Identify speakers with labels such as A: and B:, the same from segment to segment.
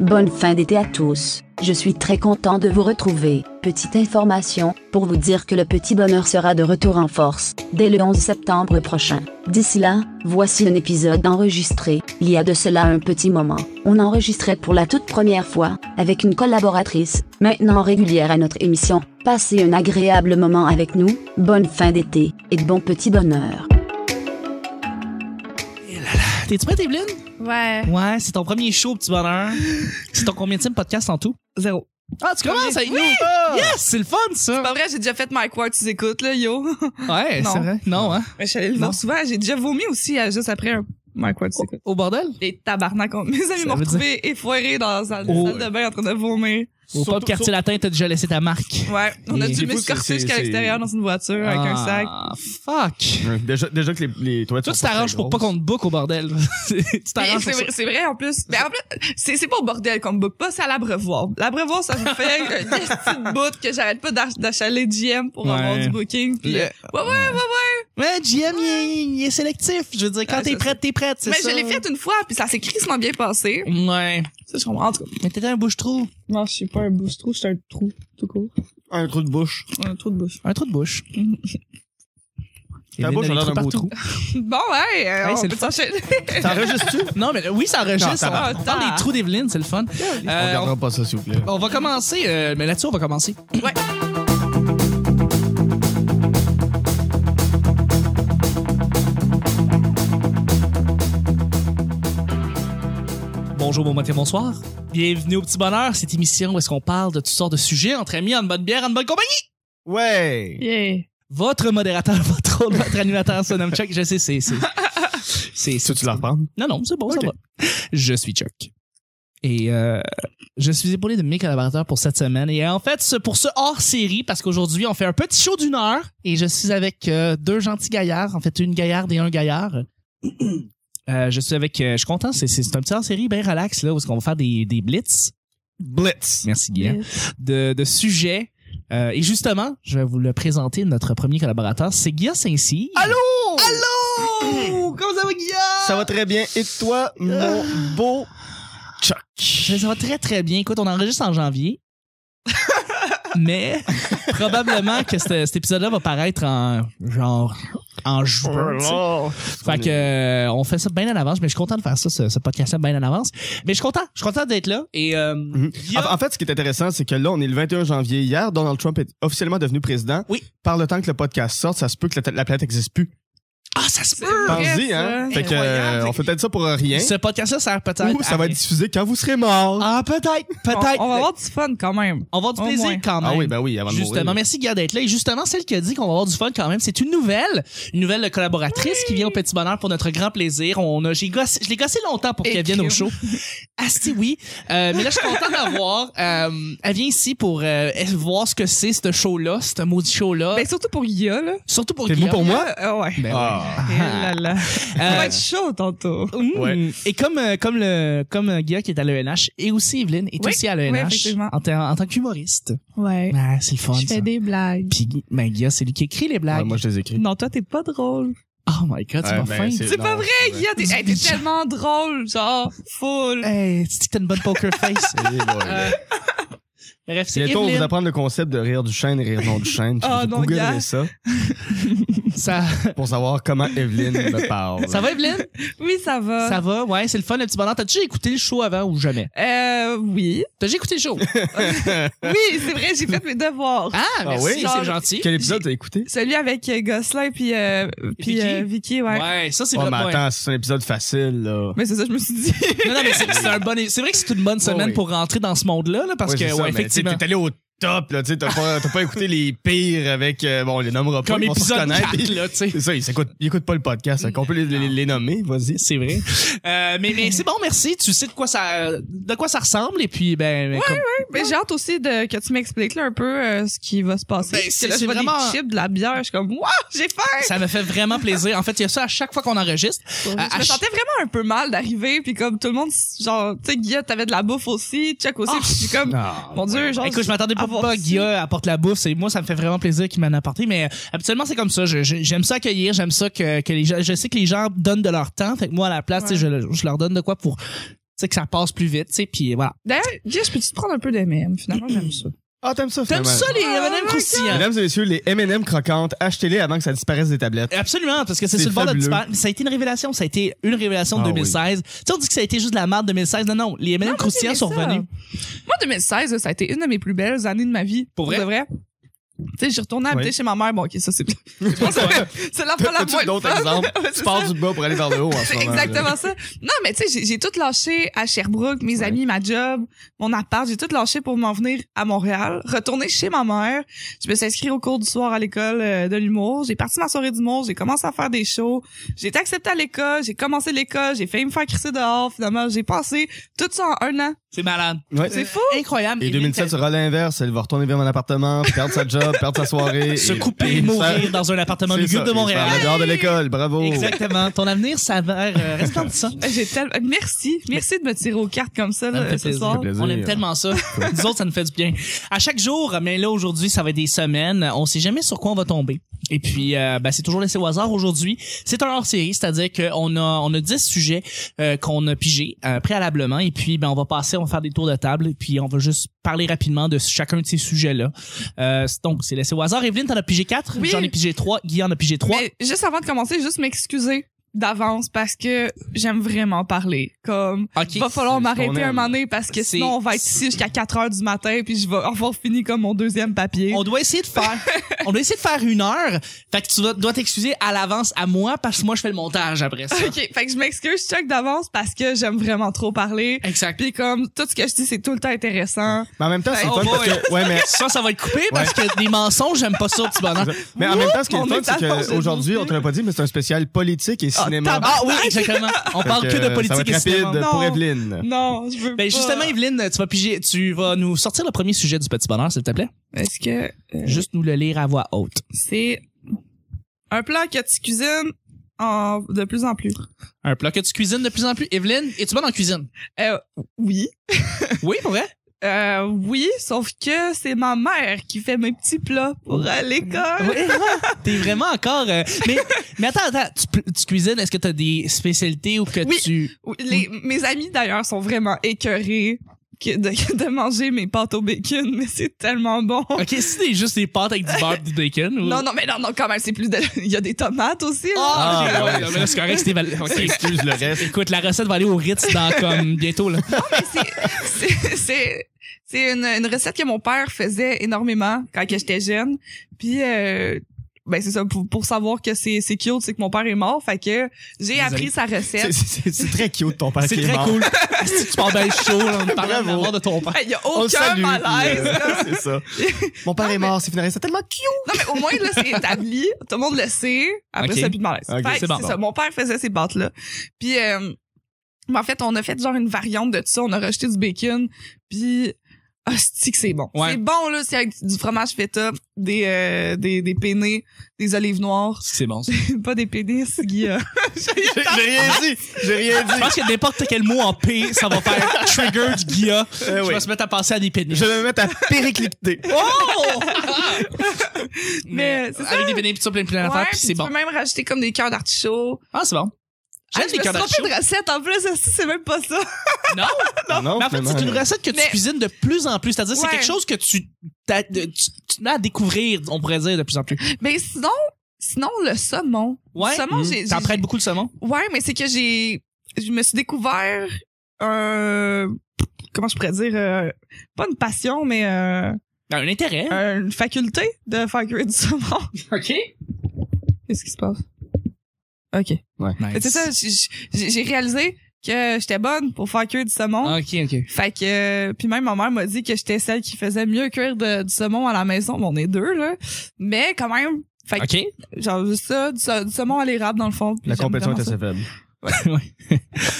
A: Bonne fin d'été à tous. Je suis très content de vous retrouver. Petite information, pour vous dire que le petit bonheur sera de retour en force, dès le 11 septembre prochain. D'ici là, voici un épisode enregistré, il y a de cela un petit moment. On enregistrait pour la toute première fois, avec une collaboratrice, maintenant régulière à notre émission. Passez un agréable moment avec nous, bonne fin d'été, et bon petit bonheur.
B: T'es-tu prête, Evelyne?
C: Ouais.
B: Ouais, c'est ton premier show, petit bonheur. C'est ton combien de podcast en tout?
C: Zéro.
B: Ah, tu commences avec
C: Oui!
B: nous! Yes! C'est le fun, ça!
C: Pas vrai, j'ai déjà fait Mike Ward, tu écoutes, là, yo.
B: Ouais,
C: Non.
B: c'est vrai. Non, hein?
C: Mais je suis allée le
B: Non.
C: voir souvent. J'ai déjà vomi aussi, euh, juste après un Mike Ward, tu écoutes.
B: Au bordel?
C: Les tabarnak. on- Mes amis
B: Ça
C: m'ont
B: veut
C: retrouvé effoirée dans la salle,
B: Oh.
C: salle de bain en train de vomir.
B: Au pop
D: Surtout-
B: quartier latin, t'as déjà laissé ta marque.
C: Ouais. On a
B: Et-
C: dû
D: Des fois,
C: m'escorter
D: c'est-
C: jusqu'à
D: c'est-
C: l'extérieur dans une voiture avec un sac. Ah,
B: Ah, fuck!
D: Ouais, Déjà, déjà que les, les toilettes
B: Toi, tu
D: sont pas
B: t'arranges
D: très
B: pour pas
D: grosses.
B: qu'on te book au bordel. tu
C: Mais
B: t'arranges
C: C'est
B: pour ça.
C: vrai, c'est vrai, en plus. Mais en plus, c'est c'est pas au bordel qu'on me book pas, c'est à l'abreuvoir. L'abreuvoir, ça me fait un petit bout que j'arrête pas d'ach- d'achaler GM pour avoir
B: Ouais.
C: du booking. Puis,
B: Le-
C: euh, ouais, ouais, ouais,
B: Ouais, GM, il est, il est sélectif. Je veux dire, quand
C: Ouais,
B: t'es
C: ça,
B: prête, t'es prête, c'est
C: Mais
B: ça.
C: je l'ai fait une fois, puis ça s'est crissement bien passé.
B: Ouais.
C: Ça, je comprends. En tout cas,
B: Mais t'étais un bouche-trou.
C: non, je suis pas un bouche-trou, je suis un trou, tout court.
D: Un trou de bouche.
C: Un trou de bouche.
B: Un trou de bouche.
D: Ta
B: Evelyne
D: bouche, on
B: a
D: a
B: des
D: un beau
B: trous
D: trou.
C: Bon, ouais, euh,
B: Hey,
C: on
B: c'est
C: peut
B: le fun.
C: s'enchaîner.
D: T'enregistres-tu?
B: Non, mais oui, ça
D: Non,
B: enregistre.
D: ça
B: on,
C: va.
B: on parle des trous d'Evelyne, c'est le fun.
D: On
B: Euh,
D: regardera pas ça, s'il vous plaît.
B: On va commencer, euh, mais là-dessus, on va commencer.
C: Ouais.
B: Bonjour, bon matin, bonsoir. Bienvenue au Petit Bonheur, cette émission où est-ce qu'on parle de toutes sortes de sujets entre amis, en bonne bière, en bonne compagnie.
D: Ouais!
C: Yeah.
B: Votre modérateur, votre hôte, votre animateur, son nom Chuck, je sais, c'est... c'est- C'est...
D: Tu veux-tu la reprendre?
B: Non, non, c'est bon,
D: Ok.
B: ça va. Je suis Chuck. Et euh, je suis épaulé de mes collaborateurs pour cette semaine. Et en fait, ce- pour ce hors-série, parce qu'aujourd'hui, on fait un petit show d'une heure. Et je suis avec euh, deux gentils gaillards. En fait, une gaillarde et un gaillard. Euh, je suis avec... euh, je suis content. C'est, c'est, c'est un petit hors-série bien relax, là, où est-ce qu'on va faire des, des blitz.
D: Blitz!
B: Merci, Guillaume. De, de sujets. Euh, et justement, je vais vous le présenter, notre premier collaborateur. C'est Guillaume Saint-Cyr.
D: Allô?
B: Allô! Comment ça va, Guillaume?
D: Ça va très bien. Et toi, mon beau Chuck?
B: Ça va très très bien. Écoute, on enregistre en janvier. Mais probablement que cet, cet épisode-là va paraître en genre en juin. tu sais. Fait que euh, on fait ça bien en avance, mais je suis content de faire ça, ce, ce podcast-là bien en avance. Mais je suis content, je suis content d'être là. Et euh,
D: Mhm.
B: Guillaume-
D: En en fait, ce qui est intéressant, c'est que là, on est le 21 janvier. Hier, Donald Trump est officiellement devenu président.
B: Oui.
D: Par le temps que le podcast sorte, ça se peut que la, la planète n'existe plus.
B: ah ça se peut.
D: Pensez, hein? Fait que, euh, on fait peut-être ça pour rien.
B: Ce podcast-là sert peut-être.
D: Ou ça va
B: à-
D: être diffusé quand vous serez mort.
B: Ah peut-être, peut-être.
C: On, on va avoir du fun quand même.
B: On va avoir du
C: Au
B: plaisir
C: moins.
B: quand même.
D: Ah oui, ben oui, avant de
B: Justement,
D: mourir.
B: merci Guillaume d'être là. Et justement, celle qui a dit qu'on va avoir du fun quand même, c'est une nouvelle, une nouvelle collaboratrice qui vient au Petit Bonheur pour notre grand plaisir. On a, j'ai gossé, je l'ai gossé longtemps pour
C: Et
B: qu'elle vienne au show.
C: crime.
B: Asti, oui. Euh, mais là, je suis content d'avoir. Euh, elle vient ici pour euh, voir ce que c'est ce show-là, ce maudit show-là.
C: Ben, surtout pour Guilla, là.
B: Surtout pour
D: C'est vous
B: Guillaume.
D: pour moi? Ben
C: Euh, ouais.
B: Ben
D: Ah.
C: Eh là là.
B: oui.
C: Ça va
B: Euh,
C: être chaud tantôt.
B: Mmh.
D: Ouais.
B: Et comme euh, comme le comme euh, Guilla qui est à l'ENH et aussi Evelyne est
C: Oui,
B: aussi à
C: oui,
B: l'ENH
C: effectivement.
B: en, tant- en tant qu'humoriste.
C: Ouais.
B: Ah, c'est le fun. ça.
C: des blagues.
B: Puis ben, Guilla, c'est lui qui écrit les
D: Ouais,
B: blagues.
D: moi, je les écris.
C: Non, toi, t'es pas drôle.
B: Oh my god, tu
D: Ouais,
B: m'as faim.
D: ben,
C: C'est pas
D: non,
C: vrai,
D: c'est
C: Guilla. T'es
B: Du
C: hey, t'es
B: bijou.
C: tellement drôle, genre, Euh. full.
B: Hey, tu dis que t'as une bonne poker face.
D: Eh, boy.
B: Euh, Bref, c'est
D: Bientôt, on va vous
B: Evelyne.
D: apprendre le concept de rire du chêne et rire non du chêne. Puis
C: Ah,
D: vous
C: non,
D: googlerez
C: gars.
D: ça
B: Ça,
D: pour savoir comment Evelyne me parle.
B: ça va, Evelyne?
C: Oui, ça va.
B: Ça va, ouais, c'est le fun, le petit bonheur. T'as déjà écouté le show avant ou jamais?
C: Euh, oui.
B: T'as déjà écouté le show?
C: Oui, c'est vrai, j'ai fait mes devoirs.
B: Ah, merci,
D: oui?
B: c'est gentil.
D: Quel épisode t'as écouté?
C: Celui avec euh, Gosselin puis euh, puis
B: Vicky.
C: euh, Vicky, ouais.
B: Ouais, ça, c'est
D: Oh,
B: vrai.
D: mais
B: ouais.
D: attends, c'est un épisode facile, là.
C: Mais c'est ça, je me suis dit.
B: Non, non, mais c'est c'est un bon, c'est vrai que c'est une bonne semaine
D: Ouais, oui.
B: pour rentrer dans ce monde-là, là, parce
D: Ouais,
B: que,
D: c'est ça,
B: ouais,
D: mais
B: effectivement.
D: t'sais, T'es allé au top, là. T'sais, t'as pas, t'as pas écouté les pires avec. euh, bon, on les nommera pas.
B: Comme
D: ils vont se
B: épisode
D: reconnaître.
B: 4, là, tu sais.
D: C'est ça, ils écoutent, ils écoutent pas le podcast. Qu'on peut les, les- les nommer, vas-y.
B: C'est vrai. Euh, mais mais c'est bon, merci. Tu sais de quoi ça de quoi ça ressemble et puis ben, ben, comme-
C: Mais j'ai hâte aussi de que tu m'expliques là un peu euh, ce qui va se passer.
B: Ben,
C: Parce que
B: c'est-
C: là, je
B: c'est
C: vois
B: vraiment-
C: des chips, de la bière, je suis comme waouh, j'ai faim.
B: ça me fait vraiment plaisir. En fait, il y a ça à chaque fois qu'on enregistre. à-
C: je
B: à
C: me sentais vraiment un peu mal d'arriver puis comme tout le monde genre tu sais Guilla t'avais de la bouffe aussi, Chuck aussi,
B: Ah.
C: puis je suis comme mon dieu, genre
B: Écoute, je m'attendais pas
C: avoir
B: pas
C: su.
B: Guilla apporte la bouffe. C'est moi, ça me fait vraiment plaisir qu'il m'en ait apporté. Mais euh, habituellement, c'est comme ça. Je- je- J'aime ça accueillir. J'aime ça que, que les gens. Je sais que les gens donnent de leur temps. Fait que moi, à la place, tu sais, je, je leur donne de quoi pour sais, que ça passe plus vite, tu sais, puis voilà.
C: D'ailleurs, Jess, peux-tu te prendre un peu d'M&M? Finalement, j'aime ça.
D: Ah, t'aimes ça,
B: T'aimes
D: finalement.
B: ça, les
C: Oh
B: M&M
C: my
B: croustillants?
D: Mesdames et messieurs, les M&M croquantes, achetez-les avant que ça disparaisse des tablettes.
B: Absolument, parce que c'est
D: C'est
B: sur le bord de
D: fabuleux.
B: disparaître. Mais Ça a été une révélation, ça a été une révélation de
D: Ah oui.
B: 2016. Tu sais, on dit que ça a été juste de la merde 2016. Non, non, les M&M
C: Non,
B: croustillants
C: moi,
B: sont
C: j'ai aimé ça.
B: revenus.
C: Moi, 2016, là, ça a été une de mes plus belles années de ma vie.
B: Pour vrai?
C: De vrai. Tu sais, je suis retournée habiter
D: Oui.
C: chez ma mère. Bon, OK, ça, c'est... Je pense que c'est la fois la moins
D: T'as-tu
C: le
D: d'autres
C: fun.
D: exemples?
C: Ouais,
D: Tu
C: c'est
D: pars
C: ça.
D: du bas pour aller vers le haut en ce
C: C'est
D: moment.
C: exactement ça. Non, mais tu sais, j'ai- j'ai tout lâché à Sherbrooke, mes
D: Ouais.
C: amis, ma job, mon appart. J'ai tout lâché pour m'en venir à Montréal, retourner chez ma mère. Je me suis inscrite au cours du soir à l'école euh, de l'humour. J'ai parti ma soirée d'humour. J'ai commencé à faire des shows. J'ai été acceptée à l'école. J'ai commencé l'école. J'ai failli me faire crisser dehors. Finalement, j'ai passé tout ça en un an.
B: C'est malade.
D: Ouais.
C: C'est fou.
B: Incroyable.
D: Et 2007 sera l'inverse. Elle va retourner vers mon appartement, perdre sa job, perdre sa soirée.
B: se
D: et-
B: couper et mourir dans un appartement
D: C'est
B: lugubre
D: ça,
B: de
D: et se faire
B: Montréal.
D: dehors de l'école, bravo.
B: Oh. Exactement. Ton avenir s'avère euh, resplendissant.
C: J'ai tellement- Merci. Merci de me tirer aux cartes comme
B: Ça
C: ça,
B: me
C: là,
B: fait
C: ce
B: plaisir.
C: soir.
D: plaisir.
B: euh, On aime tellement ça. Nous autres, ça nous fait du bien. À chaque jour, mais là, aujourd'hui, ça va être des semaines. On sait jamais sur quoi on va tomber. Et puis, euh, ben, c'est toujours laissé au hasard aujourd'hui. C'est un hors-série, c'est-à-dire qu'on a, on a 10 sujets euh, qu'on a pigés euh, préalablement. Et puis, ben, on va passer, on va faire des tours de table. Et puis, on va juste parler rapidement de chacun de ces sujets-là. Euh, donc, c'est laissé au hasard. Evelyne, t'en as pigé 4.
C: Oui.
B: J'en ai pigé 3. Guy en a pigé 3.
C: Mais juste avant de commencer, juste m'excuser d'avance parce que j'aime vraiment parler. Comme,
B: OK.
C: il va falloir
D: c'est ce qu'on
C: m'arrêter
D: aime.
C: un moment donné parce que
B: C'est-
C: sinon on va être ici jusqu'à 4 heures du matin puis je vais avoir fini comme mon deuxième papier.
B: On doit essayer de faire. on doit essayer de faire une heure. Fait que tu dois- dois t'excuser à l'avance à moi parce que moi je fais le montage après ça.
C: OK, fait que je m'excuse choc d'avance parce que j'aime vraiment trop parler.
B: Exact.
C: Puis comme tout ce que je dis c'est tout le temps intéressant.
D: Mais en même temps, c'est
B: Oh
D: fun parce
B: boy.
D: que. Ouais, mais.
B: Ça, ça va être coupé parce que des mensonges, j'aime pas ça, petit bonheur.
D: Mais en même temps, ce qui est
C: On
D: le fun,
C: est à
D: c'est
C: force de
D: qu'aujourd'hui,
C: nous
D: on te l'a pas dit, mais c'est un spécial politique et
C: Ah,
D: cinéma.
C: tabarnak.
B: Ah oui, exactement. On
D: Fait
B: parle que de
D: euh,
B: politique
D: ça va être
B: et cinéma.
D: rapide
C: Non.
D: pour Evelyne.
C: Non, je veux
B: Ben
C: pas.
B: justement, Evelyne, tu vas piger, tu vas nous sortir le premier sujet du petit bonheur, s'il te plaît.
C: est-ce que euh,
B: Juste nous le lire à voix haute.
C: c'est un plat que tu cuisines en de plus en plus
B: Un plat que tu cuisines de plus en plus. Evelyne, es-tu bonne en cuisine?
C: Euh, oui.
B: Oui, pour vrai?
C: Euh, oui, sauf que c'est ma mère qui fait mes petits plats pour à l'école.
B: Ah Ouais. T'es vraiment encore. euh, mais, mais attends, attends, tu, pl- tu cuisines, est-ce que t'as des spécialités ou que
C: Oui.
B: tu.
C: Oui, les- mes amis d'ailleurs sont vraiment écœurés que de, de manger mes pâtes au bacon, mais c'est tellement bon.
B: Ok, si c'est juste des pâtes avec du beurre et du bacon ou.
C: Non, non, mais non, non, quand même, c'est plus de... Il y a des tomates aussi. là.
B: Ah, ok,
D: Ah,
B: ouais,
D: ouais,
B: non,
D: ça.
B: mais là, c'est correct, c'était val- ok.
D: Excuse le reste.
B: Écoute, la recette va aller au Ritz dans comme bientôt là.
C: Mais c'est- c'est- c'est... C'est une, une recette que mon père faisait énormément quand que j'étais jeune. Puis, euh, ben c'est ça, pour, pour savoir que c'est c'est cute, c'est que mon père est mort. Fait que j'ai appris sa recette.
D: C'est- C'est c'est très cute ton père
B: C'est
D: qui est
B: très
D: mort.
B: cool. Si tu parles bien chaud, là, on parle de la
D: Bravo.
B: mort de ton père.
C: Il y a
D: On le
C: aucun
D: salue,
C: malaise.
D: puis, euh, c'est ça. Mon
B: Ah,
D: père est mort, c'est finaliste. C'est tellement cute.
C: Non, mais au moins, là, c'est établi. Tout le monde le sait. Après,
B: Ok.
C: ça, plus de malaise.
D: Ok,
C: Fait que
B: c'est bon.
C: ça. Mon père faisait ces pâtes-là. Puis, euh, mais en fait, on a fait genre une variante de ça. On a rajouté du bacon. Puis, hostie que c'est bon.
B: Ouais.
C: C'est bon, là. C'est avec du fromage feta, des, euh, des, des penne, des olives noires.
B: C'est bon.
C: Pas des pénis, Guy. euh.
D: J'ai j'ai rien dit. J'ai rien
B: Je
D: dit.
B: pense que n'importe quel mot en P, ça va faire trigger du guilla.
D: Eh
B: Je
D: oui.
B: vais se mettre à penser à des pénis.
D: Je vais me mettre à péricliter.
B: Oh!
C: Mais, c'est ça.
B: Avec des pénis, puis ça, plein, plein d'affaires,
C: Ouais,
B: puis
C: puis
B: c'est
C: tu
B: bon.
C: peux même rajouter comme des cœurs d'artichaut.
B: Ah, c'est bon.
C: Ah,
B: J'aime
C: je
B: les
C: me suis
B: cœurs
C: trompée de recette en plus, hostie, c'est même pas ça.
B: Non,
D: Ah Non,
B: mais en fait,
D: finalement,
B: c'est une recette que tu
C: Mais-
B: cuisines de plus en plus. C'est-à-dire, c'est
C: Ouais.
B: quelque chose que tu, t'as- de- tu, tu te mets à découvrir, on pourrait dire, de plus en plus.
C: Mais sinon, sinon, le saumon.
B: Ouais. Mm.
C: Le saumon,
D: Mhm.
C: j'ai- j'ai-
B: Hmm. T'apprêtes beaucoup le saumon?
C: Ouais, mais c'est que j'ai. Je me suis découvert un. Comment je pourrais dire? euh, pas une passion, mais euh,
B: Ah, Un intérêt.
C: une faculté de faire cuire du saumon.
B: OK.
C: Qu'est-ce qui se passe? OK. Mais C'est ça, j'ai- j'ai j'ai réalisé que j'étais bonne pour faire cuire du saumon.
B: OK, OK.
C: Fait que euh, puis même ma mère m'a dit que j'étais celle qui faisait mieux cuire de- du saumon à la maison. Bon, on est deux là, mais quand même. Fait que
B: OK.
C: genre juste ça, du, sa- du saumon à l'érable dans le fond. puis
D: La
C: j'aime
D: compétition est
C: vraiment ça.
D: assez faible.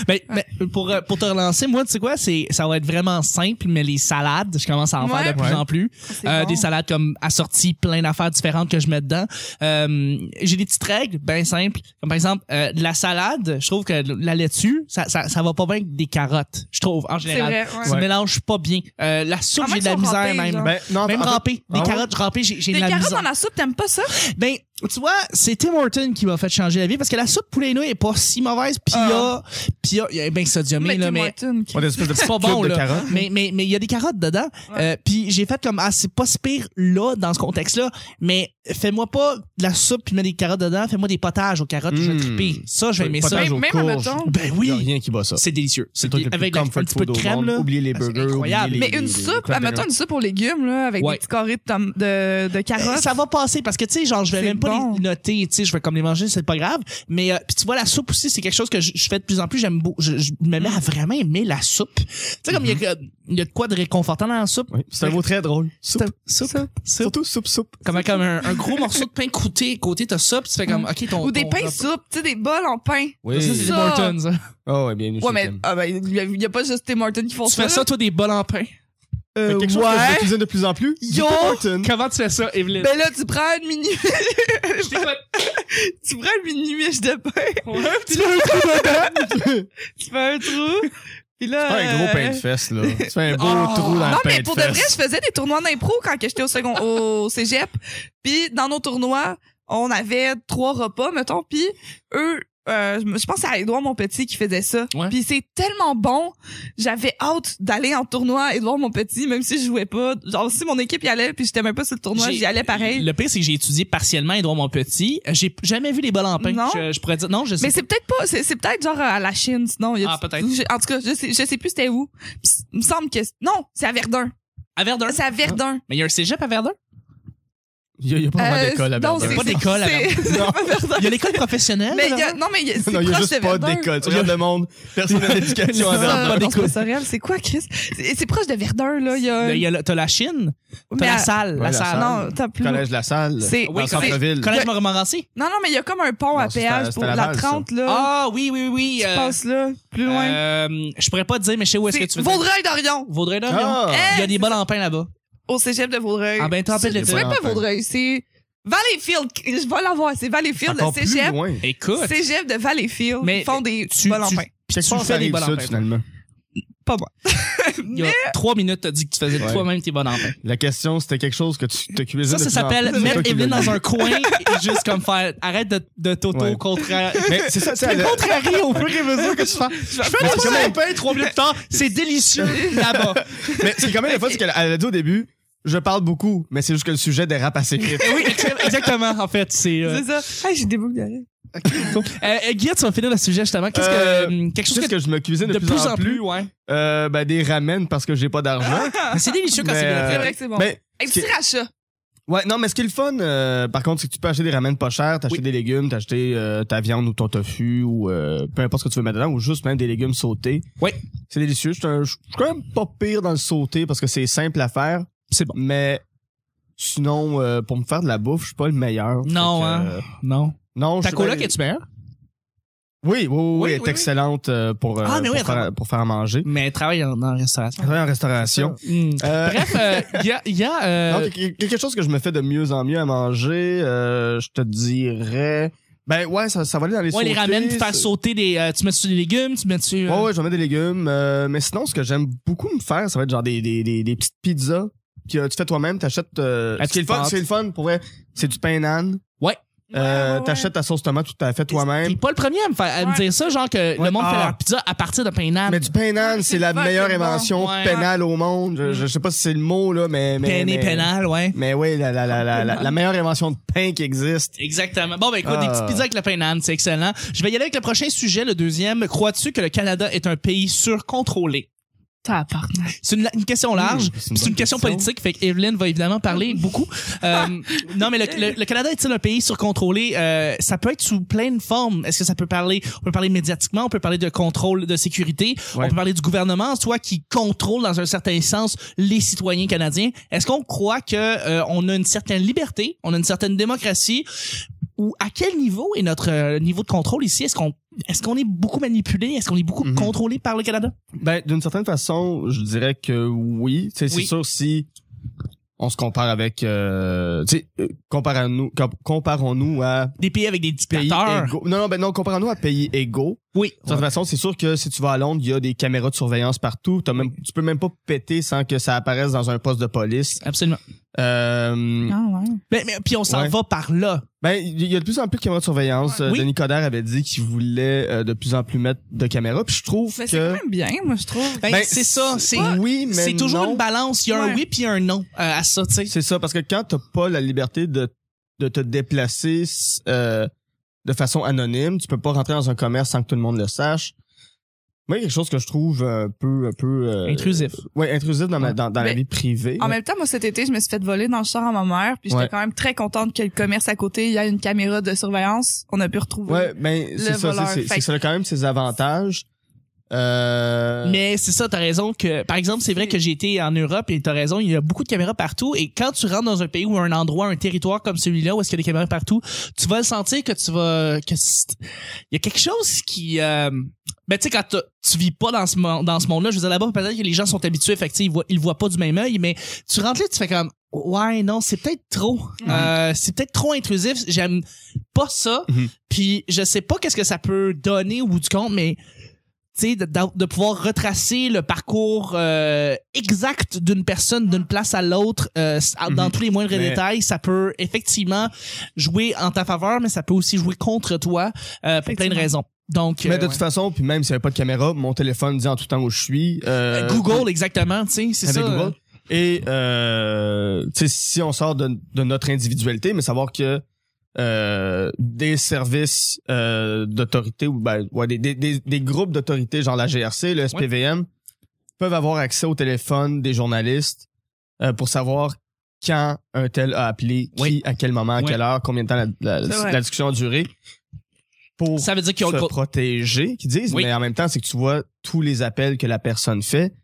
B: Ben, ben, pour, euh, pour te relancer, moi, tu sais quoi, c'est, ça va être vraiment simple, mais les salades, je commence à en faire de
C: Ouais.
B: plus
D: Ouais.
B: en plus.
C: C'est
B: Euh,
C: bon.
B: Des salades comme assorties, plein d'affaires différentes que je mets dedans. Euh, j'ai des petites règles bien simples. Comme par exemple, euh, de la salade, je trouve que la laitue, ça, ça, ça va pas bien avec des carottes, je trouve, en
C: C'est
B: général.
C: vrai.
B: Tu
C: ouais.
B: mélanges pas bien. Euh, la soupe,
C: À moins
B: j'ai de la
C: qu'ils soient
B: misère
C: râpées,
B: même.
C: genre. ah,
D: Ben, non,
B: Même
D: en fait-
B: râpée. Des
D: Ah ouais?
B: carottes râpées, j'ai j'ai de
C: Des
B: la
C: carottes
B: misère.
C: dans la soupe, t'aimes pas ça?
B: Ben, tu vois, c'est Tim Horton qui m'a fait changer la vie parce que la soupe poulet nouilles est pas si mauvaise. Puis il y a, puis il y a- il y a bien sodiumé,
C: Mais
B: là,
C: Tim
B: mais
C: Horton, qui-
D: On a des espèces de
B: c'est pas
D: petites
B: bon
D: cubes de
B: là.
D: carottes.
B: mais mais mais il y a des carottes dedans. Euh, puis j'ai fait comme ah c'est pas si pire là dans ce contexte là, mais fais-moi pas de la soupe puis mets des carottes dedans, fais-moi des potages aux carottes, je vais
D: Mm.
B: triper. Ça je vais aimer ça.
D: Potage
C: Même-
D: aux
C: même
D: courges.
C: admettons-
B: Ben
D: Y a
B: oui,
D: rien qui bat ça.
B: c'est délicieux.
D: C'est
B: C'est
D: le truc le plus
B: avec un
D: comfort
B: petit peu de
D: food au
B: crème
D: monde.
B: là.
D: Oubliez les
B: Ah, c'est
D: burgers,
B: incroyable.
D: oubliez
C: Mais
D: les-
C: une
D: les- les
C: soupe,
D: crab
C: admettons
D: dinners.
C: une soupe aux légumes, là, avec
B: Ouais.
C: des petits carrés de, tom- de,
D: Ben,
C: de carottes.
B: Ben, Ça va passer parce que tu sais genre je vais
C: C'est
B: même pas
C: bon.
B: les noter, tu sais je vais comme les manger, c'est pas grave, mais euh, puis tu vois la soupe aussi, c'est quelque chose que je, je fais de plus en plus, j'aime beaucoup je, je me mets à vraiment aimer la soupe. Tu sais comme il y
C: Mm-hmm.
B: a que- il y a de quoi de réconfortant dans la soupe.
D: Oui, C'est un mot très drôle. Soupe.
B: Soupe. Soupe.
D: Surtout soupe, soupe.
B: comme, comme un, un gros morceau de pain côté, côté t'as ça, puis tu fais comme, OK, ton...
C: Mm. Ou des
B: ton-
C: pains soupes, tu sais, des bols en pain.
D: Oui.
B: Ça, c'est des hein.
C: Ça.
B: Mortons, ça.
D: Oh, ouais, bien
C: Ouais, mais ah, ben, il y a- il y a pas juste Tim Hortons qui font
B: Tu
C: ça.
B: fais ça, toi, des bols en pain.
C: là. Euh,
D: Quelque chose que je
C: ouais.
D: cuisine de plus en plus. du
C: Yo!
D: Tim Hortons.
B: Comment tu fais ça, Evelyn?
C: Mm. Ben là, tu prends une mini,
B: Je t'écoute.
C: tu prends une mini miche de pain,
B: Ouais, tu l'as un coup dedans.
C: tu fais un trou, puis là.
D: C'est pas un gros
C: euh,
D: pain de fesse, là. Tu fais un beau
C: Oh.
D: trou dans
C: non,
D: le pain
C: mais
D: de
C: pour de vrai,
D: fesse.
C: je faisais des tournois d'impro quand que j'étais au second au cégep. Puis dans nos tournois, on avait trois repas, mettons. Puis eux, euh, je me- je pense à Édouard Monpetit qui faisait ça.
B: Ouais.
C: Puis c'est tellement bon. J'avais hâte d'aller en tournoi à Édouard Monpetit, même si je jouais pas. Genre si mon équipe y allait, puis j'étais même pas sur le tournoi,
B: J'ai-
C: j'y allais pareil.
B: Le pire, c'est que j'ai étudié partiellement Edouard mon petit. J'ai jamais vu les bols en pain.
C: Non.
B: Je, je pourrais dire, non, je sais
C: Mais c'est peut-être pas, c'est c'est peut-être genre à la Chine, sinon. il Y a
B: Ah, peut-être.
C: je- En tout cas, je sais, je sais plus c'était où. Puis Il me semble que non, c'est à Verdun.
B: pas. À Verdun.
C: C'est à Verdun.
B: Mais il y a un cégep à Verdun.
D: Il y a- il y a pas vraiment
C: Euh,
D: d'école à
C: non,
D: Verdun.
C: c'est-
B: Pas d'école à
C: c'est- c'est pas Verdun.
B: Il y a l'école professionnelle.
C: Mais
B: là.
C: il y a, non, mais il y a, c'est
D: Non, il y a
C: proche
D: juste
C: de
D: pas
C: Verdun.
D: d'école. Tu regardes le monde. Personne n'a d'éducation à
B: C'est ça.
D: Verdun.
B: Pas
C: Euh, on se
B: d'école.
C: passe Sorel, c'est quoi, Chris? C'est c'est proche de Verdun, là. Il y a.
B: Là, il y a le- T'as la Chine. T'as
C: Euh, mais
B: la
C: à-
B: salle.
D: Ouais,
B: la
D: la
B: salle.
D: salle.
C: Non, t'as plus.
D: Collège La Salle.
C: C'est-
D: Dans
B: oui,
D: le
B: c'est-
D: centre-ville.
B: Collège Montmorency.
C: Non, non, mais il y a comme un pont à
D: Non, c'est à-
C: péage
D: c'est
C: pour
D: à
C: la
D: Laval, ça.
C: 30, là.
B: Ah, oui, oui, oui.
C: Euh, tu
B: euh,
C: passes là, plus loin.
B: euh, je pourrais pas te dire, mais je sais où est-ce que tu
C: c'est
B: veux. dire.
C: Vaudreuil-Dorion.
B: Vaudreuil d'Orion.
D: Ah!
B: Il y a
C: Eh,
B: des bols en pain là-bas.
C: Au cégep de Vaudreuil.
B: Ah ben, t'en rappelles
C: C'est-
B: le
C: C'est
D: truc.
C: même pas
D: Enfin.
C: Vaudreuil, c'est Valleyfield. Je vais l'avoir, c'est Valleyfield, le
D: Encore plus
C: cégep.
D: loin.
B: Écoute,
C: Cégep de Valleyfield.
B: Mais
C: ils font des
B: tu,
C: bols en
B: tu,
C: pain.
B: puis
D: Quelque
B: tu
D: part, ça
B: fais des
D: arrive
B: bols en
D: sud,
B: pain.
D: finalement.
C: Pas moi.
B: Il y a trois minutes, t'as dit que tu faisais
D: Ouais.
B: toi-même tes bols en pain.
D: La question, c'était quelque chose que tu te cuisines.
B: Ça,
D: de
B: ça
D: plus en
B: s'appelle
D: plus. C'est toi
B: mettre
D: qui
B: Evelyn
D: l'as dit.
B: dans un coin et juste comme faire arrête de, de
D: Ouais.
B: t'auto-contraire.
D: Mais c'est ça, c'est
B: Le
D: la-
B: contrarier au fur et à mesure que tu fais. Je fais des
D: c'est
B: bols en
D: comme-
B: pain trois minutes plus tard. C'est délicieux là-bas.
D: Mais c'est quand même la fois qu'elle elle a dit au début, je parle beaucoup, mais c'est juste que le sujet dérape assez vite.
B: Eh Oui, ex- exactement, en fait. C'est. euh,
C: C'est ça. Hey, j'ai des boucles d'oreilles.
B: Euh, euh, Guillaume, tu vas finir le sujet justement. Qu'est-ce que.
D: Euh,
B: hum, Quelque chose
D: Qu'est-ce
B: que.
D: que je me cuisine de, plus, en plus,
B: ouais.
D: euh, ben, des ramen parce que j'ai pas d'argent.
B: Mais C'est délicieux quand
D: Mais,
B: c'est bien
D: euh,
C: C'est
B: fait.
C: vrai que c'est bon.
D: Mais
C: Hey, petit rachat.
D: ouais, non, mais ce qui est le fun, euh, par contre, c'est que tu peux acheter des ramen pas chers, t'acheter
B: Oui.
D: des légumes, t'acheter euh, ta viande ou ton tofu ou euh, peu importe ce que tu veux mettre dedans, ou juste même des légumes sautés.
B: Oui.
D: c'est délicieux. Je suis un- je suis quand même pas pire dans le sauté parce que c'est simple à faire,
B: C'est bon.
D: mais sinon, euh, pour me faire de la bouffe, je suis pas le meilleur.
B: Non,
D: Fait que,
B: hein.
D: euh,
B: Non.
D: Non,
B: Ta
D: je-
B: coloc est-tu meilleure?
D: Oui, oui, oui, oui,
B: Oui,
D: elle est
B: oui,
D: excellente euh, pour, euh,
B: Ah, mais oui,
D: pour, faire,
B: attends.
D: pour faire à manger.
B: Mais elle travaille dans dans la restauration.
D: Elle travaille en restauration.
B: Hum.
D: Euh,
B: Bref, euh, il y a. il y a, euh,
D: non, il y a quelque chose que je me fais de mieux en mieux à manger, euh, je te dirais... Ben ouais, ça, ça va aller dans les
B: ouais, les
D: sautés,
B: ramen, faire
D: c'est-
B: sauter des. euh, tu mets dessus des légumes, tu mets dessus. euh,
D: Ouais, ouais, je mets des légumes. euh, mais sinon, ce que j'aime beaucoup me faire, ça va être genre des, des, des, des petites pizzas que euh, tu fais toi-même, t'achètes... Euh,
B: La
D: ce qui est le
B: petite
D: fun,
B: pâte.
D: c'est le fun, pour vrai, c'est du pain nan. Euh,
C: Ouais, ouais, ouais.
D: T'achètes ta sauce tomate tout à fait
B: T'es
D: toi-même.
B: pas le premier à me, faire, à me
C: Ouais.
B: dire ça, genre que le
D: Ouais,
B: monde fait
D: ah.
B: leur pizza à partir de pain nan.
D: Mais du pain nan,
C: Ouais,
D: c'est
C: c'est
D: la
C: fucking
D: meilleure
C: bon.
D: invention
B: Ouais.
D: pénale au monde. Je, je sais pas si c'est le mot, là, mais... mais
B: Pain et
D: mais-
B: pénal, ouais.
D: Mais oui, la, la, la, la, la, la meilleure invention de pain qui existe.
B: Exactement. Bon, ben écoute, des
D: Ah.
B: petites pizzas avec le pain nan, c'est excellent. Je vais y aller avec le prochain sujet, le deuxième. Crois-tu que le Canada est un pays surcontrôlé?
C: Tabarnak.
B: C'est une, une question large.
D: Mmh,
B: puis c'est une
D: bonne
B: question politique, fait que Evelyn va évidemment parler beaucoup. Euh, non, mais le, le- le Canada est-il un pays surcontrôlé? Euh, ça peut être sous plein de formes. Est-ce que ça peut parler, on peut parler médiatiquement, on peut parler de contrôle de sécurité,
D: Ouais.
B: on peut parler du gouvernement en soi qui contrôle dans un certain sens les citoyens canadiens. Est-ce qu'on croit que euh, on a une certaine liberté, on a une certaine démocratie? Ou à quel niveau est notre euh, niveau de contrôle ici? Est-ce qu'on est-ce qu'on est beaucoup manipulé? Est-ce qu'on est beaucoup
D: Mhm.
B: contrôlé par le Canada?
D: Ben, d'une certaine façon, je dirais que oui. Tu sais, C'est
B: Oui.
D: sûr si on se compare avec, euh, tu sais, euh, comparons-nous, com- comparons-nous à
B: Des pays avec des
D: pays
B: dictateurs.
D: égaux. Non, non, ben non, comparons-nous à pays égaux.
B: Oui.
D: De toute façon, c'est sûr que si tu vas à Londres, il y a des caméras de surveillance partout. T'as même, tu peux même pas péter sans que ça apparaisse dans un poste de police.
B: Absolument.
D: Euh,
C: Ah ouais.
B: Ben, mais, puis on s'en
D: Ouais.
B: va par là.
D: ben, il y a de plus en plus de caméras de surveillance.
B: Oui.
D: Euh, Denis Coderre avait dit qu'il voulait euh, de plus en plus mettre de caméras. Puis je trouve
C: Mais c'est
D: que
C: quand même bien, moi, je trouve.
B: Ben,
D: Ben,
B: c'est ça, c'est
D: oui, mais
B: c'est toujours
D: non.
B: une balance. Il y a un
C: Ouais.
B: oui puis un non euh, à ça, tu sais.
D: C'est ça, parce que quand t'as pas la liberté de, de te déplacer euh, de façon anonyme, tu peux pas rentrer dans un commerce sans que tout le monde le sache. Moi, il y a quelque chose que je trouve un peu... Un peu euh,
B: Intrusif.
D: Ouais, intrusif dans, ma, dans, dans la
C: Mais-
D: vie privée.
C: En même temps, moi, cet été, je me suis fait voler dans le char à ma mère, puis j'étais
D: Ouais.
C: quand même très contente que le commerce à côté, il y a une caméra de surveillance. On a pu retrouver.
D: Ouais, ben c'est ça,
C: voleur.
D: c'est- c'est-
C: Fait
D: c'est- ça a quand même ses avantages. Euh,
B: Mais c'est ça, t'as raison que, par exemple, c'est vrai que j'ai été en Europe et t'as raison, il y a beaucoup de caméras partout et quand tu rentres dans un pays ou un endroit, un territoire comme celui-là où est-ce qu'il y a des caméras partout, tu vas le sentir que tu vas, que c'est- il y a quelque chose qui, euh, ben tu sais, quand t'as- tu vis pas dans ce, mon- dans ce monde-là, je veux dire là-bas, peut-être que les gens sont habitués, fait que, tu sais, ils voient, ils le voient pas du même œil, mais tu rentres là, tu fais comme, ouais, non, c'est peut-être trop, Euh, c'est peut-être trop intrusif, j'aime pas ça,
D: Mhm.
B: puis je sais pas qu'est-ce que ça peut donner au bout du compte, mais tu sais, de, d'av- de pouvoir retracer le parcours euh, exact d'une personne d'une place à l'autre euh, s- dans
D: Mhm.
B: tous les moindres
D: Mais-
B: détails, ça peut effectivement jouer en ta faveur, mais ça peut aussi jouer contre toi euh, pour plein de
C: Effectivement.
B: raisons. Donc,
D: mais
B: euh,
D: de toute
B: ouais.
D: façon, puis même s'il n'y avait pas de caméra, mon téléphone dit en tout temps où je suis. euh,
B: Euh, Google, exactement, tu sais, c'est
D: avec
B: ça.
D: Google. euh, Et euh, tu sais, si on sort de, de notre individualité, mais savoir que euh, des services euh, d'autorité ou ben, ouais, des, des, des, des groupes d'autorité, genre la GRC, le SPVM, peuvent avoir accès au téléphone des journalistes euh, pour savoir quand un tel a appelé, qui,
B: Oui.
D: à quel moment, à
B: Oui.
D: quelle heure, combien de temps la, la-
C: C'est vrai.
D: la discussion a duré. Pour
B: Ça veut dire qu'ils ont
D: se
B: le co-
D: protéger, qui disent,
B: Oui.
D: mais en même temps, c'est que tu vois tous les appels que la personne fait.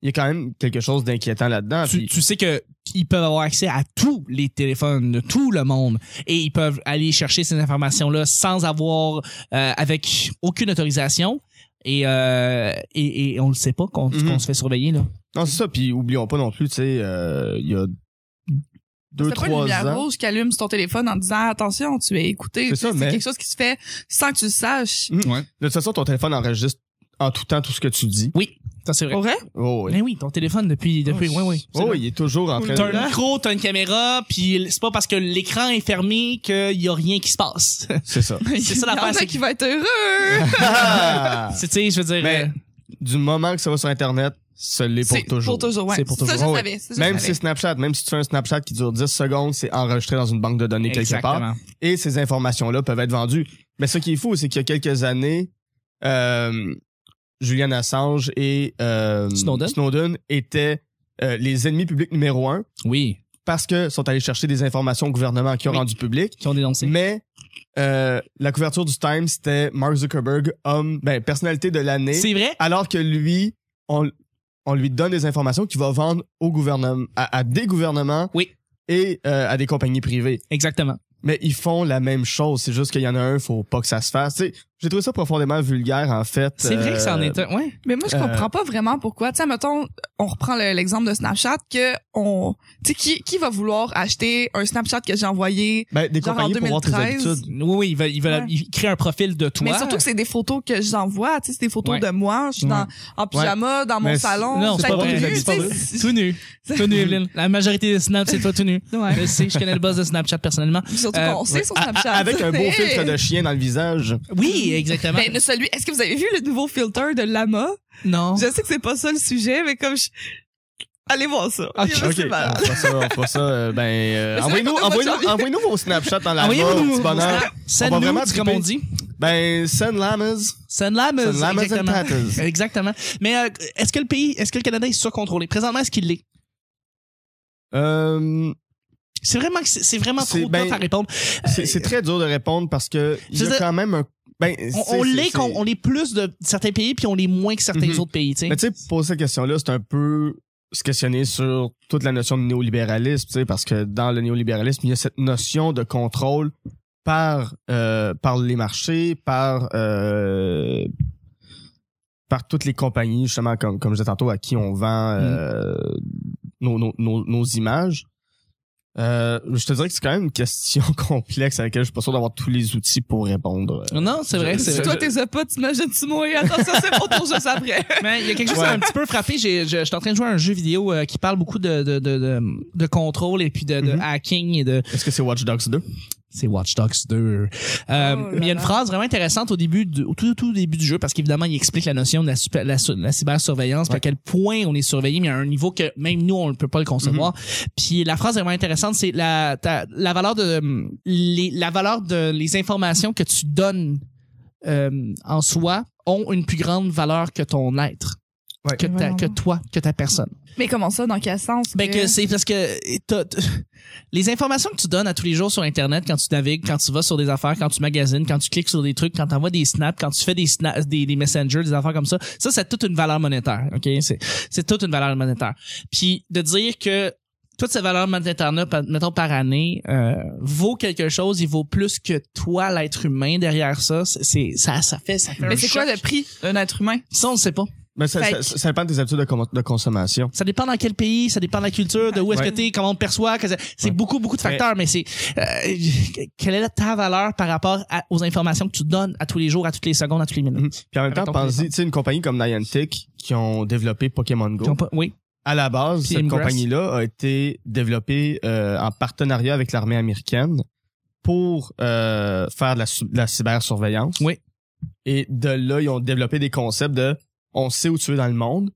D: Il y a quand même quelque chose d'inquiétant là-dedans.
B: tu,
D: Ah, puis-
B: tu sais que ils peuvent avoir accès à tous les téléphones de tout le monde et ils peuvent aller chercher ces informations là sans avoir euh, avec aucune autorisation et, euh, et et on le sait pas qu'on
D: Mhm.
B: qu'on se fait surveiller là.
D: Non, c'est ça. Puis oublions pas non plus, tu sais, euh, il y a deux,
C: C'est pas une
D: trois
C: lumière
D: ans.
C: rouge qui allume sur ton téléphone en disant attention, tu es écouté.
D: C'est
C: Tu
D: ça,
C: sais, C'est
D: mais-
C: quelque chose qui se fait sans que tu le saches.
D: Mm. De toute façon, ton téléphone enregistre en tout temps tout ce que tu dis.
B: Ça c'est vrai.
C: Au vrai?
D: Oh, oui.
B: Mais oui, ton téléphone depuis depuis oui oui.
D: Oh, oui, il est toujours en train
B: T'as un
D: de.
B: micro, t'as une caméra, puis c'est pas parce que l'écran est fermé qu'il y a rien qui se passe.
D: C'est ça.
B: C'est ça
C: Il y en
B: l'affaire,
C: a
B: c'est
C: qui va être heureux.
D: Ah!
B: c'est- tu sais, je veux dire.
D: Mais
B: euh,
D: du moment que ça va sur Internet, ça l'est pour
C: C'est
D: toujours.
C: Pour toujours, ouais.
B: C'est pour
C: Ça, je
D: toujours, Oh,
C: le
D: ouais.
C: savais. ça, je le
D: Même
C: savais.
D: si Snapchat, même si tu fais un Snapchat qui dure 10 secondes, c'est enregistré dans une banque de données quelque part.
B: euh, exactement.
D: et ces informations-là peuvent être vendues. Mais ce qui est fou, c'est qu'il y a quelques années, euh, Julian Assange et euh,
B: Snowden.
D: étaient euh, les ennemis publics numéro un
B: Oui,
D: parce que sont allés chercher des informations au gouvernement qui ont
B: Oui.
D: rendu public.
B: qui ont dénoncé.
D: Mais euh, la couverture du Times, c'était Mark Zuckerberg, homme, ben, personnalité de l'année,
B: C'est vrai.
D: alors que lui, on, on lui donne des informations qu'il va vendre au gouvernement, à, à des gouvernements
B: Oui.
D: et euh, à des compagnies privées.
B: Exactement.
D: Mais ils font la même chose. C'est juste qu'il y en a un, faut pas que ça se fasse. Tu sais, j'ai trouvé ça profondément vulgaire, en fait.
B: C'est vrai que ça en est un. Ouais.
C: Mais moi, je
D: Euh,
C: comprends pas vraiment pourquoi. Tu sais, mettons, on reprend le- l'exemple de Snapchat que on, tu sais, qui, qui va vouloir acheter un Snapchat que j'ai envoyé?
D: Ben, des
C: Genre en
D: compagnies pour voir tes
C: 2013.
D: habitudes.
B: Oui, oui, il va, il va,
C: Ouais.
B: il crée un profil de toi.
C: Mais surtout que c'est des photos que j'envoie, tu sais, c'est des photos
B: Ouais.
C: de moi, je suis
B: Ouais.
C: dans, en pyjama, dans mon
D: Mais c'est-
C: salon.
B: non, c'est
C: ça
B: pas
C: va
B: vrai,
C: mieux,
D: c'est
C: tu
D: pas
C: sais,
D: vrai.
C: c'est-
B: tout nu. Tout nu, Evelyne. La majorité des snaps, c'est toi tout nu.
C: Ouais.
B: Je le sais, je connais le boss de Snapchat personnellement.
C: Surtout
B: Euh,
C: qu'on sait sur
D: À- à-
C: Snapchat.
D: avec un beau
C: Hey!
D: filtre de chien dans le visage.
B: Oui, exactement.
C: Ben, celui, est-ce que vous avez vu le nouveau filter de Lama?
B: non.
C: Je sais que c'est pas ça le sujet, mais comme je... Allez voir ça.
B: Ok.
C: Il y en a, c'est
D: on
C: malade.
D: fera ça, on fera ça. euh, ben, euh,
C: Mais c'est
D: envoyez-nous,
C: vrai qu'on a pas de
D: envoyez-nous,
C: survie.
D: envoyez-nous vos Snapchats
B: Ah,
D: dans la mort,
B: Envoyez-nous
D: petit bonheur. On va
B: Send-nous,
D: vraiment
B: comme on
D: triper.
B: dit.
D: Ben, send lamas.
B: Send Lamas.
D: Send Lamas and
B: Exactement.
D: Patas.
B: Exactement. Mais euh, est-ce que le pays, est-ce que le Canada est surcontrôlé? Présentement, est-ce qu'il l'est?
D: Euh,
B: C'est vraiment, que c'est c'est vraiment trop
D: C'est- ben,
B: tough à répondre.
D: c'est, c'est très dur de répondre parce que il y
B: euh, Je veux
D: a
B: dire-
D: quand même un. Ben,
B: On,
D: c'est-
B: on
D: c'est-
B: l'est,
D: c'est-
B: qu'on- on l'est plus de certains pays, puis on l'est moins que certains
D: Mhm.
B: autres pays, tu sais.
D: Mais tu sais, poser cette question-là, c'est un peu se questionner sur toute la notion de néolibéralisme, tu sais, parce que dans le néolibéralisme, il y a cette notion de contrôle par, euh, par les marchés, par, euh, par toutes les compagnies, justement, comme, Mm. comme je disais tantôt, à qui on vend euh, nos, nos, nos, nos images. Euh, je te dirais que c'est quand même une question complexe à laquelle je suis pas sûr d'avoir tous les outils pour répondre. Euh,
B: Non, c'est vrai, c'est
C: Si
B: vrai.
C: toi, t'es pas, t'imagines-tu moi? Attention, c'est pour ton jeu ça, après.
B: Mais il y a quelque chose
D: Ouais.
B: qui m'a un petit peu frappé. J'ai- Je je suis en train de jouer à un jeu vidéo euh, qui parle beaucoup de, de, de, de, de contrôle et puis de, de
C: Mm-hmm.
D: Mhm.
B: hacking et de.
D: Est-ce que c'est Watch Dogs 2?
B: C'est Watch Dogs 2. Euh,
C: Oh là
B: mais il y a une
C: là.
B: phrase vraiment intéressante au début, du- au tout, tout début du jeu, parce qu'évidemment, il explique la notion de la, super- la, su- la cybersurveillance, puis à
D: Ouais.
B: quel point on est surveillé, mais à un niveau que même nous, on ne peut pas le concevoir.
D: Mm-hmm.
B: Puis la phrase vraiment intéressante, c'est la, ta- la valeur de hum, les, la valeur de les informations que tu donnes euh, en soi ont une plus grande valeur que ton être.
D: Ouais.
B: Que, ta- que toi, que ta personne.
C: Mais comment ça, dans quel sens?
B: Ben que
C: que-
B: c'est parce que t'as- t- les informations que tu donnes à tous les jours sur internet quand tu navigues, quand tu vas sur des affaires, quand tu magasines, quand tu cliques sur des trucs, quand tu envoies des snaps, quand tu fais des snaps des, des messengers, des affaires comme ça, ça c'est toute une valeur monétaire, OK C'est c'est toute une valeur monétaire. Puis de dire que toute cette valeur monétaire-là, pa- mettons par année, euh, vaut quelque chose, il vaut plus que toi, l'être humain derrière ça. C'est- C'est ça, ça fait, ça fait. un
C: Mais Ben, c'est quoi
B: choc.
C: le prix d'un être humain?
B: Ça, on le sait pas.
D: Ben, ça,
C: Fait
D: ça,
C: que-
D: ça dépend des habitudes de, com- de consommation.
B: Ça dépend dans quel pays, ça dépend de la culture, de où est-ce
D: Ouais.
B: que t'es, comment on te perçoit. que c'est- C'est
D: Ouais.
B: beaucoup, beaucoup de facteurs, mais c'est euh, quelle est ta valeur par rapport à- aux informations que tu donnes à tous les jours, à toutes les secondes, à toutes les minutes.
D: Mhm. Puis en même temps,
B: Mettons,
D: pensez, tu sais, une compagnie comme Niantic qui ont développé Pokémon Go.
B: Ils ont pas- Oui.
D: À la base,
B: Puis
D: cette
B: Ingress.
D: compagnie-là a été développée euh, en partenariat avec l'armée américaine pour euh, faire de la, su- de la cybersurveillance.
B: Oui.
D: Et de là, ils ont développé des concepts de on sait où tu es dans le monde,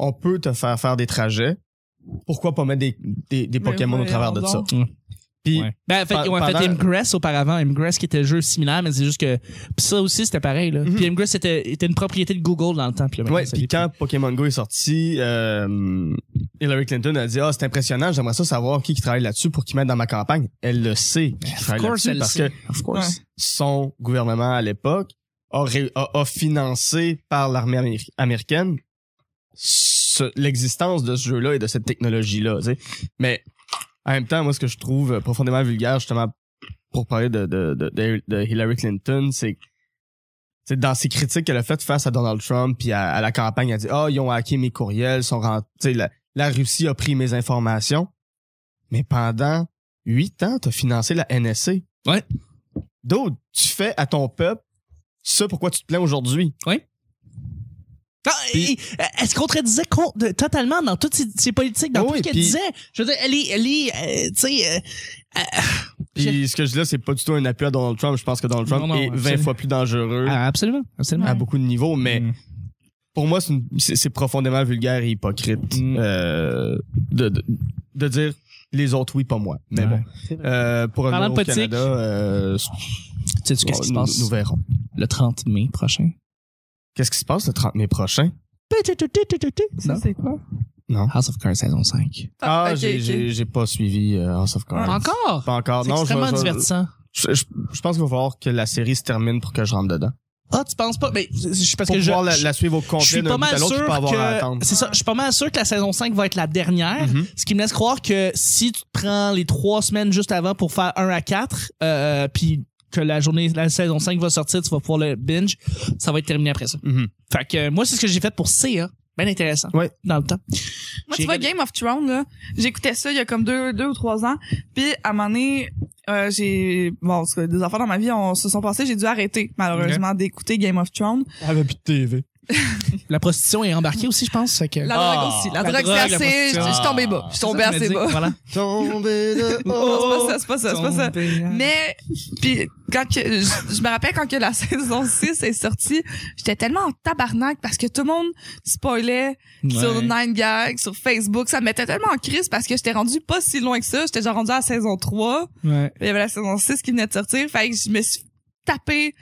D: on peut te faire faire des trajets. Pourquoi pas mettre des, des, des
C: Mais
D: Pokémon au travers de ça?
C: voyons
B: Ben donc.
D: Puis
B: Ouais. Ben, en fait,
D: Pe-
B: ils ont fait
D: pendant-
B: Imgress auparavant. Imgress qui était un jeu similaire, mais c'est juste que. Puis ça aussi, c'était pareil. Là.
D: Mhm.
B: Puis Imgress était, était une propriété de Google dans le temps. Puis là, maintenant,
D: Ouais,
B: ça
D: puis
B: l'est plus.
D: quand Pokémon Go est sorti, euh, Hillary Clinton a dit ah c'est impressionnant, j'aimerais ça savoir qui qui travaille là-dessus pour qu'il mette dans ma campagne. Elle le sait, qui travaille
B: course,
D: là-dessus
B: elle
D: parce
B: le
D: que
B: Of course.
D: son gouvernement à l'époque a, ré- a- a financé par l'armée améri- américaine ce- l'existence de ce jeu-là et de cette technologie-là. tu sais. Mais en même temps, moi ce que je trouve profondément vulgaire justement pour parler de, de, de, de- de Hillary Clinton, c'est que, tu sais, dans ses critiques qu'elle a faites face à Donald Trump puis à, à la campagne, elle a dit Ah, ils ont hacké mes courriels, sont rent- tu sais, la, la Russie a pris mes informations. Mais pendant huit ans, t'as financé la NSC.
B: Ouais.
D: D'autres, tu fais à ton peuple ça pourquoi tu te plains aujourd'hui.
B: Non, euh,
D: Puis-
B: et- elle se contredisait con- de- euh, totalement dans toutes ses, ses politiques, dans
D: Oui,
B: tout ce qu'elle
D: puis-
B: disait. Je veux dire, elle est, elle est, euh, tu sais, euh,
D: Puis ce que je dis là, c'est pas du tout un appui à Donald Trump. Je pense que Donald Trump
B: Non, non,
D: est 20
B: absolument.
D: fois plus dangereux
B: Ah, absolument, absolument.
D: à beaucoup de niveaux, mais
B: Mm.
D: pour moi, c'est une- c'est c'est profondément vulgaire et hypocrite
B: Mm.
D: euh, de, de, de dire les autres oui, pas moi. Mais
B: Ouais.
D: bon, Euh, pour
B: Parlant
D: revenir
B: de
D: au
B: politique.
D: Canada, euh,
B: Sais-tu qu'est-ce qui se
D: nous,
B: passe
D: nous verrons.
B: le 30 mai prochain?
D: Qu'est-ce qui se passe le 30 mai prochain?
B: Non.
C: c'est quoi?
D: Non.
B: House of Cards saison 5.
D: Ah,
C: ok,
D: j'ai-
C: ok.
D: j'ai j'ai pas suivi euh, House of Cards.
B: Ah, Encore?
D: Pas encore.
B: C'est
D: Ah, Non, je vais-
B: extrêmement
D: je, vais-
B: divertissant.
D: je, je- je pense qu'il va falloir que la série se termine pour que je rentre dedans.
B: Ah, tu penses pas? Mais je- je- parce
D: pour
B: que je,
D: pouvoir la,
B: je-
D: la suivre au complet
B: je suis
D: d'un
B: pas
D: bout à
B: mal
D: l'autre, je
B: sûr
D: peux avoir à
B: que.
D: attendre.
B: C'est ça, je suis pas mal sûr que la saison 5 va être la dernière.
D: Mhm.
B: Ce qui me laisse croire que si tu te prends les trois semaines juste avant pour faire 1 à 4, euh, puis que la journée, la saison 5 va sortir, tu vas pouvoir le binge, ça va être terminé après ça.
D: Mhm.
B: Fait que euh, moi, c'est ce que j'ai fait pour C, hein. Ben intéressant.
D: Ouais.
B: Dans le temps.
C: Moi,
B: J'ai
C: tu vois,
B: regardé-
C: Game of Thrones, là, j'écoutais ça il y a comme deux, deux ou trois ans. Puis, à un moment donné, euh, j'ai... Bon, parce que des enfants dans ma vie on, se sont passés, j'ai dû arrêter, malheureusement, d'écouter Game of Thrones.
D: Elle plus de TV.
B: La prostitution est embarquée aussi, je pense. Fait que...
C: La
D: Ah.
C: drogue aussi. La,
B: La
C: drogue,
B: drogue,
C: c'est
B: la
C: assez... Je
B: prostitution.
C: je suis tombée bas. Je suis tombée
B: C'est ça que je me
C: assez
B: dis,
C: bas.
B: Voilà.
D: Tombé de
C: Non, c'est pas ça, c'est pas ça, c'est pas ça. Mais puis quand que, je, je me rappelle quand que la saison 6 est sortie, j'étais tellement en tabarnak parce que tout le monde spoilait sur
B: Ouais.
C: Nine Gag, sur Facebook, ça me mettait tellement en crise parce que j'étais rendu pas si loin que ça, j'étais genre rendu à la saison 3,
B: Ouais.
C: il y avait la saison 6 qui venait de sortir, fait que je me suis tapé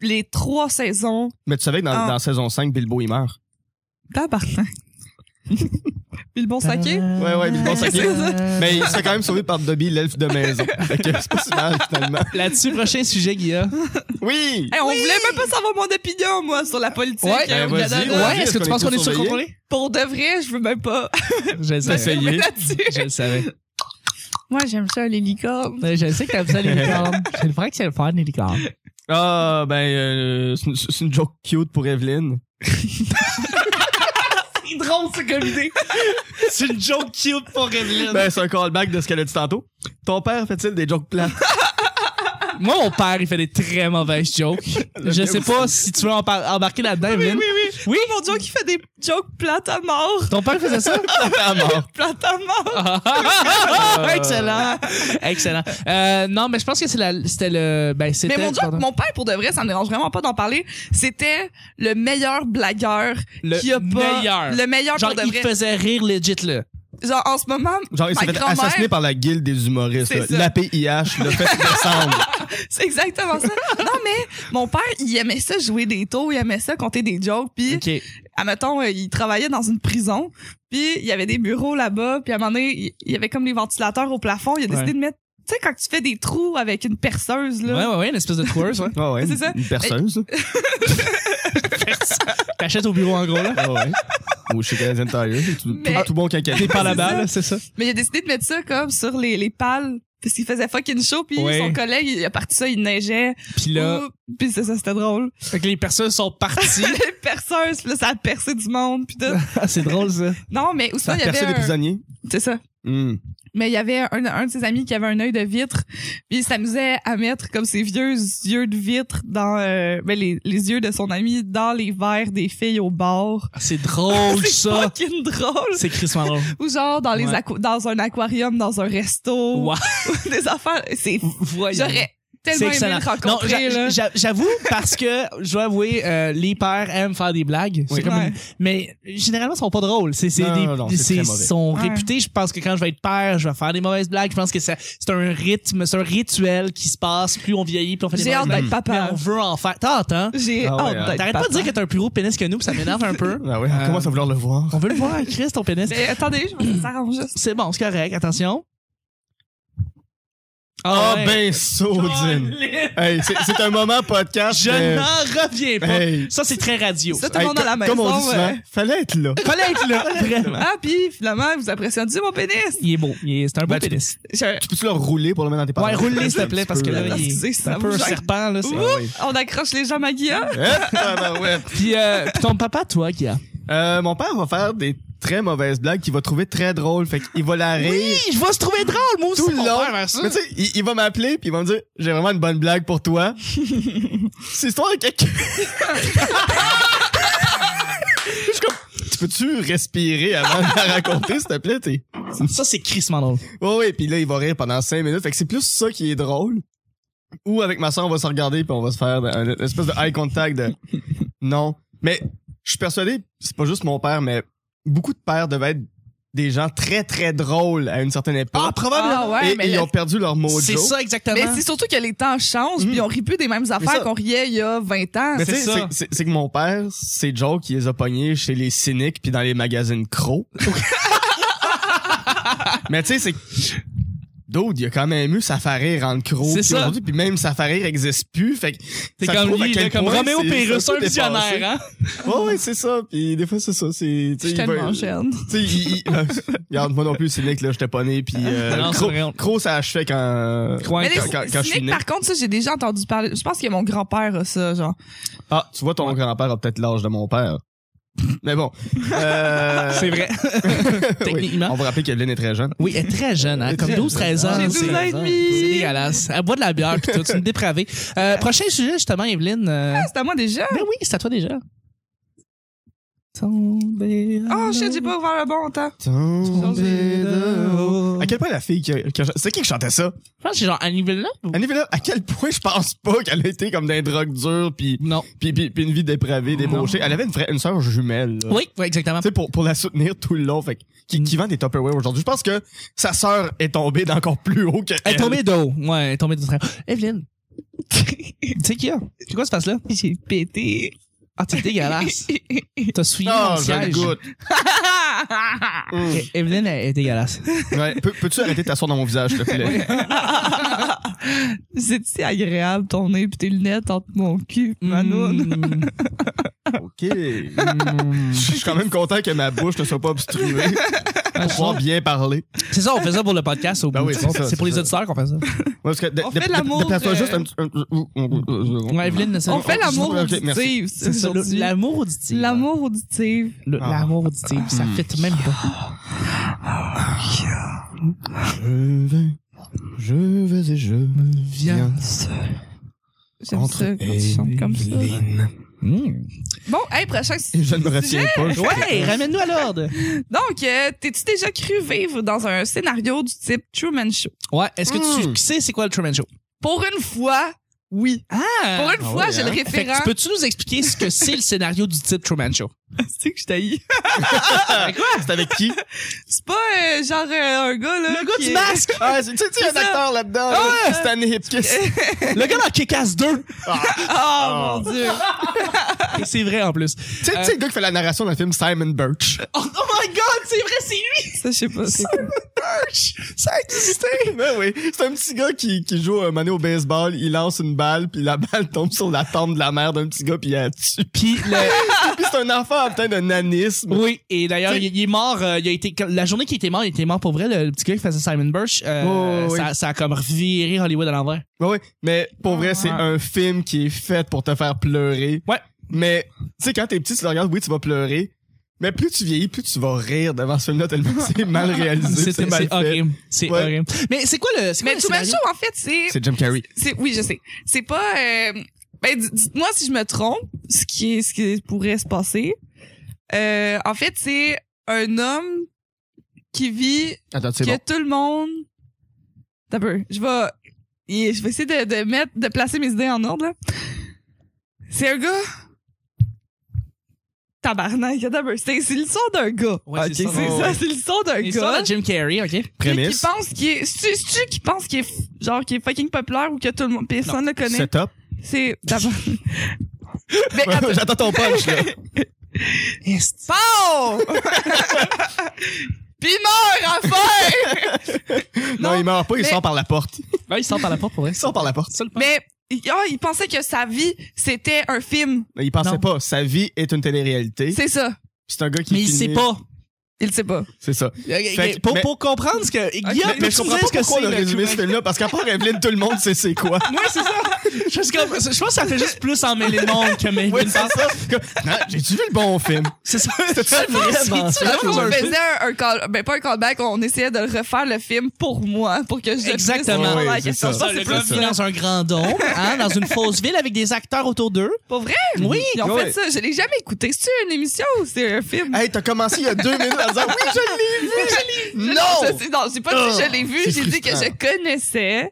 C: les trois saisons
D: Mais tu savais que dans,
C: Ah.
D: dans saison 5, Bilbo, il meurt.
C: tabarnak. Bilbon Saké
D: Ouais, ouais, Bilbon Saké.
C: C'est
B: Euh.
D: Mais il s'est quand même sauvé par Dobby, l'elfe de maison. Fait que c'est pas si mal, finalement.
B: Là-dessus, prochain sujet, Guillaume.
D: Oui!
C: Hey, on voulait même pas savoir mon opinion moi sur la politique
B: Ouais,
C: euh,
D: ben
C: au
D: vas-y,
C: Canada.
D: ouais.
B: Ouais, est-ce que tu penses qu'on est
D: surcontrôlé?
B: surcontrôlé?
C: Pour de vrai, je veux même pas
B: Je
D: Ben,
B: le savais.
D: Essayez.
C: là-dessus.
B: Je le savais.
C: Moi, j'aime ça, les licornes.
B: Ouais, Ben, Je sais que t'aimes ça, les licornes. Je le ferais que c'est le fun, les licornes.
D: Ah, ben, euh, c'est une- c'est une joke cute pour Evelyn.
B: fucking drôle, c'est comme idée. c'est une joke cute pour Evelyn.
D: Ben, c'est un callback de ce qu'elle a dit tantôt. Ton père fait-il des jokes plates?
B: Moi, mon père, il fait des très mauvaises jokes. Je sais pas si tu veux en par- embarquer là-dedans,
C: Oui,
B: Evelyn.
C: oui, oui.
B: Ah, Oui?
C: Oh mon dieu, qui fait des jokes plates à mort.
B: Ton père faisait ça?
D: à mort.
C: Plates à mort.
B: Ah,
D: Euh.
B: Excellent. Excellent. Euh, non, mais je pense que c'est la, c'était le, ben, c'était,
C: Mais mon dieu,
B: pardon.
C: mon père, pour de vrai, ça me dérange vraiment pas d'en parler. C'était le meilleur blagueur
B: Le
C: qui a pas.
B: meilleur.
C: Le meilleur
B: Genre,
C: Ah, pour de
B: il
C: vrai.
B: faisait rire legit, là.
C: Genre, en ce moment,
D: Genre, il
C: ma
D: s'est fait assassiner
C: grand-mère,
D: par la guilde des humoristes.
C: C'est ça.
D: L'APIH, le fait descendre.
C: c'est exactement ça. non, mais mon père, il aimait ça jouer des taux, il aimait ça compter des jokes, puis
B: OK.
C: admettons, euh, il travaillait dans une prison, puis il y avait des bureaux là-bas, puis à un moment donné, il- il y avait comme des ventilateurs au plafond, il a décidé
B: Ouais.
C: de mettre, tu sais, quand tu fais des trous avec une perceuse, là.
B: Ouais, ouais, ouais, une espèce de twerse, ouais.
D: Ouais, Ah ouais.
C: C'est ça.
D: Une perceuse. ça.
B: T'achètes au bureau, en gros, là.
D: Ah Ouais, ouais. Ou chez Canadian Tire. Tout,
C: Mais-
D: tout- tout bon quincaillerie.
B: T'es pas
C: C'est
B: là-bas,
C: ça.
B: là, c'est ça?
C: Mais il a décidé de mettre ça comme sur les, les pales, parce qu'il faisait fucking chaud, puis
B: Ouais.
C: son collègue, il a parti ça, il neigeait,
B: Puis là,
C: Ouh, puis c'est ça, c'était drôle.
B: fait que les personnes sont parties.
C: les perceuses, puis là, ça a percé du monde, puis tout.
B: Ah, c'est drôle, ça.
C: Non, mais aussi,
D: Ça a
C: il y
D: percé des
C: avait un...
D: prisonniers.
C: C'est ça.
D: Hmm.
C: Mais il y avait un, un de ses amis qui avait un œil de vitre, puis il s'amusait à mettre comme ses vieux yeux de vitre dans euh, ben les, les yeux de son ami dans les verres des filles au bar.
B: Ah, C'est drôle,
C: c'est
B: ça.
C: fucking drôle.
B: C'est Chris drôle.
C: Ou genre dans les
B: Ouais.
C: aqua- dans un aquarium, dans un resto,
B: Wow.
C: des affaires. C'est
B: Voyons.
C: j'aurais
B: C'est
C: tellement aimé
B: excellent.
C: le
B: Non,
C: rencontrer
B: j'a-
C: là.
B: j'a- j'avoue parce que je dois avouer euh, les pères aiment faire des blagues, C'est
D: Oui.
B: comme
C: Ouais.
B: une- mais généralement ils sont pas drôles. C'est c'est
D: Non,
B: des
D: non, non,
B: c'est
D: c'est très mauvais.
B: sont
C: Ouais.
B: réputés. Je pense que quand je vais être père, je vais faire des mauvaises blagues. Je pense que ça- c'est un rythme, c'est un rituel qui se passe. Plus on vieillit, plus on fait des
C: J'ai
B: mauvaises
C: hâte
B: blagues.
C: d'être
B: Mais
C: papa.
B: on veut en faire. T'entends?
C: J'ai
D: Ah ouais,
C: hâte
D: hein.
C: d'être
B: T'arrêtes pas de dire que t'as un plus gros pénis que nous, puis ça m'énerve un peu.
D: Ah ouais, on
B: Euh,
D: commence à vouloir le voir.
B: On veut le voir, Chris, ton pénis.
C: Mais attendez, je vais- ça s'arrange juste.
B: C'est bon, c'est correct. Attention.
D: Ah
B: ouais.
D: ben, Saudine. Hey, c'est c'est un moment podcast.
B: Je
D: mais-
B: n'en reviens pas.
D: Hey.
B: Ça, c'est très radio.
C: Ça, tout le
D: Hey,
C: monde dans la
D: co- Comme on dit
C: maison,
D: souvent,
C: euh.
D: fallait être là.
B: Fallait être là, vraiment.
C: Ah puis finalement, vous appréciez mon pénis.
B: Il est beau. Il est- C'est un beau
D: Ben, tu-
B: pénis.
C: Je-
D: Tu peux-tu le rouler pour le mettre dans tes
B: Ouais,
D: paroles?
B: roule-les, s'il te plaît, parce que là,
C: Attends,
B: il
C: excusez,
B: est
C: ça
B: un peu
C: vous
B: un
C: gêne.
B: serpent, là. c'est-
C: Ouh! On accroche les jambes à Guillaume.
B: Puis, euh, puis ton papa, toi, qui a.
D: Ah, ben Euh, mon père va faire des très mauvaises blagues qu'il va trouver très drôles. Fait qu'il va la rire.
B: il va se trouver drôle, moi aussi.
D: Tout le
B: mon
D: long.
B: père, vers ça.
D: Mais tu sais, il, il va m'appeler puis il va me dire j'ai vraiment une bonne blague pour toi. C'est l'histoire de quelqu'un. Je suis comme tu peux-tu respirer avant de la raconter s'il te plaît t'es.
B: Ça, c'est crissement drôle.
D: Ouais ouais puis là il va rire pendant cinq minutes. Fait que c'est plus ça qui est drôle. Ou avec ma soeur on va se regarder puis on va se faire un une espèce de eye contact de non. Mais je suis persuadé c'est pas juste mon père mais beaucoup de pères devaient être des gens très très drôles à une certaine époque.
C: probablement. Ah ouais,
D: et
C: mais
D: ils
C: le-
D: ont perdu leur mojo.
B: C'est ça,
C: Mais
B: exactement.
C: c'est surtout que les temps changent, puis on rit plus des mêmes affaires
D: Mm. ça-
C: qu'on riait il y a 20 ans.
D: Mais
B: C'est
D: tu sais,
B: ça.
D: c'est- c'est c'est que mon père, ses jokes, il les a pognés chez les cyniques puis dans les magazines Crow. mais tu sais, c'est que- Dude, il a quand même eu Safarir en Crow.
B: C'est
D: puis
B: ça.
D: aujourd'hui, Puis même Safarir existe plus. Fait que
B: T'es
D: ça
B: comme
D: prouve à
B: lui,
D: quel
B: là, comme
D: point
B: Roméo
D: c'est-
B: Pérus,
D: c'est
B: un
D: dépassé.
B: visionnaire, hein.
D: Ouais, ouais, c'est ça. Puis des fois, c'est ça. C'est,
C: je
D: tu sais,
C: suis
D: il va- euh,
C: tellement jeune.
D: tu sais, il- il- Regarde, moi non plus, cynique, là, j'étais pas né. Puis euh,
B: Ah, Non, c'est
D: Crow,
B: vrai, on-
D: Crow, ça achevait quand,
B: Crow,
D: quand,
C: Mais les
D: quand- quand je suis
C: cyniques,
D: né.
C: par contre, ça, j'ai déjà entendu parler. Je pense que mon grand-père a ça, genre.
D: Ah, tu vois, ton grand-père a peut-être l'âge de mon père. Mais bon. Euh...
B: C'est vrai.
D: On
B: Techniquement.
D: va rappeler qu'Evelyne est très jeune.
B: Oui, elle est très jeune, hein,
D: Elle est
B: comme
D: très
B: 12-13 ans.
C: J'ai
B: c'est-
C: 12 ans et
B: C'est
C: demi.
B: dégueulasse. Elle boit de la bière, puis tout. C'est une dépravée. Euh, prochain sujet, justement, Evelyne. euh,
C: Ah, c'est à moi déjà.
B: Ben oui, c'est à toi déjà. Tomber.
C: Oh, shit, j'ai pas ouvert le bon temps.
D: Tombé
B: de haut.
D: À quel point la fille qui, a- qui a- C'est qui qui chantait ça?
B: Je pense que c'est genre Annie Villeneuve. ou-
D: Annie Villeneuve, à quel point je pense pas qu'elle a été comme d'un drogue dure puis,
B: Non.
D: puis, puis, puis une vie dépravée, débauchée. Elle avait une, vraie, une soeur jumelle. là.
B: Oui, oui, exactement.
D: Tu sais, pour, pour la soutenir tout le long. Fait que- qui, qui vend des Tupperware aujourd'hui. Je pense que sa sœur est tombée d'encore plus haut que
B: Elle est
D: elle.
B: tombée d'eau. Ouais, elle est tombée de très Evelyne. tu sais qui a? C'est quoi ce passe-là?
C: J'ai pété.
B: Ah, t'es dégueulasse. T'as souillé
D: Ah,
B: mon
D: je le
B: siège.
D: goûte.
B: Eh, Evelyne, elle est dégueulasse.
D: Ouais. Peux- Peux-tu arrêter de t'asseoir dans mon visage, s'il te plaît?
C: C'est-tu agréable, ton nez pis tes lunettes entre mon cul pis ma noune?
B: Mm.
D: OK. Je suis quand même content que ma bouche ne soit pas obstruée. pour pouvoir bien parler.
B: C'est ça, on fait ça pour le podcast. Au
D: Ben
B: bout.
D: oui, c'est ça,
B: c'est pour les
D: c'est ça.
B: auditeurs qu'on fait ça.
D: Ouais, parce que de-
C: On
D: de-
C: fait
D: de-
C: l'amour,
D: déplace-toi
C: euh,
D: juste un petit- un petit-
B: Ouais, Evelyne, c'est
C: On fait l'amour
D: Ok, merci.
C: auditif
B: C'est ça, le-
C: aujourd'hui.
B: L'amour auditif.
C: L'amour auditif.
B: Le-
D: Ah.
B: L'amour auditif, ça
D: Hmm.
B: fait même pas.
D: Je vais, je vais et je
B: Viens.
C: J'aime ça quand tu chantes comme ça.
B: Hmm.
C: Bon, hey, prochain
D: Et je ne me retiens pas. je-
B: Ouais, ramène-nous à l'ordre.
C: Donc, euh, t'es-tu déjà cru vivre dans un scénario du type Truman Show?
B: Ouais, est-ce que
D: Hmm.
B: tu sais c'est quoi le Truman Show?
C: Pour une fois, oui.
B: Ah!
C: Pour une
D: ah
C: fois,
D: ouais,
C: j'ai
D: hein?
C: le
B: Fait que
C: référent.
B: tu peux-tu nous expliquer ce que c'est le scénario du titre Truman Show?
C: C'est que je t'haïs.
D: Avec quoi? Ah, C'est avec qui?
C: C'est pas euh, genre euh, un gars, là.
B: Le gars
C: qui
B: du
C: est-
B: masque!
D: Ah, c'est- tu sais, tu sais,
C: C'est
D: un
C: ça.
D: acteur là-dedans.
C: Ah
D: là,
C: ouais.
D: Stanley Hipkiss.
B: Le gars dans Kick-Ass 2!
C: Oh,
D: Ah.
C: mon Dieu.
B: Et c'est vrai en plus.
D: Tu sais, tu sais, le gars qui fait la narration dans le film Simon Birch.
B: Oh, oh my god, c'est vrai, c'est lui!
C: Ça, je sais pas. c'est-
D: Ça existait! Ben oui. C'est un petit gars qui, qui joue un mané au baseball, il lance une balle, puis la balle tombe sur la tombe de la mère d'un petit gars, puis il la tue.
B: Puis le...
D: Puis c'est un enfant atteint de nanisme.
B: oui, et d'ailleurs, il, il est mort, euh, il a été, la journée qu'il était mort, il était mort pour vrai, le, le petit gars qui faisait Simon Birch, euh,
D: Ouais, ouais, ouais.
B: Ça, ça a comme reviré Hollywood à l'envers.
D: Ben oui, mais pour vrai, c'est
B: Ah.
D: un film qui est fait pour te faire pleurer.
B: Ouais.
D: Mais, tu sais, quand t'es petit, tu le regardes, oui, tu vas pleurer. Mais plus tu vieillis, plus tu vas rire devant ce film-là tellement que c'est mal
B: C'est
D: réalisé, c'est mal
B: c'est
D: fait.
B: horrible. C'est
D: Ouais.
B: horrible. Mais c'est quoi le, c'est quoi
C: Mais
B: le
C: Truman
B: scénario?
C: Show, en fait, c'est...
D: C'est Jim Carrey.
C: c'est- Oui, je sais. C'est pas... euh, Ben, d- dites-moi si je me trompe, ce qui, est, ce qui pourrait se passer. Euh, en fait, c'est un homme qui vit
D: Attends, c'est
C: que
D: bon.
C: tout le monde. T'as peu. Je vais. et Je vais essayer de, de mettre, de placer mes idées en ordre, là. C'est un gars. Tabarnak, t'as peu. C'est c'est l'histoire d'un gars.
B: Ouais, c'est
D: Ok,
B: ça.
C: C'est
D: Oh,
C: ça,
D: ouais.
C: c'est l'histoire d'un
B: L'histoire
C: gars.
B: de Jim Carrey, ok?
C: Qui
D: Prémisse.
C: pense qu'il est. C'est-tu qui pense qu'il est, f- genre, qu'il est fucking populaire ou que tout le monde, personne le connaît?
D: Setup.
C: C'est. Tabarnak. Mais attends.
D: J'attends ton punch, là.
B: Est.
C: Pow! Pis il meurt, enfin!
D: Non,
C: Non,
D: il meurt pas, il
C: mais-
D: sort par la porte.
B: Ben, il sort par la porte pour vrai.
D: Il sort par la porte.
B: Ça, le
C: Mais il- ah, il pensait que sa vie, c'était un film.
D: Mais Il pensait
B: Non.
D: pas. Sa vie est une télé-réalité.
C: C'est ça.
D: C'est un gars qui.
B: mais il
D: finit-
B: sait pas.
C: Il le sait pas.
D: C'est ça. Fait que-
B: pour,
D: mais-
B: pour comprendre ce que. Guillaume,
D: Mais, mais
B: peux-tu
D: je comprends
B: dire
D: pas
B: ce que
D: pourquoi on a
B: c'est,
D: résumé
B: le
D: ce film-là, parce qu'à part Evelyn, tout le monde sait c'est quoi.
B: Moi, c'est ça. Je, suis comme- je pense que ça fait juste plus emmêler le monde que mêler
D: Oui,
B: le
D: c'est ça.
B: monde.
D: Comme, Non, J'ai-tu vu le bon film?
B: C'est ça.
D: C'est vraiment
B: Ah, ben, C'est
D: ça,
B: vraiment
C: on
B: un
C: faisait un, un call, ben pas un callback, on essayait de le refaire le film pour moi, pour que je
B: Exactement.
C: puisse répondre à
D: Oui,
C: la
D: c'est
C: question.
D: ça.
C: Ça,
B: Ça, le
C: c'est
B: gars
C: plus
D: ça.
B: vit
C: ça.
B: dans un grand dôme, hein, dans une fausse ville avec des acteurs autour d'eux.
C: Pour vrai?
B: Oui.
C: Ils ont
D: Ouais.
C: fait ça. Je l'ai jamais écouté. C'est une émission ou c'est un film?
D: Hey, t'as commencé il y a deux minutes à dire oui, je l'ai vu!
C: Je-
D: Non!
C: Je sais, non, j'ai pas dit que je l'ai vu.
D: C'est
C: J'ai dit que je
D: frustrant.
C: connaissais.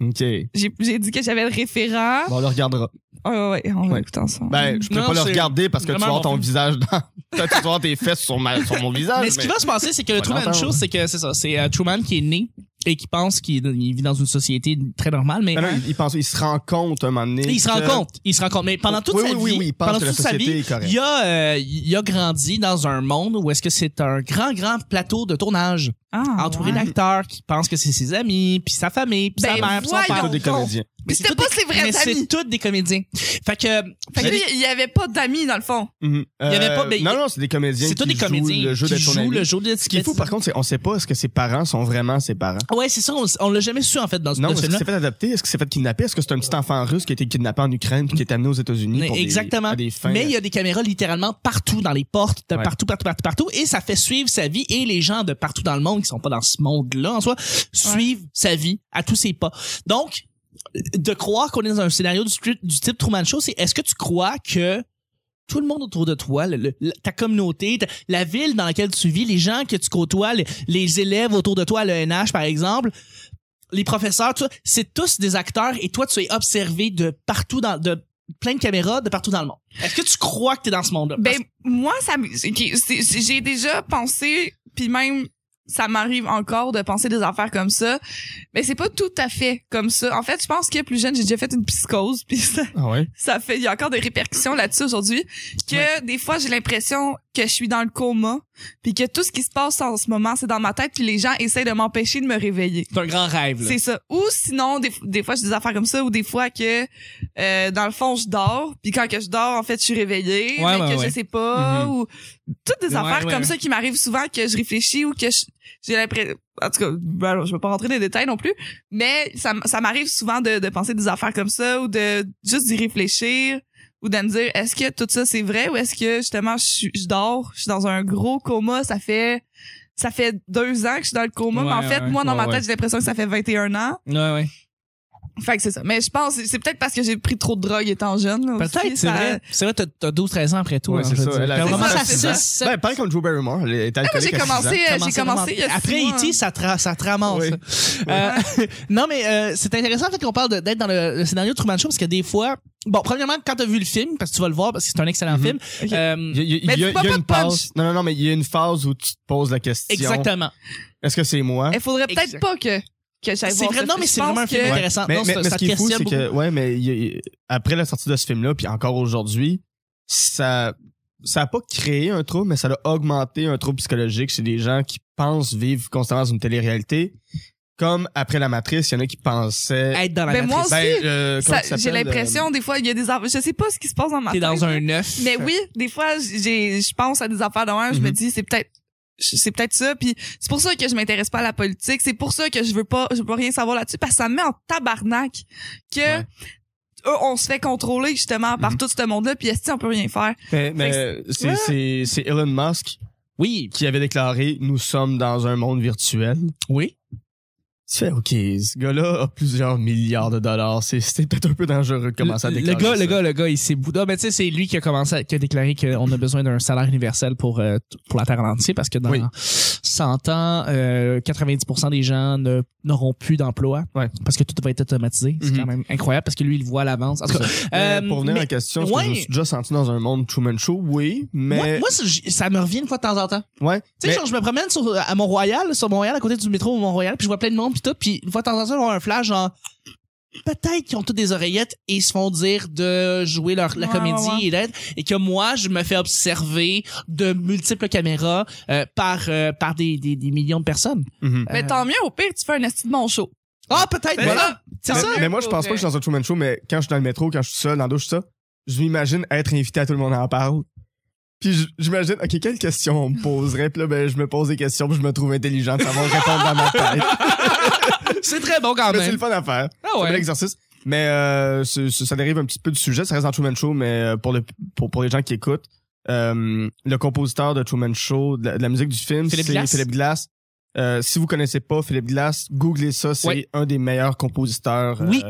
D: Ok.
C: J'ai j'ai dit que j'avais le référent.
D: Bon, on le regardera.
C: Ouais, ouais, ouais, on va
D: Ouais.
C: écouter ensemble.
D: Ben, je peux
B: Non,
D: pas le
B: c'est
D: regarder parce que tu vas
B: vraiment
D: avoir
B: bon
D: ton
B: film.
D: visage dans. tu vas avoir tes fesses sur, ma... sur mon visage.
B: Mais ce qui va se passer, c'est que le
D: On va
B: Truman
D: l'entendre.
B: Show, c'est que c'est ça. C'est euh, Truman qui est né et qui pense qu'il il vit dans une société très normale, mais.
D: Ben non, il, il pense, il se rend compte un moment donné.
B: Il se rend
D: que-
B: compte, il se rend compte. Mais pendant toute
D: euh, Oui,
B: sa
D: oui, oui,
B: vie,
D: oui, il pense
B: pendant
D: que la
B: toute sa
D: société
B: vie,
D: est correcte.
B: il a, euh, il a grandi dans un monde où est-ce que c'est un grand, grand plateau de tournage,
C: Ah,
B: entouré
C: ouais.
B: d'acteurs qui pensent que c'est ses amis, puis sa famille, puis
C: Ben,
B: sa mère, puis son
C: voyons
B: père.
D: Tous des
C: donc.
D: comédiens.
C: Mais
B: c'est
C: c'était
B: tout
C: pas ses
B: Mais
C: vrais
B: c'est
C: amis.
B: tous des comédiens. Fait que,
C: Fait que
B: c'est-
C: lui, il y avait pas d'amis, dans le fond.
D: Mhm.
B: y avait pas- mais-
D: non, non, c'est des comédiens.
B: c'est tous
D: qui
B: des comédiens
D: Jouent le jeu
B: qui
D: de ton
B: jouent
D: ami.
B: le jeu de
D: Ce qui est fou, par contre, c'est on sait pas est-ce que ses parents sont vraiment ses parents.
B: Ah Ouais, c'est ça, on, on l'a jamais su en fait dans ce
D: Non,
B: dans
D: est-ce
B: ce
D: qu'il
B: film-là.
D: s'est fait adopter? Est-ce qu'il s'est fait kidnapper? Est-ce que c'est un petit enfant russe qui a été kidnappé en Ukraine puis qui est amené aux États-Unis pour des-
B: Exactement.
D: à des fins? euh,
B: Mais il y a des caméras littéralement partout dans les portes, de
D: Ouais.
B: partout, partout, partout, partout. Et ça fait suivre sa vie et les gens de partout dans le monde qui sont pas dans ce monde-là en soi suivent sa vie à tous ses pas. Donc, de croire qu'on est dans un scénario du, tri- du type Truman Show, c'est est-ce que tu crois que tout le monde autour de toi, le- le- la- ta communauté, ta- la ville dans laquelle tu vis, les gens que tu côtoies, les, les élèves autour de toi à l'ENH par exemple, les professeurs, tout ça, c'est tous des acteurs et toi tu es observé de partout dans de plein de caméras de partout dans le monde. Est-ce que tu crois que t'es dans ce monde-là?
C: Ben moi ça me- ok, c'est- c'est- j'ai déjà pensé puis même ça m'arrive encore de penser des affaires comme ça, mais c'est pas tout à fait comme ça. En fait, je pense que plus jeune, j'ai déjà fait une psychose, puis ça,
D: Ah ouais?
C: ça fait il y a encore des répercussions là-dessus aujourd'hui que des fois j'ai l'impression que je suis dans le coma puis que tout ce qui se passe en ce moment c'est dans ma tête puis les gens essayent de m'empêcher de me réveiller
B: C'est un grand rêve, là.
C: c'est ça ou sinon des, des fois j'ai des affaires comme ça ou des fois que euh, dans le fond je dors puis quand que je dors en fait je suis réveillée
B: Ouais,
C: mais
B: ouais,
C: que
B: ouais. Mm-hmm.
C: je sais pas
D: Mhm.
C: ou toutes
B: Ouais,
C: des affaires
B: ouais,
C: comme
B: ouais.
C: ça qui m'arrivent souvent que je réfléchis ou que je- j'ai l'impression en tout cas ben, je vais pas rentrer dans les détails non plus mais ça, m- ça m'arrive souvent de, de penser des affaires comme ça ou de juste d'y réfléchir ou de me dire est-ce que tout ça c'est vrai ou est-ce que justement je, suis- je dors je suis dans un gros coma ça fait ça fait deux ans que je suis dans le coma mais en
B: Ouais,
C: fait
B: ouais,
C: moi dans ma
D: ouais,
C: tête j'ai l'impression que ça fait 21 ans
B: Ouais, ouais.
C: fait que c'est ça mais je pense c'est peut-être parce que j'ai pris trop de drogue étant jeune là, aussi.
B: Peut-être, c'est
C: Ça-
B: vrai. C'est vrai, t'as- t'as 12-13 ans après toi.
D: Ouais,
B: hein,
D: c'est
B: je veux
D: ça,
B: dire.
D: elle a-
B: T'as
D: C'est
B: vraiment
C: ça,
B: ça,
C: c'est ça.
B: six, sept-
D: Ben, pareil comme Drew Barrymore. Elle est
C: Ah, moi,
D: alcoolique
C: j'ai
D: à six ans.
C: commencé euh, j'ai
B: commencé
C: commencé il y a six
B: Après
C: mois,
B: E.T.,
C: hein.
B: ça te, ra- ça te ramasse.
D: Oui.
B: Euh, non, mais euh, c'est intéressant en fait qu'on parle de- d'être dans le, le scénario de Truman Show parce que des fois... Bon, premièrement, quand t'as vu le film, parce que tu vas le voir, parce que c'est un excellent
D: Mhm.
B: film...
C: Ok.
B: euh,
D: Il y a, il y a-
C: Mais
D: il y a-
C: dis pas
D: il y a
C: pas
D: une
C: de punch.
D: phase. Non, non, non, mais il y a une phase où tu te poses la question.
B: exactement.
D: Est-ce que c'est moi?
C: il faudrait peut-être
B: Exact.
C: pas que que j'aille
B: C'est
C: voir
B: vrai-
C: ce
B: non,
C: film.
B: mais c'est
C: Je pense
B: vraiment un film
C: que-
B: intéressant. intéressant.
D: Mais,
B: Non,
D: mais-
B: ça-
D: mais
B: ça
D: ce qui est fou,
B: questionne
D: c'est que, ouais, mais il y a- il- après la sortie de ce film-là, puis encore aujourd'hui, ça, ça a pas créé un trouble, mais ça a augmenté un trouble psychologique chez des gens qui pensent vivre constamment dans une télé-réalité. Comme après la matrice, il y en a qui pensaient.
B: Être dans la
C: Ben, moi
B: matrice.
C: aussi,
D: euh,
C: Ça-
D: comment ça
C: j'ai
D: s'appelle,
C: l'impression des fois il y a des affaires- je sais pas ce qui se passe dans ma
B: T'es
C: tête
B: dans un œuf.
C: mais oui des fois j'ai je pense à des affaires de un je me
D: Mhm.
C: dis c'est peut-être c'est peut-être ça puis c'est pour ça que je m'intéresse pas à la politique c'est pour ça que je veux pas je veux pas rien savoir là-dessus parce que ça me met en tabarnak que
D: Ouais.
C: eux, on se fait contrôler justement par
D: Mhm.
C: tout ce monde-là puis est-ce qu'on peut rien faire
D: euh, Mais, mais c'est, c'est, c'est Elon Musk
B: Oui.
D: qui avait déclaré Nous sommes dans un monde virtuel.
B: Oui.
D: Tu fais, OK, ce gars-là a plusieurs milliards de dollars. C'est, c'est peut-être un peu dangereux de commencer à
B: le, le
D: déclarer.
B: gars,
D: ça.
B: le gars, le gars, il s'est Bouddha. Mais tu sais, c'est lui qui a commencé, à- qui a déclaré qu'on a besoin d'un salaire universel pour euh, t- pour la terre en entier parce que dans
D: Oui.
B: 100 ans, euh, 90% des gens ne- n'auront plus d'emploi
D: Ouais.
B: parce que tout va être automatisé. C'est
D: Mhm.
B: quand même incroyable parce que lui, il voit à l'avance. En tout cas,
D: Mais
B: euh,
D: pour venir à
B: mais-
D: la question, est-ce
B: ouais.
D: que je me suis déjà senti dans un monde Truman Show? Oui,
B: moi,
D: mais...
B: moi, ça, j- ça me revient une fois de temps en temps.
D: ouais,
B: Tu sais,
D: mais-
B: genre, je me promène sur, euh, à Mont-Royal, sur Montréal, à côté du métro Mont-Royal, puis je vois plein de monde, puis tout, puis une fois de temps en temps, je vois un flash, genre, peut-être qu'ils ont toutes des oreillettes et ils se font dire de jouer leur, la
C: Ouais,
B: comédie
C: ouais, ouais.
B: et d'être, et que moi, je me fais observer de multiples caméras euh, par, euh, par des, des, des millions de personnes.
D: mhm.
C: mais
B: Euh,
C: tant mieux au pire tu fais un esti de mon show
B: Ah, peut-être,
C: Mais
B: voilà. C'est
C: ça,
D: mais,
B: ça.
D: mais moi, je pense pas que je suis dans un Truman Show, mais quand je suis dans le métro, quand je suis seul, dans la douche, tout ça, je m'imagine être invité à tout le monde en parle. Puis j- j'imagine, OK, quelles questions on me poserait? Puis là, ben, je me pose des questions, puis je me trouve intelligent de savoir répondre dans ma tête.
B: C'est très bon quand
D: mais c'est le
B: même.
D: fun à faire.
B: Ah
D: C'est un bel
B: ouais.
D: exercice. Mais euh, ce- ce- ça dérive un petit peu du sujet, ça reste dans Truman Show, mais euh, pour, le, pour, pour les gens qui écoutent, euh, le compositeur de Truman Show, de la, de la musique du film,
B: Philip
D: c'est
B: Glass.
D: Philip Glass. Euh, si vous connaissez pas Philip Glass, googlez ça, c'est
B: Oui.
D: un des meilleurs compositeurs euh,
B: Oui.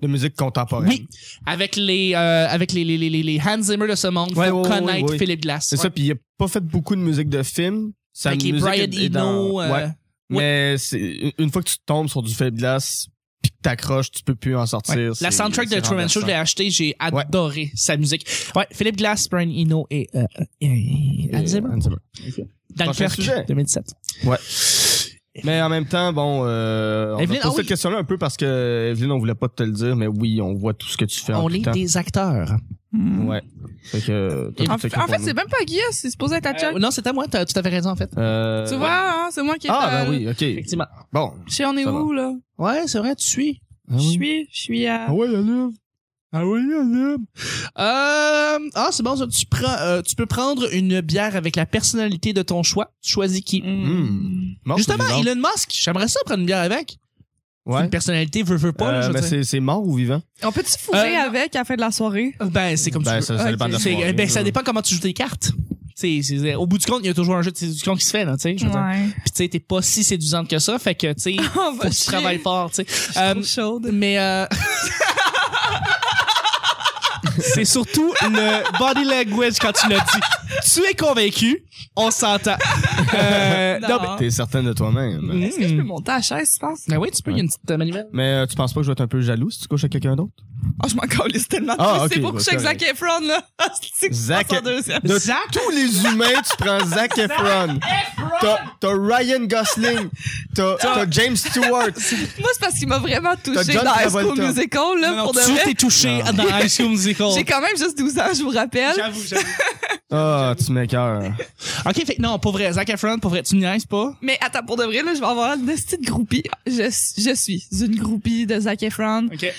D: de musique contemporaine.
B: Oui, avec les euh, avec les les, les, les- les Hans Zimmer de ce monde,
D: Ouais,
B: faut
D: ouais, ouais,
B: connaître
D: ouais.
B: Philippe Glass.
D: C'est ça, puis il a pas fait beaucoup de musique de film. Sa
B: Avec les
D: musique
B: Brian
D: est- est dans-
B: Eno. euh,
D: ouais. Mais c'est- une fois que tu tombes sur du Philip Glass, puis que t'accroches, tu peux plus en sortir.
B: Ouais. La
D: C'est-
B: soundtrack de
D: c'est
B: Truman Show,
D: renversant.
B: je l'ai acheté, j'ai adoré sa musique. Ouais, Philippe Glass, Brian Eno et euh, euh, euh, Hans Zimmer.
D: Hans Zimmer.
B: Dans le
D: Prochain
B: Kirk,
D: sujet.
B: 2017.
D: Mais en même temps, bon, euh, on
B: Evelyne,
D: a
B: ah
D: posé
B: oui.
D: cette question-là un peu parce que Evelyne, on voulait pas te le dire, mais oui, on voit tout ce que tu fais en
B: On
D: tout
B: est
D: temps.
B: des acteurs.
C: Mhm.
D: Ouais. Fait que euh, t'as
C: en,
D: tout écrit
C: en
D: pour
C: fait
D: nous.
C: c'est même pas Guillaume c'est supposé être à Chuck
B: Euh, non, c'était moi, t'as tout à fait raison en fait.
D: Euh,
C: tu vois hein, c'est moi qui est
D: Ah
C: à-
D: ben oui, ok.
B: Effectivement.
D: Bon.
C: je sais on est
D: Ça
C: où là
B: Ouais, c'est vrai, tu suis.
C: je suis je suis à
D: Ah ouais, la lune.
B: Ah oui, ah, c'est bon, ça. Tu, prends, euh, tu peux prendre une bière avec la personnalité de ton choix. Tu choisis qui.
C: Mhm.
D: Mort,
B: Justement,
D: c'est vivant.
B: Elon Musk, j'aimerais ça prendre une bière avec.
D: Ouais.
B: Une personnalité veut, veut pas, là, je
D: Euh,
B: veux
D: mais
B: dire.
D: c'est, c'est mort ou vivant?
C: on peut tu fourrer
B: Euh,
C: avec à la fin de la soirée
B: Ben, c'est comme tu
D: ben,
B: veux.
D: ça, ça
C: ok.
D: dépend de la
B: C'est-
D: soirée.
B: ben, ça dépend comment tu joues tes cartes. C'est- c'est- au bout du compte, il y a toujours un jeu de séduction qui se fait, là, tu sais. je veux dire.
C: Ouais.
B: Puis, tu sais, t'es pas si séduisante que ça, fait que, tu sais,
C: On Euh,
B: faut que tu travailles fort, tu sais. Euh,
C: chaude.
B: mais, euh, C'est surtout le body language quand tu l'as dit. Tu es convaincu, on s'entend. Euh,
C: Non.
B: non, mais-
D: T'es certaine de toi-même.
C: Est-ce que je peux
B: Hmm.
C: monter à la chaise, tu penses?
B: Ah oui, tu peux, il y a une petite euh, manivelle.
D: Mais euh, tu penses pas que je vais être un peu jaloux si tu couches avec quelqu'un d'autre?
C: Oh, je m'en calisse tellement.
D: Ah, ok,
C: c'est pour
D: bah,
C: coucher avec
D: correct.
C: Zac Efron, là. c'est que je
D: Zac-
C: pense en deuxième.
D: De tous les humains, tu prends Zac Efron. T'as t'as Ryan Gosling. T'as t'as James Stewart.
C: Moi, c'est parce qu'il m'a vraiment
D: T'as
C: touché
D: John
C: dans High School
D: Travolta.
C: Musical, là,
B: Non, non,
C: pour de
B: tu
C: vrai.
B: t'es touché
D: Non.
B: dans High School Musical.
C: J'ai quand même juste 12 ans, je vous rappelle.
B: J'avoue, j'avoue.
D: Ah, tu m'écœures.
B: OK, fait, non, pour vrai, Zac Efron, pour vrai, tu niaises pas?
C: Mais attends, pour de vrai, là, je vais avoir une petite groupie. Je, je suis une groupie de Zac Efron.
B: OK.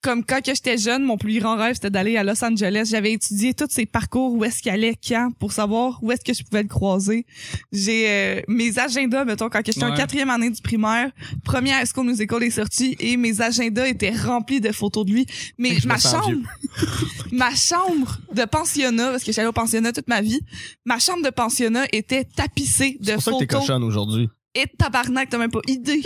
C: Comme quand que j'étais jeune, mon plus grand rêve, c'était d'aller à Los Angeles. J'avais étudié tous ses parcours, où est-ce qu'il allait, quand, pour savoir où est-ce que je pouvais le croiser. J'ai euh, mes agendas, mettons, quand que j'étais en
B: Ouais.
C: quatrième année du primaire, première High School Musical est sortie, et mes agendas étaient remplis de photos de lui. Mais
D: Je me
C: ma
D: sens
C: chambre,
D: vieux.
C: ma chambre de pensionnat, parce que j'allais au pensionnat toute ma vie, ma chambre de pensionnat était tapissée de
D: C'est pour ça que t'es
C: photos
D: cochonne aujourd'hui.
C: et tabarnak, t'as même pas idée.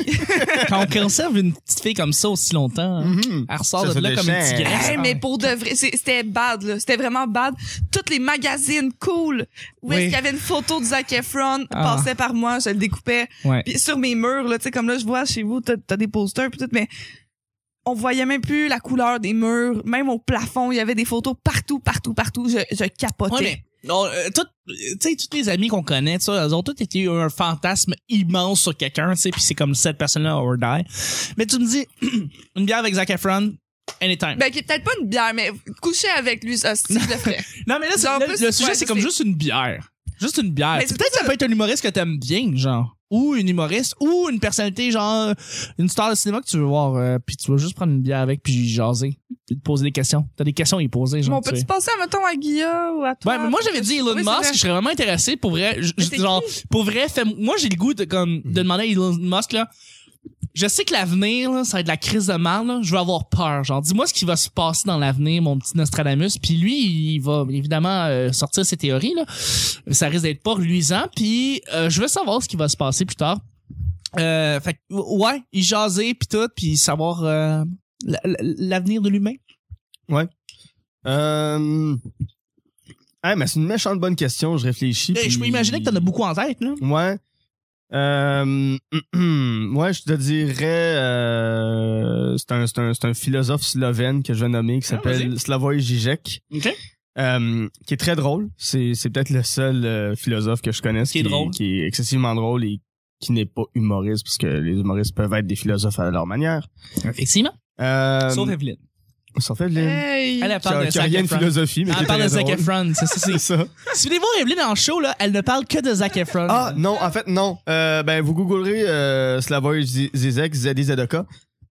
B: Quand on conserve une petite fille comme ça aussi longtemps, hein,
D: Mhm.
B: elle ressort
D: Ça
B: de
D: se
B: là comme une
D: déchaîne.
B: petite graisse.
C: Hey, mais pour de vrai, c'est- c'était bad, là. C'était vraiment bad. Toutes les magazines cool où
B: Oui.
C: est-ce qu'il y avait une photo de Zac Efron
B: Ah.
C: passait par moi, je le découpais.
B: Ouais.
C: Puis sur mes murs, là, tu sais, comme là, je vois chez vous, t'as t'as des posters puis tout, mais on voyait même plus la couleur des murs, même au plafond, il y avait des photos partout, partout, partout. Je, je capotais.
B: Ouais, mais non, euh, tout- euh, tu sais, tous les amis qu'on connaît, tout ça, elles ont tous été un fantasme immense sur quelqu'un, tu sais, puis c'est comme cette personne-là, or die. Mais tu me dis, une bière avec Zac Efron, anytime.
C: Ben, qui est peut-être pas une bière, mais coucher avec lui, ça, c'est- je le ferais.
B: non, mais là, c'est-
C: en
B: le,
C: plus,
B: le sujet,
C: ouais,
B: c'est comme
C: c'est-
B: juste une bière. Juste une bière.
C: Mais
B: Tu sais,
C: c'est
B: Peut-être que ça
C: ça.
B: peut être un humoriste que t'aimes bien, genre. Ou une humoriste, ou une personnalité, genre, une star de cinéma que tu veux voir, euh, puis tu vas juste prendre une bière avec, puis jaser, puis te poser des questions. T'as des questions à y poser, genre.
C: Bon,
B: tu
C: peux-tu
B: sais.
C: passer, mettons, à Guilla ou à toi?
B: Ouais, mais Ben, moi j'avais dit Elon
C: Oui, c'est
B: Musk,
C: vrai.
B: je serais vraiment intéressé pour vrai. je- je-
C: c'est
B: genre, pour vrai, fais- moi j'ai le goût de comme de demander à Elon Musk là. Je sais que l'avenir, là, ça va être la crise de mal. là. Je vais avoir peur. Genre, dis-moi ce qui va se passer dans l'avenir, mon petit Nostradamus. Puis lui, il va évidemment euh, sortir ses théories. Là. Ça risque d'être pas reluisant. Puis euh, je veux savoir ce qui va se passer plus tard. Euh, fait que, ouais, il jaser puis tout, puis savoir euh, la- la- l'avenir de l'humain.
D: Euh... Hey, mais c'est une méchante bonne question, je réfléchis.
B: Je peux
D: puis-
B: imaginer que t'en as beaucoup en tête, là.
D: Ouais. Euh, ouais, je te dirais, euh, c'est un, c'est un, c'est un philosophe slovène que je vais nommer qui
B: Ah,
D: s'appelle Slavoj Žižek,
B: Ok.
D: euh, qui est très drôle. C'est, c'est peut-être le seul euh, philosophe que je connaisse
B: Qui est drôle.
D: qui est excessivement drôle et qui n'est pas humoriste parce que les humoristes peuvent être des philosophes à leur manière.
B: Effectivement.
D: Euh,
B: Sauf Evelyn.
D: sauf Evelyn,
C: Hey!
B: Eh, Elle, elle
D: qui a-
B: parle de
D: qui a rien
B: Zac
D: de
B: Efron.
D: philosophie, mais qui
B: Elle
D: est
B: parle de
D: très
B: Zac
D: drôle.
B: Efron, c'est ça.
D: C'est
B: c'est-
D: ça.
B: Si vous voulez voir Evelyn en show, là, elle ne parle que de Zac Efron.
D: Ah non, en fait non. Euh, ben vous googlerez euh, Slavoj Zi- Zizek, ZDZK.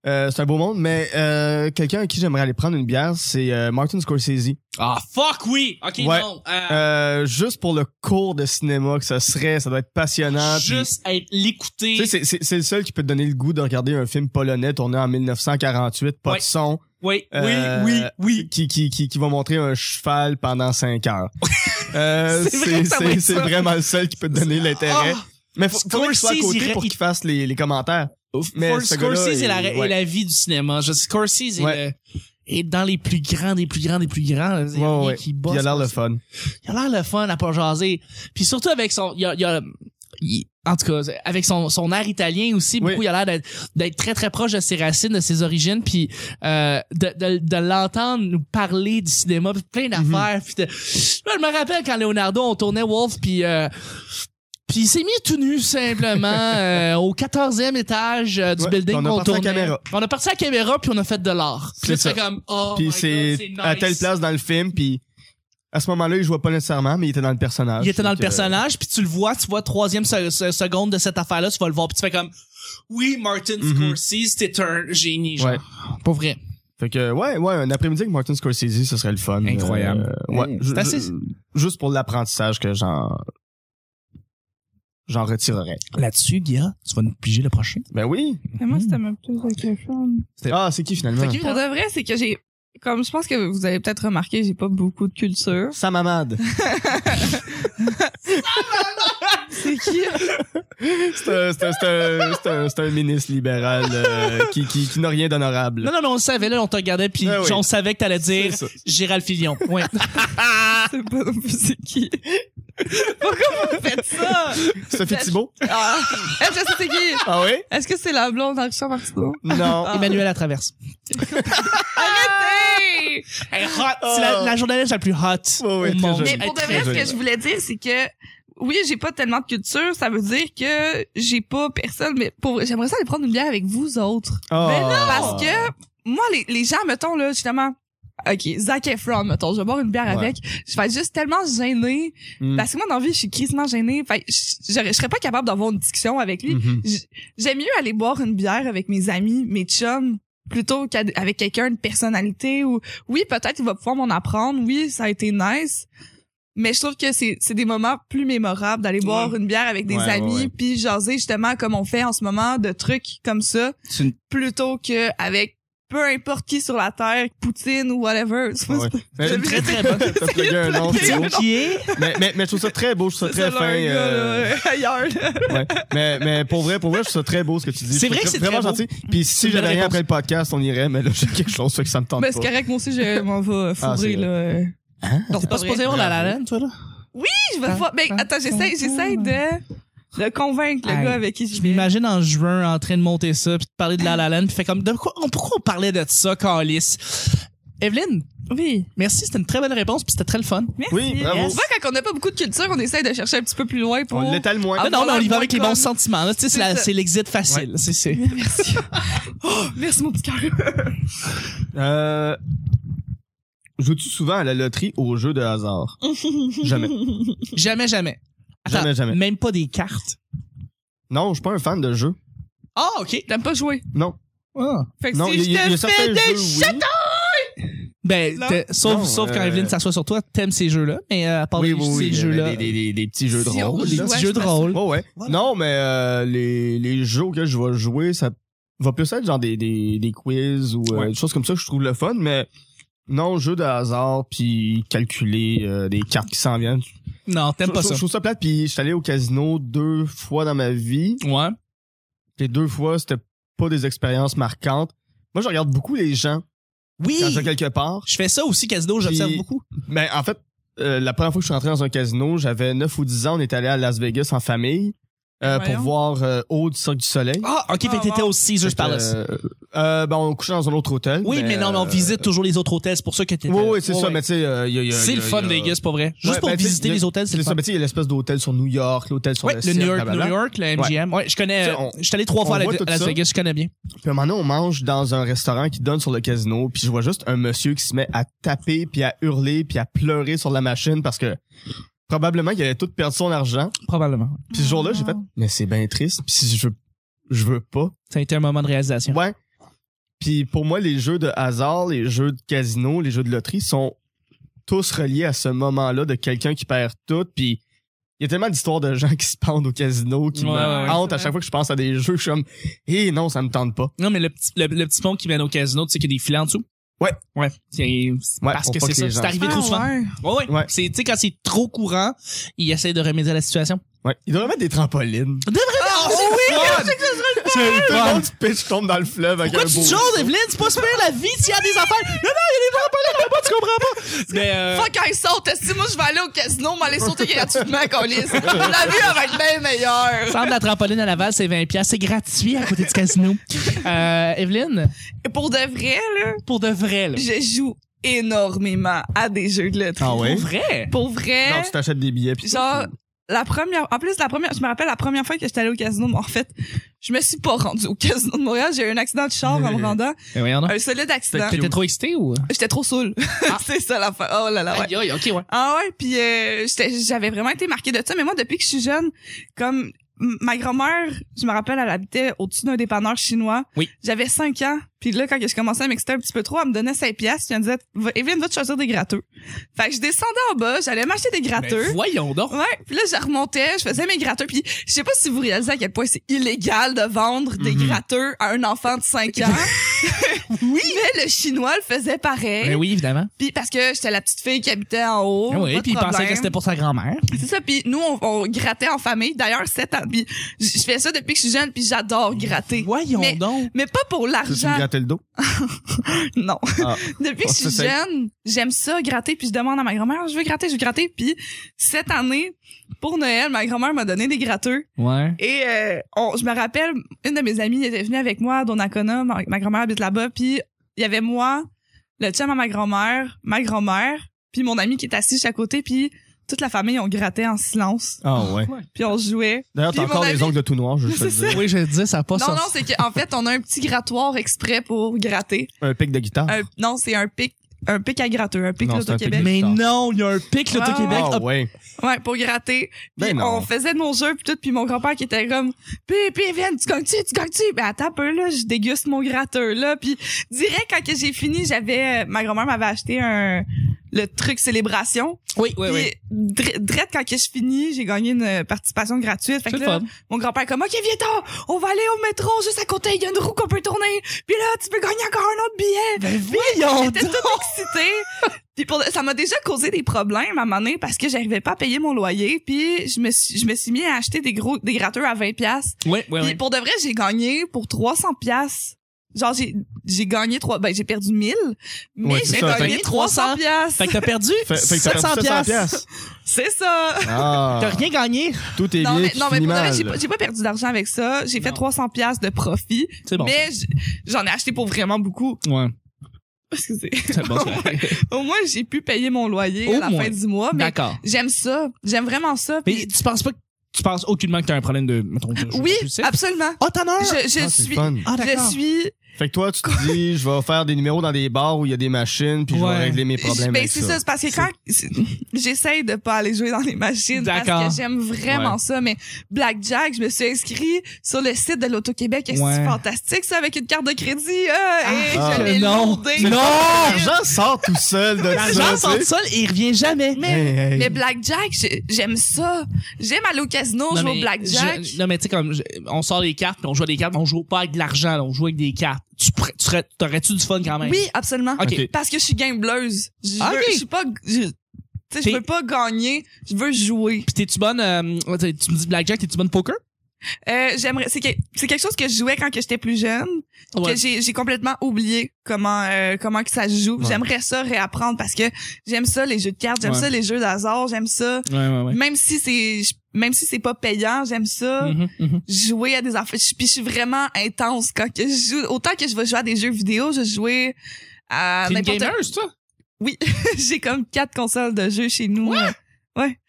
D: Euh, c'est un beau monde, mais euh, quelqu'un à qui j'aimerais aller prendre une bière, c'est euh, Martin Scorsese.
B: Ah, fuck oui! Ok,
D: Ouais.
B: non. euh,
D: Euh, juste pour le cours de cinéma que ça serait, ça doit être passionnant. puis-
B: juste être l'écouter.
D: Tu sais, c'est- c'est c'est le seul qui peut te donner le goût de regarder un film polonais tourné en 1948, pas
B: Ouais.
D: de son,
B: Oui,
D: Euh,
B: oui, oui,
D: qui, qui, qui, qui va montrer un cheval pendant 5 heures. Euh,
B: C'est vrai
D: c'est
B: que ça va
D: c'est-
B: être
D: c'est
B: ça. Ah!
D: vraiment le seul qui peut te donner
B: oui.
D: l'intérêt. Mais faut, faudrait qu'il soit à
B: Scorsese,
D: côté
B: il-
D: pour qu'il fasse les, les commentaires. Mais
B: mais
D: ce gars-là,
B: Scorsese est,
D: il-
B: la, est
D: ouais.
B: la vie du cinéma. Je, Scorsese est,
D: Ouais.
B: le- est dans les plus grands, des plus grands, des plus grands. Il y a
D: Ouais,
B: rien
D: ouais.
B: qui
D: Puis
B: bosse
D: il a l'air
B: comme
D: le
B: ça.
D: fun.
B: Il a l'air le fun à pas jaser. Puis surtout avec son. Il y a, il y a- il- en tout cas, avec son, son air italien aussi,
D: Oui.
B: beaucoup, il a l'air d'être- d'être très très proche de ses racines, de ses origines, puis euh, de, de, de l'entendre nous parler du cinéma, puis
D: Mhm.
B: plein d'affaires. puis de- Moi, je me rappelle quand Leonardo, on tournait Wolf, puis euh, puis il s'est mis tout nu simplement euh, au 14e étage euh, du
D: Ouais,
B: building
D: puis on a
B: qu'on
D: parti la
B: tournait.
D: caméra.
B: On a parti la caméra puis on a fait de l'art. Puis là,
D: C'est
B: tu fais comme oh my
D: puis
B: God,
D: c'est à
B: nice.
D: telle place dans le film, puis à ce moment-là, il jouait pas nécessairement, mais il était dans le personnage.
B: Il était dans le
D: Donc, euh,
B: personnage, puis tu le vois, tu vois troisième se- se- seconde de cette affaire-là, tu vas le voir, puis tu fais comme oui, Martin
D: Mhm.
B: Scorsese, t'es un génie, genre.
D: Ouais.
B: Pas vrai.
D: Fait que, ouais, ouais, un après-midi avec Martin Scorsese, ce serait le fun.
B: Incroyable.
D: Euh, ouais,
B: Mmh.
D: ju-
B: C'est assez-
D: ju- Juste pour l'apprentissage que j'en. J'en retirerais.
B: Là-dessus, Guilla, tu vas nous piger le prochain.
D: Ben oui.
C: Mais moi, c'était même plus Zac Efron.
D: Ah, c'est qui finalement?
B: Fait que-
C: Pour de vrai, c'est que j'ai comme je pense que vous avez peut-être remarqué, j'ai pas beaucoup de culture.
D: hein? Samamad.
C: C'est qui?
D: C'est un, c'est un- c'est un- c'est un- c'est un ministre libéral euh, qui, qui, qui n'a rien d'honorable.
B: Non, non, mais on le savait, là, on te regardait, puis
D: Ah oui.
B: on savait que t'allais dire
D: C'est ça.
B: Gérald Fillon. Ouais.
C: C'est pas non plus c'est qui. Pourquoi vous faites ça?
D: Sophie
C: Je-
D: Thibault?
C: Ah. Eh, je sais c'est qui.
D: Ah oui?
C: Est-ce que c'est la blonde d'Henri Martineau?
D: Non.
C: Ah.
B: Emmanuel à traverse.
C: Arrêtez!
B: C'est la,
D: Ah.
B: la journaliste la plus hot
D: Ouais,
B: au
D: ouais, très
B: monde.
D: jolie.
C: Mais pour de
B: Elle est
C: vrai,
B: très jolie.
C: ce que je voulais dire, c'est que oui, j'ai pas tellement de culture, ça veut dire que j'ai pas personne, mais pour vrai, j'aimerais ça aller prendre une bière avec vous autres.
D: Ah.
C: Mais non! Parce que moi, les, les gens, mettons, là, finalement, OK, Zac Efron, mettons, je vais boire une bière
D: Ouais.
C: avec. Je vais être juste tellement gênée.
D: Mm.
C: Parce que moi, dans la vie, je suis crissement gênée. Fait, que je, je- je serais pas capable d'avoir une discussion avec lui.
D: Mhm.
C: J- J'aime mieux aller boire une bière avec mes amis, mes chums, plutôt qu'avec quelqu'un de personnalité ou oui, peut-être il va pouvoir m'en apprendre. Oui, ça a été nice. Mais je trouve que c'est c'est des moments plus mémorables d'aller boire une bière avec des
D: Ouais, ouais,
C: amis
D: ouais.
C: puis jaser justement comme on fait en ce moment de trucs comme ça
B: C'est une-
C: plutôt que avec peu importe qui sur la terre, Poutine ou whatever. C'est pas-
D: Ouais. Mais-
C: C'est une
B: Très, très bonne.
D: T'as plugué un nom,
C: C'est
D: c'est beau.
B: Qui est?
D: Mais, mais, mais je trouve ça très beau, je trouve ça
C: c'est ça,
D: très fin.
C: là, un gars, là,
D: euh,
C: ailleurs. là.
D: ouais. mais, mais pour vrai, pour vrai, je trouve ça très beau ce que tu dis.
B: C'est vrai
D: Je
B: que
D: trouve
B: c'est
D: vraiment
B: très
D: gentil. Puis
B: C'est
D: si
B: une
D: j'avais
B: belle
D: rien
B: réponse.
D: après le podcast, on irait, mais là, j'ai quelque chose fait que ça me tente
C: Mais
D: pas.
C: c'est correct, moi aussi je m'en vais
D: Ah,
C: fourrer
D: c'est
C: là. euh.
B: T'es pas
C: vrai.
B: supposé voir la la Land, toi, là?
C: Je vais voir. Mais attends, j'essaie, j'essaie de, de convaincre le
B: Hey,
C: gars avec qui euh, je
B: Je
C: vais.
B: m'imagine en juin en train de monter ça, puis de parler de la la Land, puis fait comme, de quoi, on- pourquoi on parlait de ça, Calis? Evelyne,
C: Oui.
B: merci, c'était une très bonne réponse, puis c'était très le fun.
C: Merci.
D: Oui, bravo.
C: On voit quand on n'a pas beaucoup de culture, on essaie de chercher un petit peu plus loin pour.
D: On l'étale moins.
C: Ah,
B: Mais non, mais on y va avec les
C: Comme-
B: bons sentiments, là. Tu sais, c'est
C: C'est
B: la-
C: ça.
B: c'est l'exit facile. C'est, c'est.
C: Merci. oh, merci mon petit cœur.
D: Euh, Joues-tu souvent à la loterie au jeu de hasard? jamais.
B: Jamais, jamais. Attends,
D: Jamais, jamais.
B: Même pas des cartes.
D: Non, je suis pas un fan de jeu.
B: Ah, OK.
C: T'aimes pas jouer.
D: Non.
B: Ah.
C: Fait que
D: Non,
C: si
D: il y, a- il y a
C: je te fais
D: certains
C: des
D: jeux.
C: ch-
D: Oui.
B: Ben,
C: Non.
B: t'es- sauf,
D: Non,
B: sauf quand
D: euh,
B: Evelyne s'assoit sur toi, t'aimes ces jeux-là, mais euh, à part
D: Oui,
B: les-
D: oui,
B: ces
D: oui, il y avait
B: jeux-là,
D: Des, des, des, des petits jeux
C: Si on
D: drôles.
B: les
D: là.
B: petits
C: Ouais,
B: jeux
C: je
B: drôles.
D: Ouais, ouais.
B: Voilà.
D: Non, mais euh, les, les jeux auxquels je vais jouer, ça va plus être genre des, des, des quiz ou euh,
B: Ouais.
D: des choses comme ça que je trouve le fun, mais non, jeu de hasard, puis calculer euh, des cartes qui s'en viennent.
B: Non,
D: Je,
B: t'aimes pas
D: je-
B: ça.
D: je trouve ça plate, puis je suis allé au casino deux fois dans ma vie.
B: Ouais.
D: Les deux fois, c'était pas des expériences marquantes. Moi, je regarde beaucoup les gens quand je vais quelque part.
B: Je fais ça aussi, Casino, j'observe
D: Puis-
B: beaucoup.
D: Mais en fait, euh, la première fois que je suis rentré dans un casino, j'avais 9 ou 10 ans, on est allé à Las Vegas en famille euh, pour
C: Voyons.
D: voir euh, Haut du Cirque du Soleil.
B: Ah, OK, fait
C: Ah,
B: que t'étais
C: wow.
B: au Caesars
D: Fait que,
B: Palace.
D: euh, euh, ben, on couchait dans un autre hôtel.
B: oui, mais non, mais on
D: euh,
B: visite toujours les autres hôtels, c'est pour ça que t'étais...
D: Oui, oui, c'est
B: Ouais,
D: ça,
B: ouais.
D: mais tu sais, euh, y a- y a-
B: C'est
D: y a-
B: le fun,
D: y a-
B: Vegas, pas vrai. Juste
D: Ouais,
B: pour
D: ben, tu sais,
B: visiter
D: y a-
B: les hôtels, c'est
D: C'est
B: le
D: ça,
B: fun.
D: mais tu sais, il y a l'espèce d'hôtel sur New York, l'hôtel sur
B: Ouais,
D: le
B: le
D: cirque,
B: New York,
D: blablabla.
B: New York, la MGM. Ouais, je connais.
D: Tu sais, on-
B: Je suis allé trois
D: on
B: fois à la-
D: voit tout
B: à Las
D: ça.
B: Vegas, je connais bien.
D: Puis à un moment donné, on mange dans un restaurant qui donne sur le casino, puis je vois juste un monsieur qui se met à taper, puis à hurler, puis à pleurer sur la machine parce que probablement qu'il avait tout perdu son argent.
B: Probablement.
D: Puis ce jour-là, j'ai fait,
B: Ah.
D: mais c'est bien triste, puis si je veux, je veux pas.
B: Ça a été un moment de réalisation.
D: Ouais. Puis pour moi, les jeux de hasard, les jeux de casino, les jeux de loterie sont tous reliés à ce moment-là de quelqu'un qui perd tout. Puis il y a tellement d'histoires de gens qui se pendent au casino qui
B: Ouais,
D: me
B: ouais, ouais,
D: hantent
C: c'est
D: à
C: vrai.
D: chaque fois que je pense à des jeux. Je suis comme, hé non, ça me tente pas.
B: Non, mais le petit, le, le petit pont qui mène au casino, tu sais qu'il y a des filets en dessous.
D: Ouais.
B: Ouais. C'est-
D: Ouais,
B: parce
D: pour
B: que
D: pas
B: c'est
D: que
B: ça.
D: les gens-
B: C'est arrivé trop souvent.
C: ouais.
B: Ouais, ouais.
D: Ouais.
B: C'est, tu sais, quand c'est trop courant, ils essaient de remédier à la situation.
D: Ouais. Il devrait mettre des trampolines.
B: Ah,
D: Oui, Tout le monde se pitch, tombe dans le fleuve avec
B: Pourquoi
D: un
B: tu
D: beau.
B: te jaunes, Evelyne? C'est pas super la vie, s'il y a des affaires. Non, non, il y a des trampolines là-bas, tu comprends pas. Mais, euh,
C: Fuck, quand ils sautent, si moi je vais aller au casino, m'aller sauter gratuitement, Colis. La vie va être bien meilleure.
B: Centre de la trampoline à Laval, c'est 20$. piastres. C'est gratuit à côté du casino. Euh, Evelyne,
C: Et pour de vrai, là,
B: pour de vrai, là.
C: je joue énormément à des jeux de loterie.
D: Ah ouais?
B: Pour vrai?
C: Pour vrai.
D: Non, tu t'achètes des billets. Puis...
C: genre la première en plus la première je me rappelle la première fois que j'étais allée au casino mais en fait je me suis pas rendue au casino de Montréal j'ai eu un accident de char en me rendant
B: Eh, voyons donc.
C: un solide accident
B: T'étais trop excité ou?
C: j'étais trop saoul
D: Ah.
C: c'est ça la fin oh là là ouais
B: Aïe, aïe, ok, ouais.
C: ah ouais puis euh, j'étais- j'avais vraiment été marquée de ça mais moi depuis que je suis jeune comme m- ma grand-mère je me rappelle elle habitait au-dessus d'un dépanneur chinois
B: Oui.
C: j'avais 5 ans Puis là, quand je commençais à m'exciter un petit peu trop, elle me donnait 5 piastres. Puis elle me disait, Va- Evelyne, va te choisir des gratteux. Fait que je descendais en bas, j'allais m'acheter des gratteux.
B: Ben, voyons donc.
C: Ouais, puis là je remontais, je faisais mes gratteux puis je sais pas si vous réalisez à quel point c'est illégal de vendre des
B: Mhm.
C: gratteux à un enfant de 5 ans. oui, mais le chinois le faisait pareil.
B: Ben oui, évidemment.
C: Puis parce que j'étais la petite fille qui habitait en haut,
B: Ben oui,
C: Oh, pas de
B: puis il pensait que
C: problème.
B: c'était pour sa grand-mère.
C: C'est ça, puis nous on, on grattait en famille. D'ailleurs, 7 ans. Puis je je fais ça depuis que je suis jeune, puis j'adore gratter.
B: Voyons
C: Mais-
B: donc.
C: Mais pas pour
D: Tu veux me
C: l'argent,
D: gratter le dos?
C: non.
D: Ah.
C: Depuis que je
D: Oh,
C: suis
D: ça, c'est-
C: jeune, j'aime ça gratter puis je demande à ma grand-mère, je veux gratter, je veux gratter. Puis cette année, pour Noël, ma grand-mère m'a donné des gratteux
B: Ouais.
C: Et euh, on- je me rappelle, une de mes amies était venue avec moi à Donnacona, ma, ma grand-mère habite là-bas, puis il y avait moi, le chum à ma grand-mère, ma grand-mère, puis mon ami qui est assis à côté, puis toute la famille, on grattait en silence,
D: Ah ouais.
C: puis on jouait.
D: D'ailleurs, t'as
C: Puis,
D: encore
C: mon
D: les
C: avis-
D: ongles de tout noir, je veux juste te
C: C'est ça.
D: le dire.
B: Oui, je le dis, ça
D: Oh,
B: a pas
C: Non,
B: sorti.
C: non, c'est qu'en fait, on a un petit grattoir exprès pour gratter.
D: Un pic de guitare.
C: Un- non, c'est un pic un pic à gratteux, un pic
D: Non, c'est un
C: l'Auto-Québec.
B: Mais non, il y a un pic, l'Auto-Québec.
D: Ah
B: a-
D: ouais.
C: Ouais, pour gratter. Puis
D: Ben non.
C: on faisait nos jeux puis tout, puis mon grand-père qui était comme Puis puis viens, tu gagnes-tu, tu gagnes-tu? Ben attends un peu là, je déguste mon gratteur là. Puis direct quand que j'ai fini, j'avais euh, ma grand-mère m'avait acheté un le truc célébration.
B: Oui, oui,
C: puis
B: oui.
C: dre- direct quand que je finis, j'ai gagné une euh, participation gratuite. Fait
B: C'est
C: que
B: le
C: là,
B: fun.
C: mon grand-père comme OK, viens t'en, on va aller au métro juste à côté, il y a une roue qu'on peut tourner. Puis là, tu peux gagner encore un autre billet.
B: Ben voyons
C: J'étais toute excitée. Puis pour, ça m'a déjà causé des problèmes à un moment donné parce que j'arrivais pas à payer mon loyer. Puis je me suis, je me suis mis à acheter des gros des gratteurs à 20 pièces.
B: Oui, oui,
C: Puis
B: oui.
C: pour de vrai, j'ai gagné pour 300 pièces. Genre j'ai j'ai gagné trois ben j'ai perdu 1000, mais
D: Ouais, c'est
C: j'ai
D: ça,
C: gagné
B: fait que-
C: 300 pièces.
B: Fait que t'as perdu
D: Fait, fait que
B: 700
D: t'as perdu 700
B: piastres.
D: piastres.
C: C'est ça.
D: Ah.
B: T'as rien gagné.
D: Tout est
C: Non
D: lié,
C: mais
D: tu
C: non mais
D: finis
C: pour de vrai,
D: mal.
C: j'ai pas j'ai pas perdu d'argent avec ça, j'ai fait
B: Non.
C: 300 pièces de profit,
B: C'est bon.
C: mais j- j'en ai acheté pour vraiment beaucoup.
B: Ouais.
C: Excusez.
B: C'est bon. c'est vrai.
C: Au moins j'ai pu payer mon loyer
B: Au
C: à la
B: moins.
C: fin du mois, mais
B: D'accord.
C: J'aime ça. J'aime vraiment ça.
B: Mais
C: Puis,
B: tu penses pas que tu penses aucunement que t'as un problème de mettons de
C: oui,
B: compulsif?
C: absolument.
B: Ah, t'en as un?
C: Je, je
D: Ah, c'est
C: suis.
D: fun.
B: Ah
C: Je suis.
D: Fait que toi, tu te dis, je vais faire des numéros dans des bars où il y a des machines, puis je
B: Ouais.
D: vais régler mes problèmes
C: Ben,
D: avec
C: c'est
D: ça.
C: ça, c'est parce que quand j'essaye de pas aller jouer dans les machines parce
B: D'accord.
C: que j'aime vraiment
D: Ouais.
C: ça, mais Blackjack, je me suis inscrit sur le site de l'Auto-Québec, et
B: Ouais.
C: c'est fantastique ça avec une carte de crédit. euh, et
D: Ah.
C: je l'ai
B: Non.
C: lourdé.
B: Non.
D: L'argent sort tout seul de
B: L'argent
D: ça.
B: sort
D: tu sais.
B: seul et il revient jamais.
D: Hey, hey.
C: Mais Blackjack, j'ai- j'aime ça. J'aime aller au casino,
B: Non,
C: jouer
B: mais
C: au Blackjack.
B: je- non, mais tu sais, comme, je- on sort les cartes, puis on joue à des cartes, mais on joue pas avec de l'argent, là, on joue avec des cartes. Tu, pr- tu serais- t'aurais-tu du fun quand même?
C: Oui, absolument.
B: OK.
D: Ok.
C: Parce que je suis gambleuse. Je,
B: Ah,
C: veux-
B: ok.
C: je suis pas. Je, tu sais, je
B: T'es-
C: veux pas gagner. Je veux jouer.
B: Puis t'es-tu bonne, euh, ouais, t'sais, tu me dis blackjack, t'es-tu bonne poker?
C: Euh, j'aimerais. C'est que, c'est quelque chose que je jouais quand que j'étais plus jeune.
B: Ouais.
C: Que j'ai, j'ai complètement oublié comment euh, comment que ça se joue.
D: Ouais.
C: J'aimerais ça réapprendre parce que j'aime ça les jeux de cartes, j'aime
B: Ouais.
C: ça les jeux d'hasard, j'aime ça.
B: Ouais, ouais, ouais.
C: Même si c'est je- même si c'est pas payant, j'aime ça.
B: Mhm, mhm.
C: Jouer à des affaires. Je- Puis je suis vraiment intense quand que je joue. Autant que je vais jouer à des jeux vidéo, je jouais à
B: T'es une
C: n'importe
B: gameuse, toi?
C: J'ai comme quatre consoles de jeux chez nous.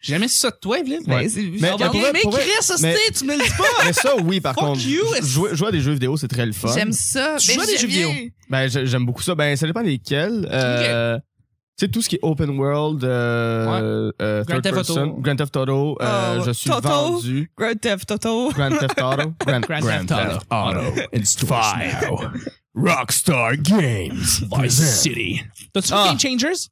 B: J'ai jamais su ça de toi, Evelyne.
D: Ouais. Mais
B: Mais,
D: pour vrai- pour vrai-
B: Chris, hostie,
D: mais-
B: tu me le dis pas.
D: Mais ça, oui, par
B: Fuck
D: contre.
B: you, est-ce-
D: Jouer, jouer à des jeux vidéo, c'est très le fun.
C: J'aime ça.
B: Tu
C: Ben,
B: joues à des jeux
C: j'aime bien.
D: Ben, j'ai- j'aime beaucoup ça. Ben, ça dépend lesquels. Euh, Tu sais, tout ce qui est open world, euh, euh,
B: Grand
D: third
B: Theft Auto.
D: person, Grand Theft Auto, euh,
C: Oh,
D: je suis
C: Toto.
D: vendu.
C: Grand Theft Auto.
D: Grand Theft Auto. Grand,
B: Grand Theft Auto.
D: It's fire. Rockstar Games.
B: Vice City. T'as-tu vu
D: Ah.
B: Game Changers?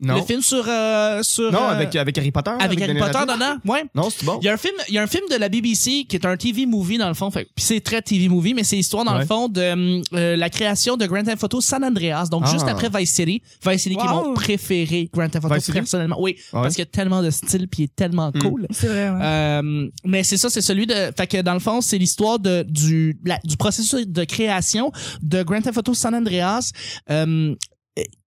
D: Non.
B: Le film sur, euh, sur,
D: Non,
B: euh,
D: avec, avec Harry Potter.
B: avec Harry
D: Daniel
B: Potter
D: Radcliffe.
B: dedans? Ouais.
D: Non, c'est bon.
B: Il y a un film, il y a un film de la BBC qui est un TV movie dans le fond. Fait, puis c'est très TV movie, mais c'est l'histoire dans le
D: Ouais.
B: fond de hum, euh, la création de Grand Theft Auto San Andreas. Donc
D: Ah.
B: juste après Vice City, Vice City qui est
C: Wow.
B: mon préféré Grand Theft Auto
D: Vice City? Ah
B: personnellement. Oui,
D: Ouais.
B: parce qu'il y a tellement de style puis il est tellement
D: Mm.
B: cool.
C: C'est vrai, ouais.
B: Euh, mais c'est ça, c'est celui de. Fait que dans le fond, c'est l'histoire de du la- du processus de création de Grand Theft Auto San Andreas. euh,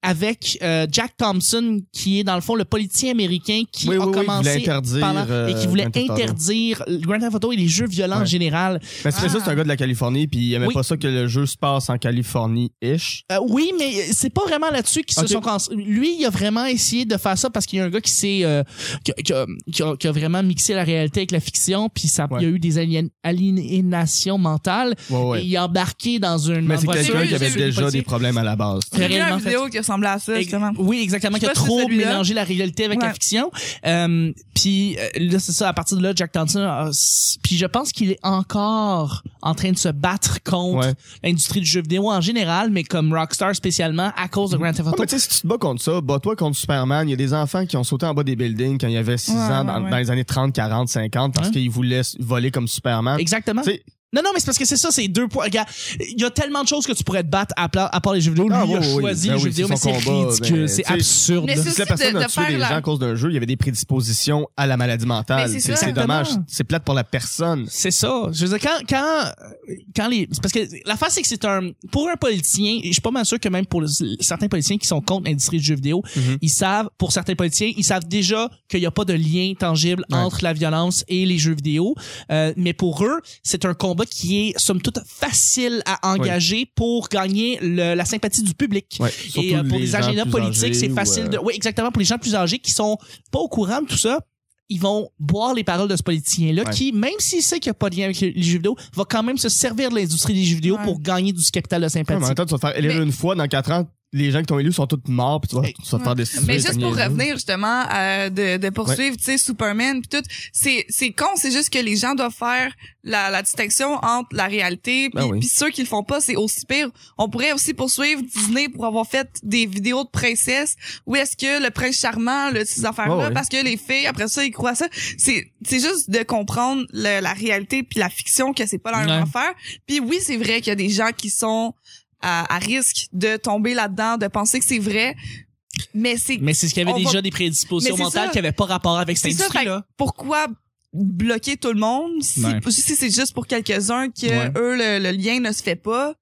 B: avec euh, Jack Thompson, qui est dans le fond le politicien américain qui
D: Oui,
B: a
D: oui, oui, il
B: commencé
D: voulait interdire,
B: parlant- et qui
D: euh,
B: voulait
D: Grand Theft Auto.
B: interdire le Grand Theft Auto et les jeux violents en
D: Ouais.
B: général.
D: Ben, c'est
C: Ah.
D: ça, c'est un gars de la Californie, puis il aimait
B: Oui.
D: pas ça que le jeu se passe en Californie-ish.
B: Euh, oui, mais c'est pas vraiment là-dessus qu'ils
D: Ok.
B: se sont. cons- Lui, il a vraiment essayé de faire ça parce qu'il y a un gars qui s'est, euh, qui, a- qui a, qui a- qui a vraiment mixé la réalité avec la fiction, puis ça, il
D: Ouais.
B: y a eu des alien- aliénations mentales.
D: Ouais, ouais.
B: Et il est embarqué dans une.
D: Mais c'est
B: dans une
D: quelqu'un
B: voiture,
D: qui avait
B: il s'est
D: déjà
B: fait
D: des problèmes à la base.
B: J'ai
C: J'ai vu
B: réellement
C: une
B: fait
C: vidéo qui ressemblait à ça,
B: Ex-
C: justement.
B: Oui, exactement,
C: Je
B: qui
C: sais
B: a
C: pas si c'est
B: trop
C: celui-là.
B: mélangé la réalité avec la
C: Ouais.
B: fiction. Euh, puis euh, là, c'est ça, à partir de là, Jack Thompson, a- s- puis je pense qu'il est encore en train de se battre contre
D: Ouais.
B: l'industrie du jeu vidéo en général, mais comme Rockstar spécialement, à cause de Grand Theft
D: Ah,
B: Auto.
D: mais tu sais, si tu te bats contre ça, bats-toi contre Superman. Il y a des enfants qui ont sauté en bas des buildings quand il y avait 6
C: Ouais,
D: ans
C: ouais,
D: dans,
C: ouais.
D: dans les années 30, 40, 50 parce
B: Hein?
D: qu'ils voulaient s- voler comme Superman.
B: Exactement.
D: Tu sais-
B: Non, non, mais c'est parce que c'est ça, c'est deux points. Regarde, il y a tellement de choses que tu pourrais te battre à, pla- à part les jeux vidéo. Lui,
D: Ah,
B: il a
D: oui, oui.
B: choisi
D: Ben
B: les jeux
D: oui,
B: vidéo,
D: c'est
B: mais
D: son
B: c'est
D: combat,
B: ridicule,
D: ben,
B: c'est
D: tu sais.
B: absurde.
C: Mais c'est
D: Si la
C: aussi de-
D: personne a
C: de
D: tué
C: faire
D: des
C: la-
D: gens à cause d'un jeu, il y avait des prédispositions à la maladie mentale.
C: Mais c'est
D: C'est
C: ça.
D: c'est dommage.
B: Exactement.
D: C'est plate pour la personne.
B: C'est ça. Je veux dire, quand, quand, quand les, c'est parce que la face, c'est que c'est un, pour un politicien, et je suis pas mal sûr que même pour le- certains politiciens qui sont contre l'industrie du jeu vidéo,
D: Mhm.
B: ils savent, pour certains politiciens, ils savent déjà qu'il n'y a pas de lien tangible
D: Ouais.
B: entre la violence et les jeux vidéo. Euh, mais pour eux, c'est un combat qui est, somme toute, facile à engager pour gagner le- la sympathie du public.
D: Ouais.
B: Et
D: Surtout
B: euh, pour
D: les
B: les
D: gens
B: agendas
D: plus
B: politiques, c'est
D: âgés ou,
B: facile
D: euh,
B: de. Oui, exactement. Pour les gens plus âgés qui sont pas au courant de tout ça, ils vont boire les paroles de ce politicien-là
D: Ouais.
B: qui, même s'il sait qu'il n'y a pas de lien avec les jeux vidéo, va quand même se servir de l'industrie des jeux vidéo
C: Ouais.
B: pour gagner du capital de
D: Ouais, mais en
B: sympathie.
D: même temps, tu vas te faire élire
C: Mais-
D: une fois dans 4 ans. Les gens qui t'ont élu sont tous morts, puis tu vas,
B: Hey.
D: tu vas te faire des
C: Mais juste pour revenir justement euh, de, de poursuivre, tu sais, Superman puis tout, c'est c'est con, c'est juste que les gens doivent faire la, la distinction entre la réalité puis
D: Ben oui.
C: puis ceux qui le font pas, c'est aussi pire. On pourrait aussi poursuivre Disney pour avoir fait des vidéos de princesses où est-ce que le prince charmant, le, ces affaires-là,
D: Ouais, ouais.
C: parce que les filles après ça ils croient à ça. C'est c'est juste de comprendre le- la réalité puis la fiction que c'est pas la même
B: Ouais.
C: affaire. Puis oui, c'est vrai qu'il y a des gens qui sont à, à risque de tomber là-dedans, de penser que c'est vrai. Mais c'est
B: Mais c'est ce qu'il y avait
C: On
B: déjà
C: va-
B: des prédispositions
C: Mais c'est
B: mentales
C: ça.
B: qui n'avaient pas rapport avec cette
C: C'est ça,
B: industrie-là.
C: pourquoi bloquer tout le monde si,
B: Ouais.
C: si c'est juste pour quelques-uns que
B: Ouais.
C: eux le, le lien ne se fait pas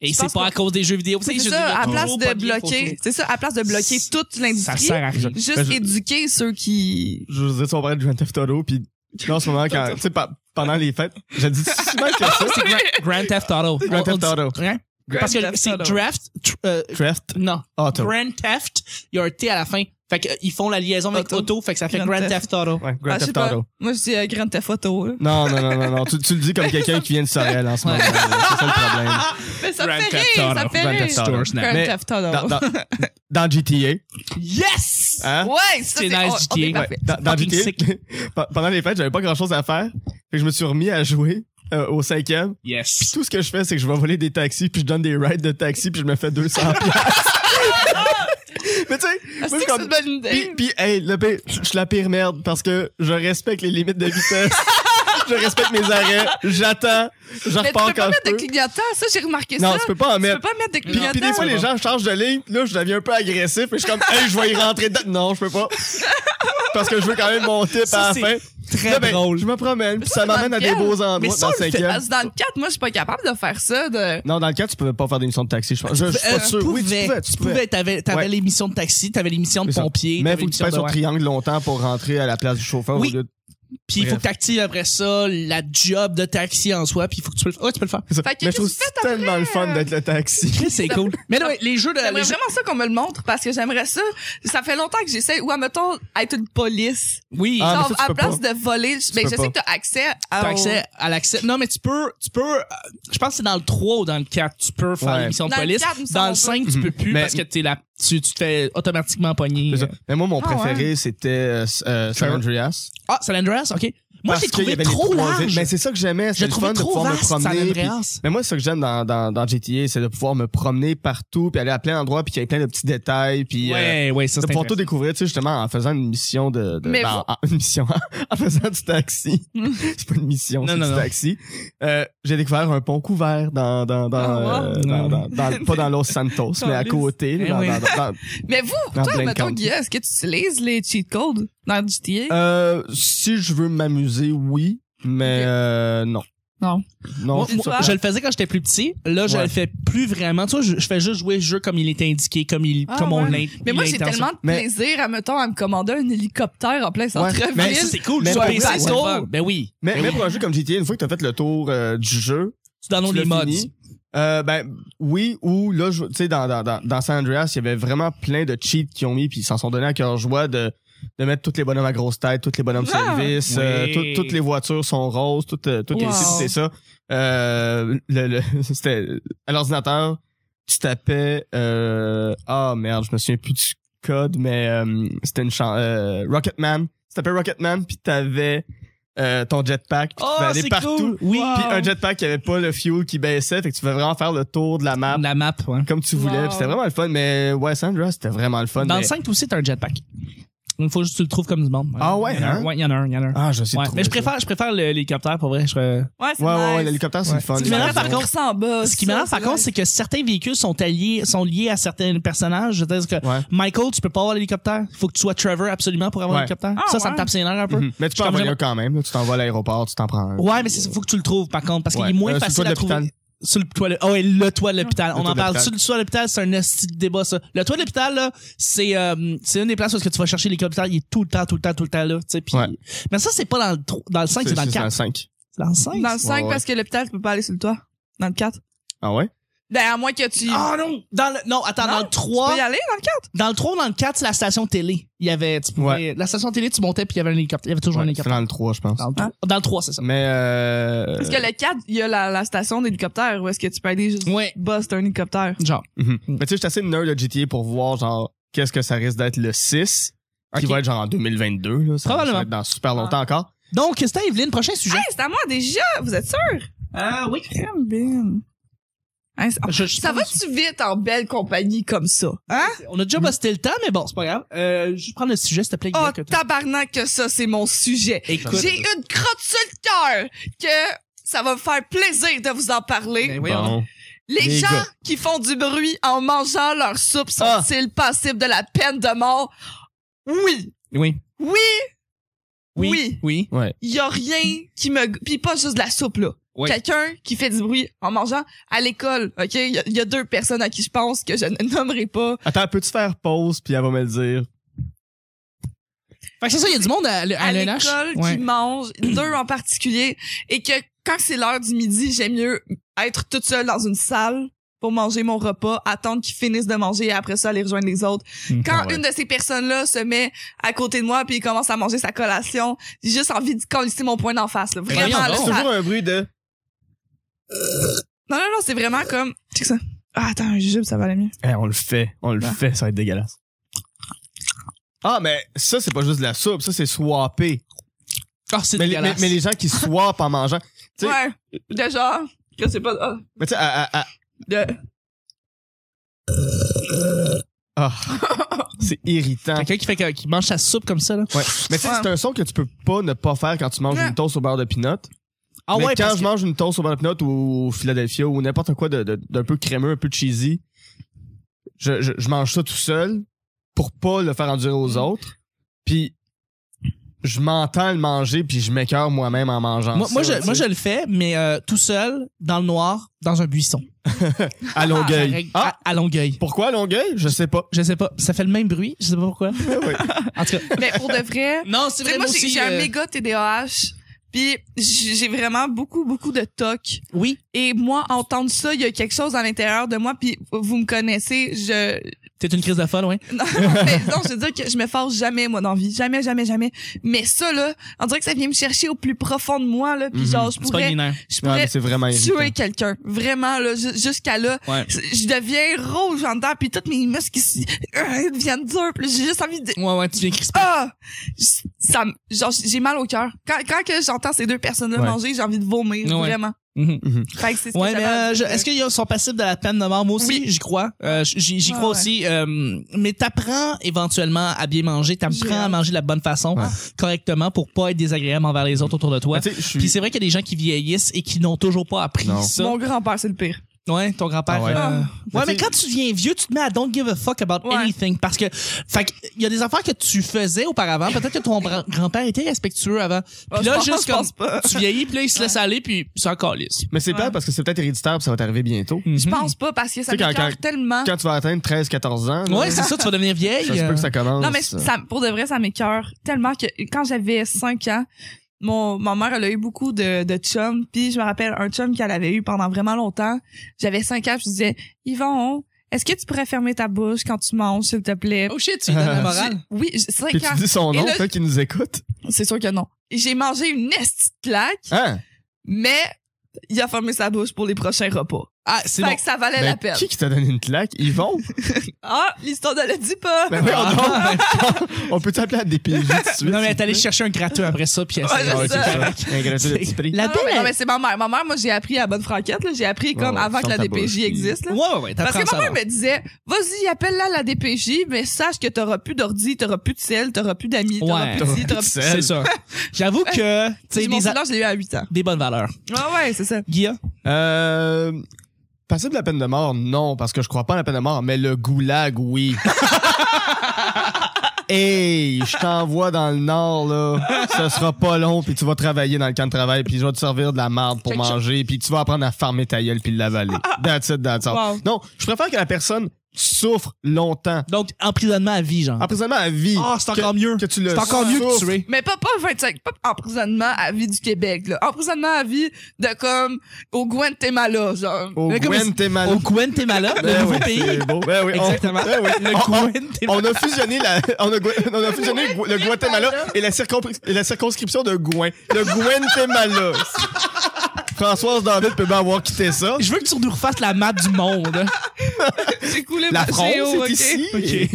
B: Et
C: je
B: c'est
C: pense
B: pas à
C: que-
B: cause des jeux vidéo.
C: c'est
B: Tu sais, je veux
C: ça
B: dire,
C: à
B: toujours
C: place
B: pas
C: de
B: lien photo.
C: bloquer c'est ça à place de bloquer
B: Ça
C: toute
B: Ça
C: l'industrie
B: sert à rien.
C: juste
D: Ben, je-
C: éduquer ceux qui
D: Je vous disais, si on parlait de Grand Theft Auto, puis là, en ce moment, quand, tu sais, pa- pendant les fêtes, j'ai dit souvent que ça.
B: C'est Grand- Grand Theft Auto.
D: Grand
B: On- on
D: Theft
B: dit-
D: Auto.
B: Hein? Parce que
C: Theft
B: c'est
C: Auto.
B: draft, tr- euh,
D: Craft
B: non,
D: Auto.
B: Grand Theft, il y a un T à la fin. Fait que, euh, ils font la liaison avec
C: Auto.
B: auto, fait que ça fait
C: Grand
B: Grand
C: Theft.
B: Theft Auto.
D: Ouais,
C: Ah,
D: Grand
C: je sais
D: Theft
C: pas.
D: Auto.
C: moi je dis euh, grande ta photo là.
D: Non, non, non, non, non. Tu, tu le dis comme quelqu'un qui vient de Sorel en ce moment.
B: Ouais.
D: là. C'est ça le problème.
C: mais ça
B: Grand
C: fait
B: Theft
C: rire Ah, ça
B: Auto.
C: fait
D: Grand
C: rire
D: Theft Auto.
C: Grand
D: Mais
C: Theft Auto.
D: Dans, dans, dans GTA,
B: Yes!
D: hein?
C: ouais ça
B: C'est
C: c'est
B: nice,
C: on- on
B: GTA.
C: est parfait.
D: Dans, dans
B: fucking
D: GTA, pe- pendant les fêtes, j'avais pas grand chose à faire. Fait que je me suis remis à jouer euh, au cinquième. Puis
B: Yes.
D: tout ce que je fais, c'est que je vais voler des taxis, puis je donne des rides de taxi, puis je me fais 200 piastres. Mais tu sais,
C: Ah, c'est
D: moi, je
C: que c'est
D: comme-
C: une bonne
D: Puis,
C: idée
D: puis, hey, le pire, je je suis la pire merde parce que je respecte les limites de vitesse. je respecte mes arrêts. J'attends.
C: mais tu
D: Je
C: peux
D: repars
C: pas
D: quand
C: mettre
D: je
C: de
D: peux.
C: clignotant ça j'ai remarqué
D: Non,
C: ça
D: tu peux pas en
C: tu
D: mettre.
C: peux pas mettre de
D: Puis,
C: clignotant
D: puis des fois, les gens changent de ligne. Là, je deviens un peu agressif. Et je suis comme, hey, je vais y rentrer dedans. Non, je peux pas. Parce que je veux quand même mon tip
B: Ça,
D: à la
B: c'est
D: fin.
B: Très
D: Là, ben,
B: drôle.
D: Je me promène. Puis
C: ça,
D: ça m'amène à des
C: dans le
D: beaux
B: Mais
D: endroits
B: ça, on
D: dans le
B: le fait-
D: cinquième.
C: Parce que dans le 4 moi je suis pas capable de faire ça de
D: Non, dans le cas, tu pouvais pas faire d'émission de taxi, je pense. Je, je suis
B: Euh,
D: pas sûr. Oui, tu pouvais, tu pouvais.
B: T'avais, t'avais
D: Ouais.
B: l'émission de taxi, t'avais l'émission de
D: C'est ça.
B: pompier.
D: Mais
B: t'avais
D: faut que tu
B: l'émission
D: passes
B: de-
D: sur triangle longtemps pour rentrer à la place du chauffeur
B: Oui.
D: au lieu de-
B: Puis il faut
D: Bref.
B: que t'actives après ça la job de taxi en soi, puis il faut que tu peux le... Ouais, tu peux le faire.
C: Fait que
D: Mais je trouve
C: qu'est-ce que tu fais
D: tellement le fun
C: euh?
D: d'être le taxi.
B: Chris, c'est cool. Mais non, les jeux de...
D: Ah,
B: les
C: J'aimerais
B: jeux-
C: vraiment ça qu'on me le montre parce que j'aimerais ça. Ça fait longtemps que j'essaie. Ou, admettons, être une police.
B: Oui.
D: Ah, mais
C: Genre,
D: ça, tu
C: à
D: peux
C: place de voler, je- ben,
D: peux
C: je
D: pas.
C: sais que t'as accès à.
B: T'as
D: Oh.
B: accès à l'accès. Non, mais tu peux, tu peux, euh, je pense que c'est dans le 3 ou dans le 4, tu peux faire
D: Ouais.
B: l'émission de
C: Dans le
B: police.
C: 4, il me
B: dans le
C: semble
B: 5, tu peux plus
D: Mais-
B: parce que t'es là, tu, tu te fais automatiquement pogner.
D: C'est ça. Mais moi, mon
C: Ah,
D: préféré, c'était euh, euh, San
B: Sure.
D: Andreas.
B: Ah, San Andreas, ok. Moi,
D: Parce
B: j'ai
D: qu'il y
B: trouvé
D: avait les
B: trop
D: trois îles.
B: large.
D: Mais c'est ça que j'aimais.
B: J'ai
D: C'était le
B: trouvé
D: fun de
B: trop
D: pouvoir me
B: vaste, San
D: promener. puis-
B: Andreas.
D: Mais moi, c'est ça que j'aime dans, dans, dans GTA, c'est de pouvoir me promener partout, puis aller à plein endroit, puis qu'il y ait plein de petits détails, puis euh,
B: Ouais, ouais, ça
D: de
B: c'est
D: pouvoir tout découvrir, tu sais, justement, en faisant une mission de... de-
C: Mais
D: ben,
C: vous- Mm.
D: en, en- une mission, en faisant du taxi. c'est pas une mission,
B: Non,
D: c'est
B: non,
D: du
B: non.
D: taxi. Euh, J'ai découvert un pont couvert dans... dans, dans,
C: Ah,
D: euh,
B: wow.
D: dans-
B: Non.
D: dans- dans- pas dans Los Santos, mais à
C: Calice.
D: côté.
B: Eh
D: dans-
B: oui.
D: dans- dans-
C: Mais vous,
D: dans
C: toi,
D: Blaine
C: mettons,
D: County.
C: Guilla, est-ce que tu utilises les cheat codes dans GTA?
D: Euh, si je veux m'amuser, oui, mais
C: Ok.
D: euh, non.
C: Non.
D: Non,
B: Moi,
D: je trouve
B: moi,
D: ça-
B: je le faisais quand j'étais plus petit. Là, je
D: Ouais.
B: le fais plus vraiment. Tu vois, je, je fais juste jouer le jeu comme il est indiqué, comme il,
C: Ah,
B: comme on
C: ouais.
B: l'in-
C: mais moi, j'ai
B: l'intention.
C: tellement de
D: Mais-
C: plaisir, à, mettons, à me commander un hélicoptère en plein
D: Ouais,
B: Ça,
D: mais
C: centre-ville.
B: c'est cool.
D: Mais
B: Sur
D: pour
B: PC,
D: vrai,
B: c'est
D: ouais.
B: le fun. Ben oui.
D: Mais,
B: Ben
D: mais
B: oui.
D: pour un jeu comme GTA, une fois que t'as fait le tour euh, du jeu,
B: Tu downloads
D: tu l'as
B: les mods.
D: fini, euh, ben oui, ou là, je- tu sais, dans, dans, dans, dans San Andreas, il y avait vraiment plein de cheats qui ont mis, puis ils s'en sont donnés à cœur joie de de mettre tous les bonhommes à grosse tête, tous les bonhommes
C: Ah!
D: service, euh,
B: Oui.
D: tout- toutes les voitures sont roses, tout, euh, tout est
C: Wow.
D: ici, tout est ça. Euh, le, le- c'était à l'ordinateur, tu tapais euh, ah merde, je me souviens plus du code mais euh, c'était une chan- euh, Rocketman. Tu tapais Rocketman puis t'avais euh, ton jetpack puis
B: Oh,
D: tu pouvais aller
B: c'est
D: partout.
B: cool! Oui.
C: Wow.
D: Puis un jetpack qui avait pas le fuel qui baissait, fait que tu pouvais vraiment faire le tour de la map
B: La map, ouais.
D: comme tu voulais.
C: Wow.
D: Puis C'était vraiment le fun, mais ouais, Sandra, c'était vraiment le fun.
B: Dans
D: mais-
B: le 5, aussi, t'as un jetpack. Il faut juste que tu le trouves comme du monde.
D: Ah ouais,
B: Il y en a un,
D: hein?
B: ouais, il y en a un. il y en a un.
D: Ah, je sais
B: Ouais, mais je préfère, je préfère le- l'hélicoptère pour vrai. Je, serais-
C: Ouais, c'est
D: Ouais, ouais, ouais,
C: nice.
D: l'hélicoptère, c'est
B: Ouais.
D: le fun.
B: Ce qui m'énerve, par
D: Ouais.
B: contre,
C: Course en bas.
B: Ce qui
C: Ah, ça,
B: m'énerve par contre,
C: nice.
B: c'est que certains véhicules sont, alliés, sont liés à certains personnages. Je veux dire que
D: Ouais.
B: Michael, tu peux pas avoir l'hélicoptère. Il faut que tu sois Trevor absolument pour avoir
D: Ouais.
B: l'hélicoptère.
C: Ah,
B: ça, ça me
C: ouais.
B: tape ses nerfs un peu.
D: Mhm. Mais tu peux
B: Je
D: en voler
B: comprends-
D: un quand même. là. Tu t'en vas à l'aéroport, tu t'en prends un. euh,
B: Ouais, mais il faut que tu le trouves par contre parce qu'il
D: Ouais.
B: est moins
D: Euh, sur le
B: facile
D: toit
B: à
D: de l'hôpital.
B: trouver. Sur le toit, de- oh, et le toit de l'hôpital.
D: Le
B: On
D: toit
B: en
D: de
B: parle.
D: l'hôpital.
B: Sur le toit de l'hôpital, c'est un esti de débat, ça. Le toit de l'hôpital, là, c'est, euh, c'est une des places où est-ce que tu vas chercher l'hélicoptère. Il est tout le temps, tout le temps, tout le temps là, tu sais. puis-
D: Ouais.
B: Mais ça, c'est pas dans le, tro- dans le 5, c'est dans le 4.
D: cinq.
B: Dans le 5?
C: Dans le 5,
D: Ouais, ouais.
C: parce que l'hôpital, tu peux pas aller sur le toit. Dans le 4.
D: Ah ouais?
C: Ben, à moins que tu.
B: Ah non! Dans le, non, attends,
C: Non,
B: dans le 3.
C: Tu peux y aller dans le 4?
B: Dans le 3 ou dans le 4, c'est la station télé. Il y avait, tu pouvais- la station télé, tu montais puis il y avait un hélicoptère. Il y avait toujours un
D: Ouais, c'est
B: hélicoptère.
D: dans le 3, je pense.
B: Dans le, trois- dans le 3, c'est ça.
D: Mais euh...
C: Parce que le 4, il y a la, la station d'hélicoptère où est-ce que tu peux aller juste
B: Ouais.
C: bust un hélicoptère.
B: Genre.
D: mhm. Mais tu sais, je suis assez nerd de GTA pour voir genre qu'est-ce que ça risque d'être le 6 qui
B: Ok.
D: va être genre en 2022 là, ça,
B: Probablement. Ah.
D: ça va être dans super longtemps encore.
B: Donc, c'était Evelyne, prochain sujet.
C: Hey, c'est à moi déjà! Vous êtes sûr?
B: Ah oui.
C: Crème bien. Hein, c'est-
B: Je- je-
C: ça va-tu vite en belle compagnie comme ça? Hein?
B: On a déjà posté le temps, mais bon, c'est pas grave. Euh, juste prendre le sujet, s'il te plaît.
C: Oh,
B: Guillaume, que toi-
C: tabarnak que ça, c'est mon sujet.
B: Écoute.
C: J'ai une crotte sur le cœur que ça va me faire plaisir de vous en parler.
B: Ben voyons.
D: Bon.
C: Les,
D: Les
C: gens
D: gars.
C: qui font du bruit en mangeant leur soupe
D: Ah.
C: sont-ils passibles de la peine de mort? Oui.
B: Oui.
C: Oui.
B: Oui. Oui.
D: Ouais.
C: Il y a rien qui me... Puis pas juste de la soupe, là.
B: Oui.
C: Quelqu'un qui fait du bruit en mangeant à l'école, OK? Il y, a- il y a deux personnes à qui je pense que je ne nommerai pas.
D: Attends, peux-tu faire pause puis elle va me le dire.
B: Fait que c'est ça, il y a du monde à, l- à
C: à
B: LNH.
C: l'école
B: Ouais.
C: qui mangent, deux en particulier, et que quand c'est l'heure du midi, j'aime mieux être toute seule dans une salle pour manger mon repas, attendre qu'ils finissent de manger et après ça aller rejoindre les autres.
B: Mm,
C: Quand
D: ah ouais.
C: une de ces personnes-là se met à côté de moi puis commence à manger sa collation, j'ai juste envie de colisser mon poing d'en face. là. Vraiment,
B: voyons
C: là,
B: donc.
D: C'est
C: ça-
D: toujours un bruit de
C: Non, non, non, c'est vraiment comme... Tu sais que ça... Ah, attends, un jujube, ça va aller mieux.
D: Eh, on le fait, on le
C: Ah.
D: fait, ça va être dégueulasse. Ah mais ça c'est pas juste de la soupe, ça c'est swappé.
B: Ah, c'est
D: Mais les, mais,
B: dégueulasse.
D: mais les gens qui swappent en mangeant, Tu sais-
C: Ouais, déjà, que c'est pas... ah,
D: mais tu sais à- à- à-
C: de-
D: ah. c'est irritant.
B: Quelqu'un qui fait que- qui mange sa soupe comme ça, là.
D: Ouais. Mais tu sais, c'est un son que tu peux pas ne pas faire quand tu manges
C: Ouais.
D: une toast au beurre de pinot.
B: Ah
D: Mais
B: ouais,
D: quand
B: parce
D: je
B: que-
D: mange une toast au beurre de pinot ou au Philadelphia ou n'importe quoi de- de- d'un peu crémeux, un peu cheesy, je, je, je mange ça tout seul pour pas le faire endurer aux
B: Mm.
D: autres. Puis je m'entends le manger puis je m'écœure moi-même en mangeant
B: Moi,
D: ça,
B: moi, je,
D: tu
B: moi, je
D: sais.
B: le fais, mais euh, tout seul, dans le noir, dans un buisson.
D: À Longueuil.
B: À,
D: Ah,
B: à Longueuil.
D: pourquoi à Longueuil? Je sais pas.
B: Je sais pas. Ça fait le même bruit. Je sais pas pourquoi.
D: oui.
B: En tout cas.
C: Mais pour de vrai...
B: Non, c'est
C: Tu sais,
B: vrai, moi
C: moi, j'ai
B: aussi,
C: j'ai un
B: euh,
C: méga TDAH, puis j'ai j'ai vraiment beaucoup, beaucoup de toc.
B: Oui.
C: Et moi, entendre ça, il y a quelque chose à l'intérieur de moi, puis vous me connaissez, je...
B: T'es une crise de folle, ouais.
C: Non, mais non, je veux dire que je me force jamais, moi, dans la vie. Jamais, jamais, jamais. Mais ça, là, on dirait que ça vient me chercher au plus profond de moi, là, puis
D: Mhm.
C: genre, je
B: C'est pas
C: pourrais...
B: linéaire.
C: Je
D: Non, Ah, mais
C: pourrais
D: c'est vraiment
C: tuer
D: irritant.
C: quelqu'un. Vraiment, là, ju- jusqu'à là.
B: Ouais.
C: Je deviens rouge en dedans, puis toutes mes muscles, ils s- ils deviennent durs, puis j'ai juste envie de...
B: Ouais, ouais, tu viens crisper.
C: Ah! J- Ça, me- genre, j'ai mal au cœur. Quand, quand que j'entends ces deux personnes-là
D: Ouais.
C: manger, j'ai envie de vomir,
B: Ouais.
C: vraiment.
B: Mhm.
C: Fait que c'est ce que
B: Ouais, mais
C: j'avais à
B: euh, je-
C: dire.
B: est-ce qu'ils sont passibles de la peine de mort? Moi aussi,
C: Oui.
B: j'y crois. Euh, j'y j'y
C: Ouais,
B: crois
C: ouais.
B: aussi. euh, mais t'apprends éventuellement à bien manger.
C: J'ai
B: T'apprends à
C: hâte.
B: manger de la bonne façon,
D: Ouais.
B: correctement, pour pas être désagréable envers les autres autour de toi.
D: Mais tu sais, je suis-
B: Puis c'est vrai qu'il y a des gens qui vieillissent et qui n'ont toujours pas appris
D: Non.
B: ça.
C: Mon grand-père, c'est le pire.
B: Ouais, ton grand-père.
D: Ah ouais.
B: euh, Ouais,
D: Mais
B: mais
D: tu-
B: quand tu deviens vieux, tu te mets à don't give a fuck about
C: Ouais.
B: anything parce que fait que, il y a des affaires que tu faisais auparavant, peut-être que ton bra- grand-père était respectueux avant. Puis
C: Ah, je
B: là
C: pense-
B: juste
C: je
B: comme
C: pense pas.
B: tu vieillis, puis là il se laisse aller puis c'est encore lisse.
D: Mais c'est pas parce que c'est peut-être héréditaire puis ça va t'arriver bientôt.
B: Mm-hmm.
C: Je
B: Mhm.
C: pense pas, parce que ça
D: Tu sais, quand-
C: m'écoeure
D: quand-
C: tellement.
D: Quand tu vas atteindre 13-14 ans, là,
B: Ouais, c'est euh, ça, tu vas devenir vieille.
D: ça se peut que ça commence.
C: Non, mais ça, pour de vrai, ça m'écœure tellement que quand j'avais 5 ans, mon, ma mère, elle a eu beaucoup de, de chums. Puis je me rappelle un chum qu'elle avait eu pendant vraiment longtemps. J'avais 5 ans, je lui disais, Yvon, est-ce que tu pourrais fermer ta bouche quand tu manges, s'il te plaît?
B: Oh shit, tu lui donnes la morale.
C: Oui, 5
D: Puis
C: ans.
D: tu dis son
C: Et
D: nom,
C: là-
D: toi qui nous écoute.
C: C'est sûr que non. Et J'ai mangé une esti de claque.
D: Hein?
C: mais il a fermé sa bouche pour les prochains repas.
B: Ah, c'est
C: Fait
B: bon.
C: que ça valait
D: Ben,
C: la peine.
D: qui qui t'a donné une claque? Yvon?
C: Ah, l'histoire ne le dit pas.
D: Ben, voyons donc.
B: Ah,
D: on peut t'appeler à des PJ tout de suite?
B: non, mais t'es allé chercher un gratteux après ça, puis
C: Ouais,
D: Ah,
B: essayer-
D: ouais,
C: c'est
D: c'est
C: ça.
D: ça. Un gratuit de petit prix.
B: La
C: Ah non, mais,
B: belle-
C: non, mais c'est ma mère. Ma mère, moi, j'ai appris à la bonne franquette. là. J'ai appris comme
D: Ouais, ouais,
C: avant que la
D: ferme ta bouche,
C: DPJ
D: puis-
C: existe. là.
B: Ouais, ouais, ouais,
C: Parce
B: t'apprends
C: que
B: ça.
C: ma mère me disait, vas-y, appelle-la la DPJ, mais sache que t'auras plus d'ordi, t'auras plus de sel, t'auras plus d'amis, t'auras
B: Ouais.
C: plus de ci, t'auras
D: de
C: plus...
D: sel.
B: C'est ça. J'avoue que, tu sais,
C: Puis Mon
B: des, a-
C: silence, je l'ai eu à 8 ans.
B: des bonnes valeurs.
C: Ah ouais, c'est ça.
B: Guilla?
D: Euh, passible la peine de mort, non, parce que je crois pas en la peine de mort, mais le goulag, oui. hey, je t'envoie dans le nord, là. Ce sera pas long, puis tu vas travailler dans le camp de travail, puis je vais te servir de la marde pour
C: Quelque chose.
D: manger, puis tu vas apprendre à farmer ta gueule, puis l'avaler. That's it, that's all.
C: Wow.
D: Non, je préfère que la personne souffre longtemps.
B: Donc, emprisonnement à vie, genre.
D: Emprisonnement à vie.
B: Ah, c'est encore
D: que,
B: mieux.
D: Que tu le
B: C'est encore mieux que
D: souffres.
B: tuer.
C: Mais pas, pas 25, pas emprisonnement à vie du Québec, là. Emprisonnement à vie de comme au Guatemala, genre.
D: Au
B: Mais comme-
D: Guatemala.
B: Au Guatemala, le
D: Ben
B: nouveau
D: oui,
B: pays.
D: c'est beau. Ben oui, on-
B: Exactement.
D: ben oui.
B: Le
D: On- on-
B: Guatemala.
D: On a fusionné la, on a, gu- on a fusionné le, Gu- le Guatemala et la, circon- et la circonscription de Gouin. Le Guatemala. Françoise David peut bien avoir quitté ça.
B: Je veux que tu nous refasses la map du monde.
C: J'ai coulé
D: La
C: ma
D: France,
C: géo,
D: c'est
C: ok?
D: ici.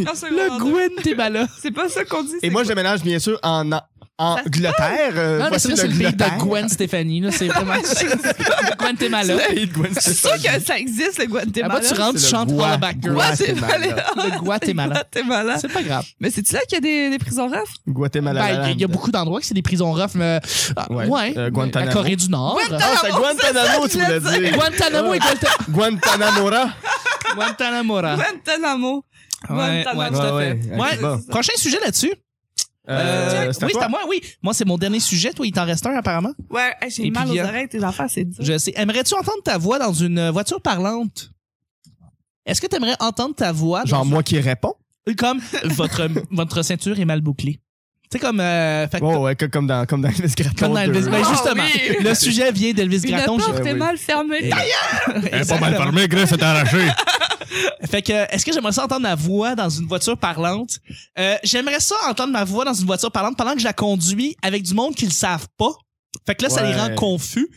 B: Ok.
C: En secondaire
B: Le
C: deux.
D: Euh,
B: Guatemala.
C: C'est pas ça qu'on dit.
D: Et
C: c'est
D: moi,
C: quoi?
D: je déménage bien sûr en en- Angleterre. Euh,
B: Non, mais
D: voici
B: ça, c'est le pays de
D: Angleterre.
B: Gwen Stéphanie. là, C'est vraiment Le Guatemala.
D: Le pays de Gwen
C: C'est sûr que ça existe, le Guatemala.
B: Là-bas, tu rentres, tu
D: C'est le
B: chantes
D: Gua-
B: par la back girl.
D: Gua-
C: Ouais, c'est
D: Guatemala.
C: malin.
B: Le Guatemala.
C: Guatemala.
B: C'est pas grave.
C: Mais c'est-tu là qu'il y a des, des prisons raf?
D: Guatemala.
B: Ben, Il y a- il y, a beaucoup d'endroits que c'est des prisons rough, mais. ah,
D: Ouais.
B: Ouais.
D: Euh,
B: la
D: Guantanamo.
B: Corée du Nord.
C: Guantanamo.
D: Ah, c'est Guantanamo, tu voulais dire.
B: Guantanamo et Guanta-
D: Guantanamora.
B: Guantanamora.
C: Guantanamo. Guantanamo.
B: tout à
D: Ouais,
B: fait.
D: ouais,
B: Ouais,
D: Cuba.
B: Prochain sujet là-dessus.
D: Euh,
B: Euh,
D: c'est à
B: oui, c'est
D: toi.
B: à moi, oui. Moi, c'est mon dernier sujet. Toi, il t'en reste un, apparemment.
C: Ouais, hey, j'ai
B: Et
C: mal
B: puis,
C: aux
B: euh,
C: oreilles, tes enfants, c'est dur.
B: Je sais. Aimerais-tu entendre ta voix dans une voiture parlante? Est-ce que t'aimerais entendre ta voix dans
D: Genre moi qui réponds.
B: une- comme votre, votre ceinture est mal bouclée? Tu sais, comme... euh, fait que-
D: Oh, ouais, comme dans, comme dans Elvis Graton
B: Comme dans Elvis-
D: 2.
B: ben,
C: Ah,
B: justement,
C: oui!
B: le sujet vient d'Elvis
C: Une
B: Gratton.
C: porte
D: j'ai-
C: est
D: oui.
C: mal fermée. Ta gueule!
B: Exactement.
D: Grèce est arrachée.
B: Fait que, est-ce que j'aimerais ça entendre ma voix dans une voiture parlante? Euh, j'aimerais ça entendre ma voix dans une voiture parlante pendant que je la conduis avec du monde qui le savent pas. Fait que là, ça les
D: Ouais.
B: rend confus.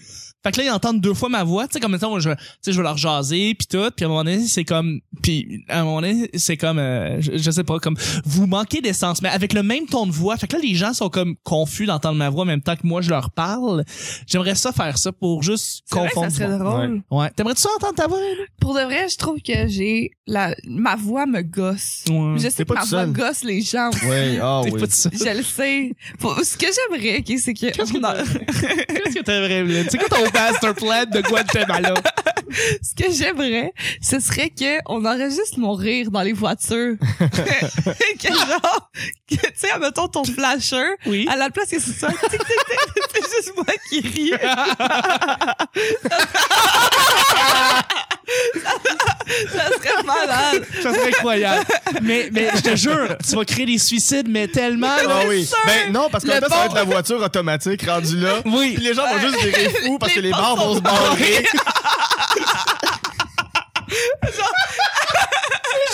B: Fait que là, ils entendent deux fois ma voix. Tu sais, comme, mettons, je, tu sais, je veux leur jaser, puis tout. Puis à un moment donné, c'est comme... Puis à un moment donné, c'est comme... euh, je, je sais pas, comme... Vous manquez d'essence, mais avec le même ton de voix. Fait que là, les gens sont comme confus d'entendre ma voix en même temps que moi, je leur parle. J'aimerais ça faire ça pour juste
C: C'est vrai que
B: confondre
C: ça
B: du
C: serait
B: monde.
C: drôle.
B: Ouais. T'aimerais-tu ça entendre ta voix? Ellie?
C: Pour de vrai, je trouve que j'ai la ma voix me gosse.
B: Ouais.
C: Je
D: T'es
C: sais que
D: pas
C: ma
D: tout
C: voix
D: seul.
C: gosse les gens.
D: Ouais, ah
B: T'es
D: oui.
B: pas tout seul.
C: Je le sais. Faut- Ce que j'aimerais, ok, c'est que,
B: Qu'est-ce que
C: on a-
B: Qu'est-ce que t'aimerais, là? C'est quoi ton master plan de Guatemala?
C: ce que j'aimerais, ce serait que on enregistre mon rire dans les voitures. que genre, que, tu sais, admettons ton flasher,
B: Oui.
C: à la place que c'est ça, tic, tic, tic, c'est juste moi qui ris. ça serait malade.
B: Ça serait incroyable. Mais, mais je te jure, tu vas créer des suicides, mais tellement, là.
D: Ah oui.
C: sûr.
D: Ben non, parce que
C: Le
D: ça va
C: pont-
D: être la voiture automatique rendue là.
B: Oui.
D: Puis les gens vont juste virer fous parce que
C: Les
D: les bars
C: portes
D: vont
C: sont
D: se barrer.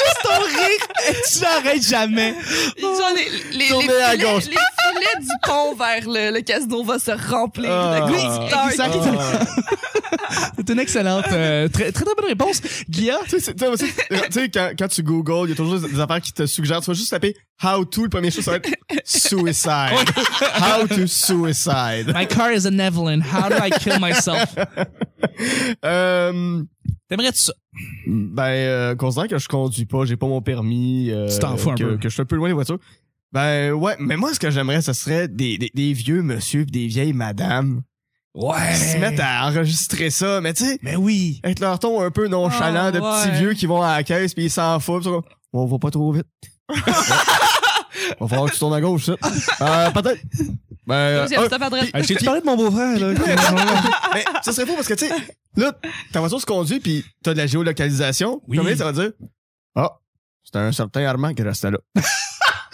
B: Juste ton rire, tu n'arrêtes jamais.
C: Genre, les, les, les,
D: Tournez à
C: filets,
D: gauche.
C: les filets du pont vers le, le casino va se remplir
D: Ah.
C: de
D: Oui,
C: glitsters.
B: exactement.
D: Ah.
B: C'est une excellente, euh, très, très, très bonne réponse. Guilla,
D: Tu sais, c'est- tu sais, aussi, tu sais, quand, quand tu googles, il y a toujours des affaires qui te suggèrent. Tu vas juste taper How to, le premier chose, ça va être Suicide. How to Suicide.
B: my car is an Evelyn. How do I kill myself?
D: Euh,
B: T'aimerais-tu ça?
D: ben, euh, considérant que je conduis pas, j'ai pas mon permis. euh,
B: Tu t'en fous un
D: que,
B: peu.
D: Que je suis un peu loin des voitures. Ben ouais, mais moi, ce que j'aimerais, ce serait des, des, des vieux monsieur pis des vieilles madames
B: Ouais.
D: qui se mettent à enregistrer ça. Mais tu sais,
B: Mais oui.
D: avec leur ton un peu nonchalant
C: Ah,
D: de petits
C: ouais.
D: vieux qui vont à la caisse puis ils s'en foutent. pis ils sont comme, on va pas trop vite. va falloir que tu tournes à gauche, ça. Euh, peut-être. Ben, euh,
C: J'aime
D: un-
C: ça, Padre.
B: Je t'ai Ah, parlé de mon beau-frère, là.
D: mais ça serait faux parce que, tu sais, là, ta voiture se conduit puis t'as de la géolocalisation.
B: Oui.
D: Combien ça va dire? Ah, c'est un certain Armand qui restait là.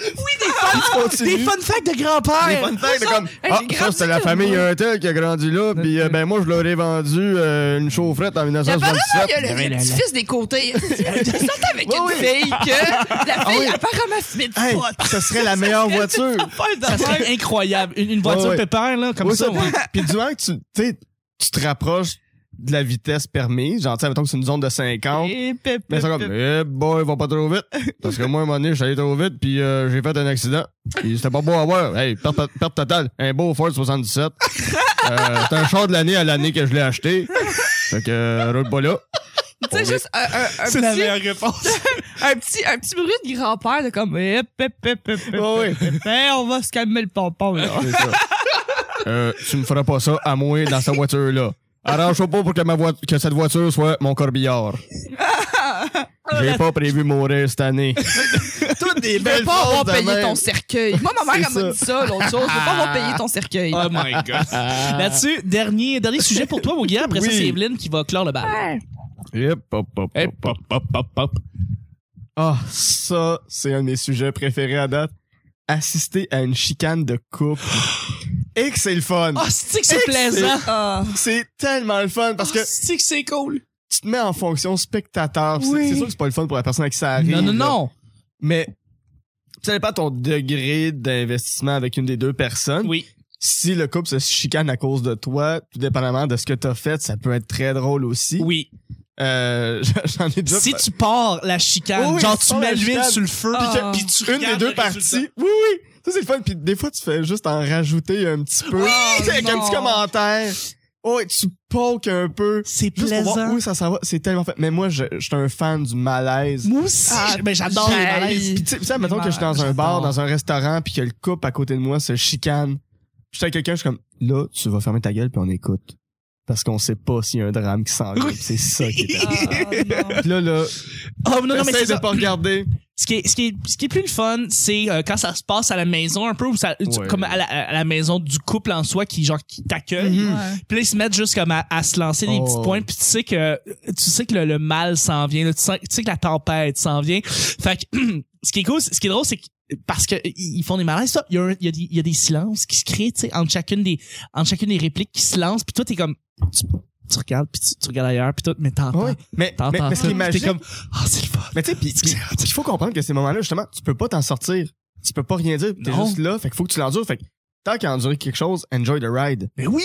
D: oui, des fans.
B: Des fun facts de
D: Des
B: grand-père.
D: fun facts de comme
C: Hey,
D: Ah,
C: j'ai
D: ça
C: grandi
D: c'était la
C: comme
D: famille
C: moi.
D: un tel qui a grandi là puis euh, ben moi je leur ai vendu euh, une chaufferette en
C: Il y a apparemment,
D: 1977.
C: Ah, il y a le, le petit fils des côtés. Il sortait avec
D: Oui,
C: une
D: oui.
C: fille que la
D: Ah
C: fille
D: oui.
C: apparemment se met de
D: Hey,
C: pote.
D: ça serait la meilleure voiture.
B: Ça serait incroyable. Une, une voiture
D: Ouais, ouais.
B: pépère, là, comme
D: Ouais,
B: ça.
D: puis- Puis durant que tu, tu sais, tu te rapproches de la vitesse permise. Genre, tu sais, mettons que c'est une zone de 50.
C: Et pep,
D: Mais
C: pep,
D: c'est comme,
C: pep.
D: eh boy, va pas trop vite. Parce que moi, à un moment donné, je suis allé trop vite, puis euh, j'ai fait un accident. Puis c'était pas beau à voir. Hey, perte, perte totale. Un beau Ford 77. Euh, c'est un char de l'année à l'année que je l'ai acheté. Fait que, euh, roule pas là.
C: Tu sais, juste un, un, un
B: C'est la
C: petit,
B: meilleure réponse.
C: un, petit, un petit bruit de grand-père de comme eh, pep, pep, pep, pep,
D: Oh, oui.
C: pep. Eh, on va se calmer le pompon, là.
D: C'est ça. Euh, tu me feras pas ça à moi dans sa voiture là. Arrange-toi pas pour que, ma voi- que cette voiture soit mon corbillard. J'ai pas prévu mourir cette année.
B: Toutes des
C: Je veux pas avoir
D: phrase de
C: payé
D: même.
C: ton cercueil. Moi, ma mère, elle m'a dit ça, l'autre chose. Je veux
D: Ah.
C: pas avoir payé ton cercueil.
B: Oh my god. Là-dessus, dernier, dernier sujet pour toi, mon gars. Après ça,
D: Oui.
B: c'est Evelyne qui va clore le bal.
D: Hip, hop, hop, hop, hop. Ah, ça, c'est un de mes sujets préférés à date. Assister à une chicane de couple. Et que c'est le fun.
B: Oh, c'est que c'est
D: Excellent.
B: plaisant.
C: Ah.
D: C'est tellement le fun parce que
B: Oh, c'est que c'est cool.
D: tu te mets en fonction spectateur. C'est-
C: Oui.
D: C'est sûr que c'est pas le fun pour la personne à qui ça arrive.
B: Non, non,
D: là.
B: non.
D: Mais ça dépend de ton degré d'investissement avec une des deux personnes.
B: Oui.
D: Si le couple se chicane à cause de toi, tout dépendamment de ce que t'as fait, ça peut être très drôle aussi.
B: Oui.
D: Euh, j'en ai déjà
B: Si tu pars la chicane,
D: Oui, oui,
B: genre tu
D: si tu pars
B: mets
D: la
B: l'huile
D: chicane,
B: sur le feu,
C: puis que-
B: ah.
C: puis
B: tu
D: une des
B: regardes
D: deux
B: le résultat.
D: parties. Oui, oui. Ça, c'est le fun. Puis des fois, tu fais juste en rajouter un petit peu.
B: Ah,
D: Tu sais, avec un
C: non.
D: petit commentaire. Ouais, tu pokes un peu.
B: C'est
D: Juste pour voir
B: plaisant.
D: où ça s'en va. C'est tellement fait. Mais moi, je, je suis un fan du malaise.
B: Moi aussi.
C: Ah,
B: mais ben, j'adore les
C: j'ai-
B: malaises.
D: Puis tu sais- tu sais, mettons que je suis dans un
B: J'adore.
D: bar, dans un restaurant, puis que le couple à côté de moi se chicane. J'étais avec quelqu'un, je suis comme, là, tu vas fermer ta gueule, puis on écoute. Parce qu'on sait pas s'il y a un drame qui s'en vient. puis C'est ça qui est...
C: Ah, non.
D: Puis là, là,
B: Oh, non, non, mais
D: essaye
B: c'est
D: de
B: ça.
D: pas regarder.
B: Ce qui, est, ce, qui est, ce qui est plus le fun, c'est euh, quand ça se passe à la maison un peu, ou ça, tu-
D: Ouais.
B: comme à la, à la maison du couple en soi qui genre qui t'accueille.
D: Mhm.
C: Ouais.
B: Puis là, ils se mettent juste comme à, à se lancer des
D: Oh.
B: petites pointes. Puis tu sais que tu sais que le, le mal s'en vient. là. Tu, sens- tu sais que la tempête s'en vient. Fait que ce qui est cool, c'est- ce qui est drôle, c'est que parce que ils ils font des malaises, ça. Il y, a un- il y a des- il y a des silences qui se créent, tu sais, entre chacune des entre chacune des répliques qui se lancent. Puis toi, t'es comme tu, tu regardes, puis tu, tu regardes ailleurs, puis tout, mais t'entends.
D: Ouais. Mais, mais,
B: T'entends
D: mais ce
B: ça. Puis
D: qui est
B: T'es
D: magique,
B: comme ah c'est le fun.
D: Mais tu sais, pis- pis- pis il faut comprendre que ces moments-là, justement, tu peux pas t'en sortir. Tu peux pas rien dire. T'es
B: Non.
D: juste là. Fait qu'il faut que tu l'endures. Fait que tant qu'à endurer quelque chose, enjoy the ride.
B: Mais oui.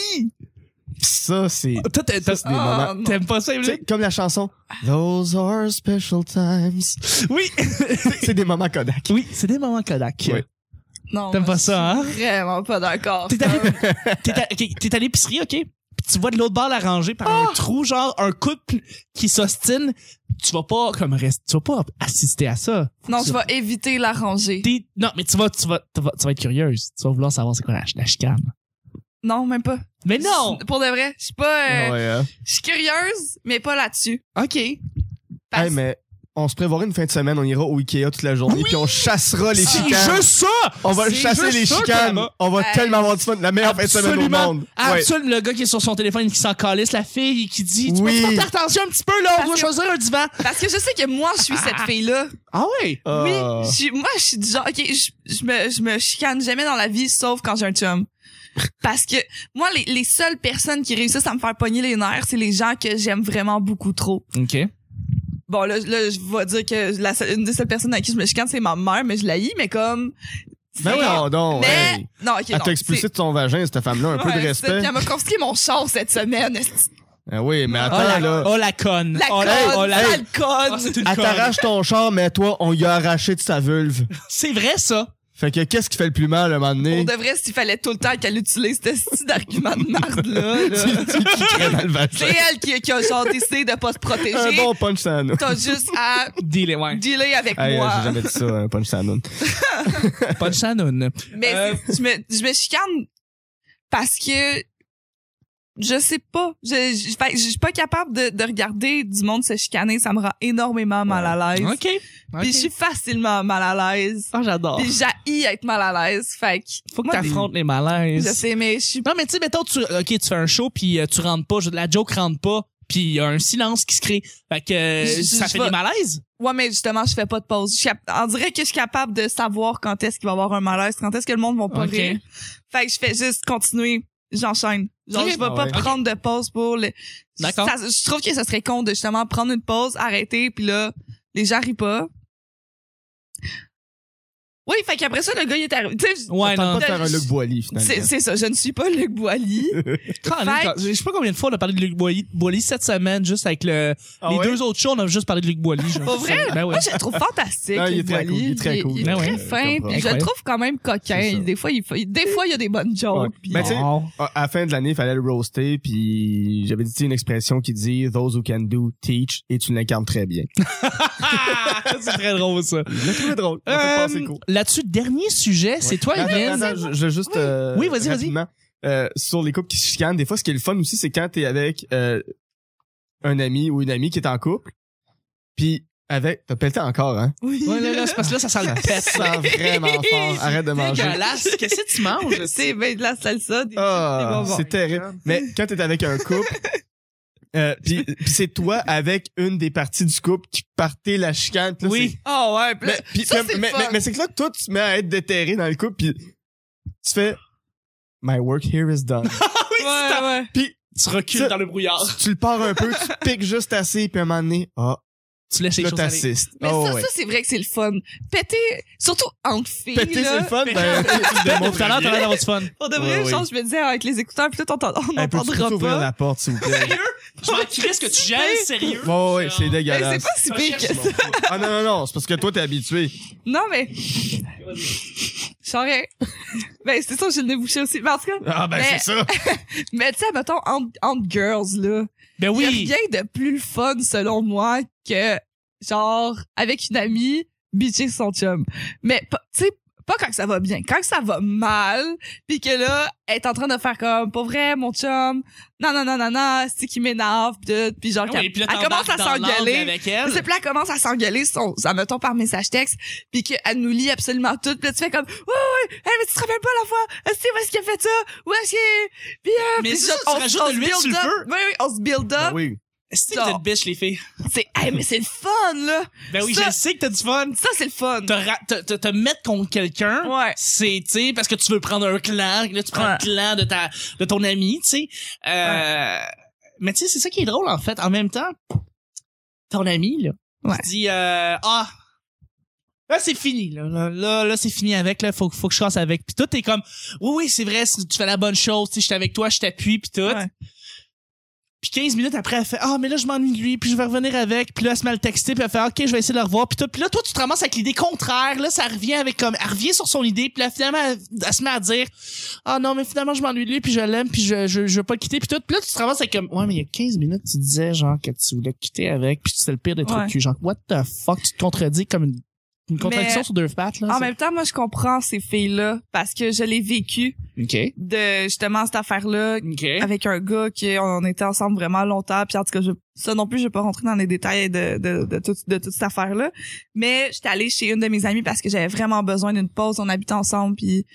D: Pis ça, c'est.
B: Toi, t'es-
D: Ça,
B: t'es-
D: c'est des
C: Ah,
D: moments.
C: non.
B: t'aimes pas ça,
D: Tu
B: Evelyn?
D: sais, comme la chanson Those are special times.
B: Oui.
D: c'est des moments Kodak.
B: oui, c'est des moments Kodak.
D: Oui.
C: Non,
B: T'aimes
C: moi,
B: pas ça,
C: je
B: hein?
C: suis Vraiment pas d'accord.
B: T'es allé, t'es à, ok, t'es à l'épicerie, ok? Puis tu vois de l'autre bord la rangée par
C: Ah!
B: un trou, genre un couple qui s'ostine. Tu vas pas comme reste, tu vas pas assister à ça.
C: Non, je vais éviter la rangée.
B: T'es- non, mais tu vas, tu vas, tu vas, tu vas être curieuse. Tu vas vouloir savoir c'est quoi la, la chicane.
C: Non, même pas.
B: Mais non.
C: Pour de vrai, je suis pas. euh,
D: Ouais, hein.
C: Je suis curieuse, mais pas là-dessus.
B: Ok.
C: Parce-
D: Hey, mais on se prévoira une fin de semaine, on ira au Ikea toute la journée, puis on chassera Ah, les
B: C'est
D: chicanes.
B: juste ça.
D: On va
B: C'est
D: chasser
B: juste
D: les
B: ça,
D: chicanes.
B: Thomas.
D: On va
C: Hey.
D: tellement avoir du fun. La meilleure fin de semaine au
B: Absolument.
D: monde. Ouais.
B: Absolument. Le gars qui est sur son téléphone, qui s'en calisse, la fille qui dit, tu
D: Oui.
B: peux faire attention un petit peu là, on
C: Parce
B: doit
C: que-
B: choisir un divan.
C: Parce que je sais que moi, je suis cette fille-là.
B: Ah ouais.
C: Oui,
D: Ah.
C: je suis- moi, je suis du genre, ok, je, je me, je me chicane jamais dans la vie, sauf quand j'ai un chum. Parce que moi, les, les seules personnes qui réussissent à me faire pogner les nerfs, c'est les gens que j'aime vraiment beaucoup trop.
B: Ok.
C: Bon, là, là je vais dire que la, seule- une des seules personnes à qui je me chicane, c'est ma mère, mais je la hais, mais comme...
D: Ben
C: c'est-
D: voyons donc.
C: mais...
D: hey.
C: Non, ok,
D: Elle
C: non,
D: t'a expulsé
C: c'est-
D: de ton vagin, cette femme-là, un peu
C: Ouais,
D: de
C: c'est-
D: respect.
C: puis Elle m'a confisqué mon char cette semaine. esti.
D: Ah oui, mais
B: Oh
D: attends,
B: la,
D: là.
B: oh la conne.
C: La
B: oh,
C: conne,
B: la- oh, la-
C: la conne.
B: Oh, c'est une
D: Elle
B: conne.
D: t'arrache ton char, mais toi, on lui a arraché de sa vulve.
B: C'est vrai, ça.
D: Fait que qu'est-ce qui fait le plus mal, à un moment
C: Pour
D: donné?
C: de vrai, s'il fallait tout le temps qu'elle utilise ce style d'argument de merde là, là.
D: Tu- tu crées dans le
C: C'est
D: vagin.
C: elle qui, qui a genre décidé de pas se
D: Un
C: protéger.
D: bon punch sano.
C: T'as juste à
B: Dealer, ouais.
C: dealer avec
D: Hey, euh,
C: moi.
D: j'ai jamais dit ça, un punch sano.
B: Pas de Shannon.
C: Mais
B: Euh.
C: c'est- je, me, je me chicane parce que je sais pas. Je, je, fait que je suis pas capable de, de regarder du monde se chicaner. Ça me rend énormément mal à l'aise.
B: OK.
C: Puis je suis facilement mal à l'aise.
B: Ah, j'adore.
C: Puis j'haïs être mal à l'aise. Fait que
B: Faut que
C: moi,
B: t'affrontes les
C: Je
B: malaises.
C: sais, mais je suis
B: Non, mais tu sais, mettons, tu, OK, tu fais un show, puis euh, tu rentres pas, je- la joke rentre pas, puis il y a un silence qui se crée. Fait que euh,
C: Je- je-
B: ça
C: je
B: fait
C: vais-
B: des malaises.
C: Ouais, mais justement, je fais pas de pause. Je suis cap- on dirait que je suis capable de savoir quand est-ce qu'il va y avoir un malaise, quand est-ce que le monde va pas
B: Ok.
C: rire. Fait que je fais juste continuer. J'enchaîne. Genre,
B: Ok.
C: je vais
D: Ah
C: pas
D: ouais.
C: prendre de pause pour le...
B: D'accord.
C: Ça- je trouve que ça serait con de justement prendre une pause, arrêter, puis là, les gens rient pas. Oui, fait qu'après ça, le gars, il est arrivé. Tu sais, je-
B: Ouais,
D: Tente
B: non.
D: pas de faire un Luc Boily, finalement.
C: C'est c'est ça, je ne suis pas Luc Boilly.
B: Colin,
C: Fait-
B: quand- Ah, Je sais pas combien de fois on a parlé de Luc Boilly, Boilly cette semaine, juste avec le,
D: Ah
B: les
D: ouais?
B: deux autres shows, on a juste parlé de Luc Boilly. genre.
C: Pas vrai?
B: Ben ouais.
C: Moi, je le trouve fantastique.
D: Non, Ah, il est
C: Luc
D: très
C: Boilly.
D: cool, il est très cool. Euh,
C: Il est
B: Ah ouais.
C: très fin,
D: Incroyable.
C: puis je le trouve quand même
D: C'est ça.
C: coquin. Des fois, il, fait- des fois, il y a des bonnes jokes.
D: Ouais.
C: puis-
D: Ben, tu sais,
B: Oh.
D: à à la fin de l'année, il fallait le roaster, puis j'avais dit tu sais, une expression qui dit « Those who can do, teach », et tu l'incarnes très bien.
B: Ah, c'est très drôle ça.
D: Je l'ai trouvé drôle. On
B: Euh,
D: fait passer court.
B: Là-dessus, dernier sujet, c'est toi,
D: Attends,
B: Evelyne.
D: attends, je, je veux juste... euh,
B: Oui, vas-y, vas-y.
D: rapidement, euh, sur les couples qui se chicanent, des fois, ce qui est le fun aussi, c'est quand t'es avec euh, un ami ou une amie qui est en couple, puis avec... T'as pelleté encore, hein?
C: Oui.
B: Ouais, là, là, c'est parce que là, ça sent la
D: Ça
B: pète.
D: sent vraiment fort. Arrête de manger.
B: Dégueulasse. Qu'est-ce que tu manges?
C: C'est ben, de la salsa, des des
D: Ah,
C: bonbons.
D: c'est terrible. Mais quand t'es avec un couple, euh, puis puis c'est toi avec une des parties du couple qui partez la chicane. puis là,
B: Oui.
C: Ah
B: Ben
C: ouais, puis
D: c'est-
C: là,
D: Mais, puis
C: ça,
D: comme-
C: c'est
D: mais,
C: fun.
D: mais- mais c'est que là que toi, tu te mets à être déterré dans le couple, puis tu fais « My work here is done
C: ouais, ouais. ».
D: Puis
B: Tu recules
D: Ça-
B: dans le brouillard.
D: tu le pars un peu, tu piques juste assez, puis à un moment donné, ah,
B: Tu laisses les
D: là,
B: choses aller.
D: t'assistes.
C: Mais
D: Oh,
C: ça,
D: ouais.
C: ça c'est vrai que c'est le fun. Péter, surtout entre filles.
D: Péter, c'est
C: là.
D: le fun, ben, tu tu
B: Ben,
D: démontres
B: Tout à l'heure, t'as l'air d'avoir du fun.
C: Pour de
D: Ouais,
C: vrai,
D: ouais.
C: genre, je me disais, ah, avec les écouteurs, puis là, t'entends- on
D: Hey, peux-tu
C: n'entendra
D: plutôt ouvrir
C: pas.
D: la porte, s'il vous plaît?
B: Je m'en crisse que tu gèles, sérieux.
D: Ouais, ouais, c'est
C: Mais
D: dégueulasse.
C: c'est pas si pire que ça.
D: Ah non, non, non, c'est parce que toi, t'es habitué.
C: Non, mais. J'aurais. ben, c'est ça, j'ai le nez bouché aussi. Mais en tout cas,
D: Ah ben,
C: Mais-
D: c'est ça.
C: mais tu sais, mettons, entre, entre girls, là.
B: Ben
C: Il y a
B: oui.
C: rien de plus le fun, selon moi, que, genre, avec une amie, bitcher son chum. Mais, pas- tu sais, pas quand que ça va bien. Quand que ça va mal, puis que là, elle est en train de faire comme, pas vrai, mon chum, non, non, non, non, non, c'est qui m'énerve, pis tout. Puis genre,
B: Ah
C: qu'elle-
B: oui, puis là,
C: elle commence à
B: t'embarques dans l'angle
C: s'engueuler.
B: avec
C: Puis c'est
B: elle.
C: puis là, elle commence à s'engueuler, son, ça, mettons, par message texte, puis qu'elle nous lit absolument tout, puis là, tu fais comme, ouais, ouais, hey, mais tu te rappelles pas la fois, est-ce que- où est-ce qu'il a fait ça, où est-ce qu'il puis, euh,
B: Mais
C: puis
B: c'est
C: là,
B: ça, tu rajoutes de
C: se
B: l'huile sur
C: build
B: le
C: up.
B: feu.
C: Oui, oui, on se build up.
D: Ben oui.
B: Est-ce que vous êtes bitch, les filles?
C: C'est, hey, mais c'est le fun, là.
B: Ben oui,
C: Ça-
B: je sais que t'as du fun.
C: Ça, c'est le fun.
B: Te, ra- te, te, te mettre contre quelqu'un,
C: Ouais.
B: c'est, tu sais, parce que tu veux prendre un clan, là, tu prends
C: Ouais.
B: le clan de ta, de ton ami, tu sais. Euh, mais tu sais, c'est ça qui est drôle, en fait. En même temps, ton ami, là,
C: Ouais.
B: tu dis, euh, ah, là, c'est fini, là, là, là, là, c'est fini avec, là, faut, faut que je fasse avec. Puis tout, t'es comme, oui, oui, c'est vrai, c'est- tu fais la bonne chose, tu sais, je suis avec toi, je t'appuie, puis tout.
C: Ouais.
B: Puis 15 minutes après, elle fait Ah, mais là, je m'ennuie de lui, puis je vais revenir avec. Puis là, elle se met à le texter, puis elle fait Ok, je vais essayer de le revoir. Puis, tout. puis là, toi, tu te ramasses avec l'idée contraire. Là, ça revient avec comme. Elle revient sur son idée, puis là, finalement, elle, elle se met à dire Ah non, mais finalement, je m'ennuie de lui, puis je l'aime, puis je, je, je veux pas le quitter. Puis tout. Puis là, tu te ramasses avec comme Ouais, mais il y a 15 minutes, tu disais genre que tu voulais le quitter avec, puis c'était le pire des trucs
C: Ouais.
B: de cul. Genre, What the fuck, tu te contredis comme une, une contradiction
C: Mais-
B: sur deux pattes, là.
C: En
B: c'est-
C: même temps, moi, je comprends ces filles-là, parce que je l'ai vécu
B: Ok.
C: de, justement, cette affaire-là,
B: Ok.
C: avec un gars qui on était ensemble vraiment longtemps puis en tout cas je, ça non plus je vais pas rentrer dans les détails de de de, tout- de toute cette affaire là mais j'étais allée chez une de mes amies parce que j'avais vraiment besoin d'une pause on habitait ensemble puis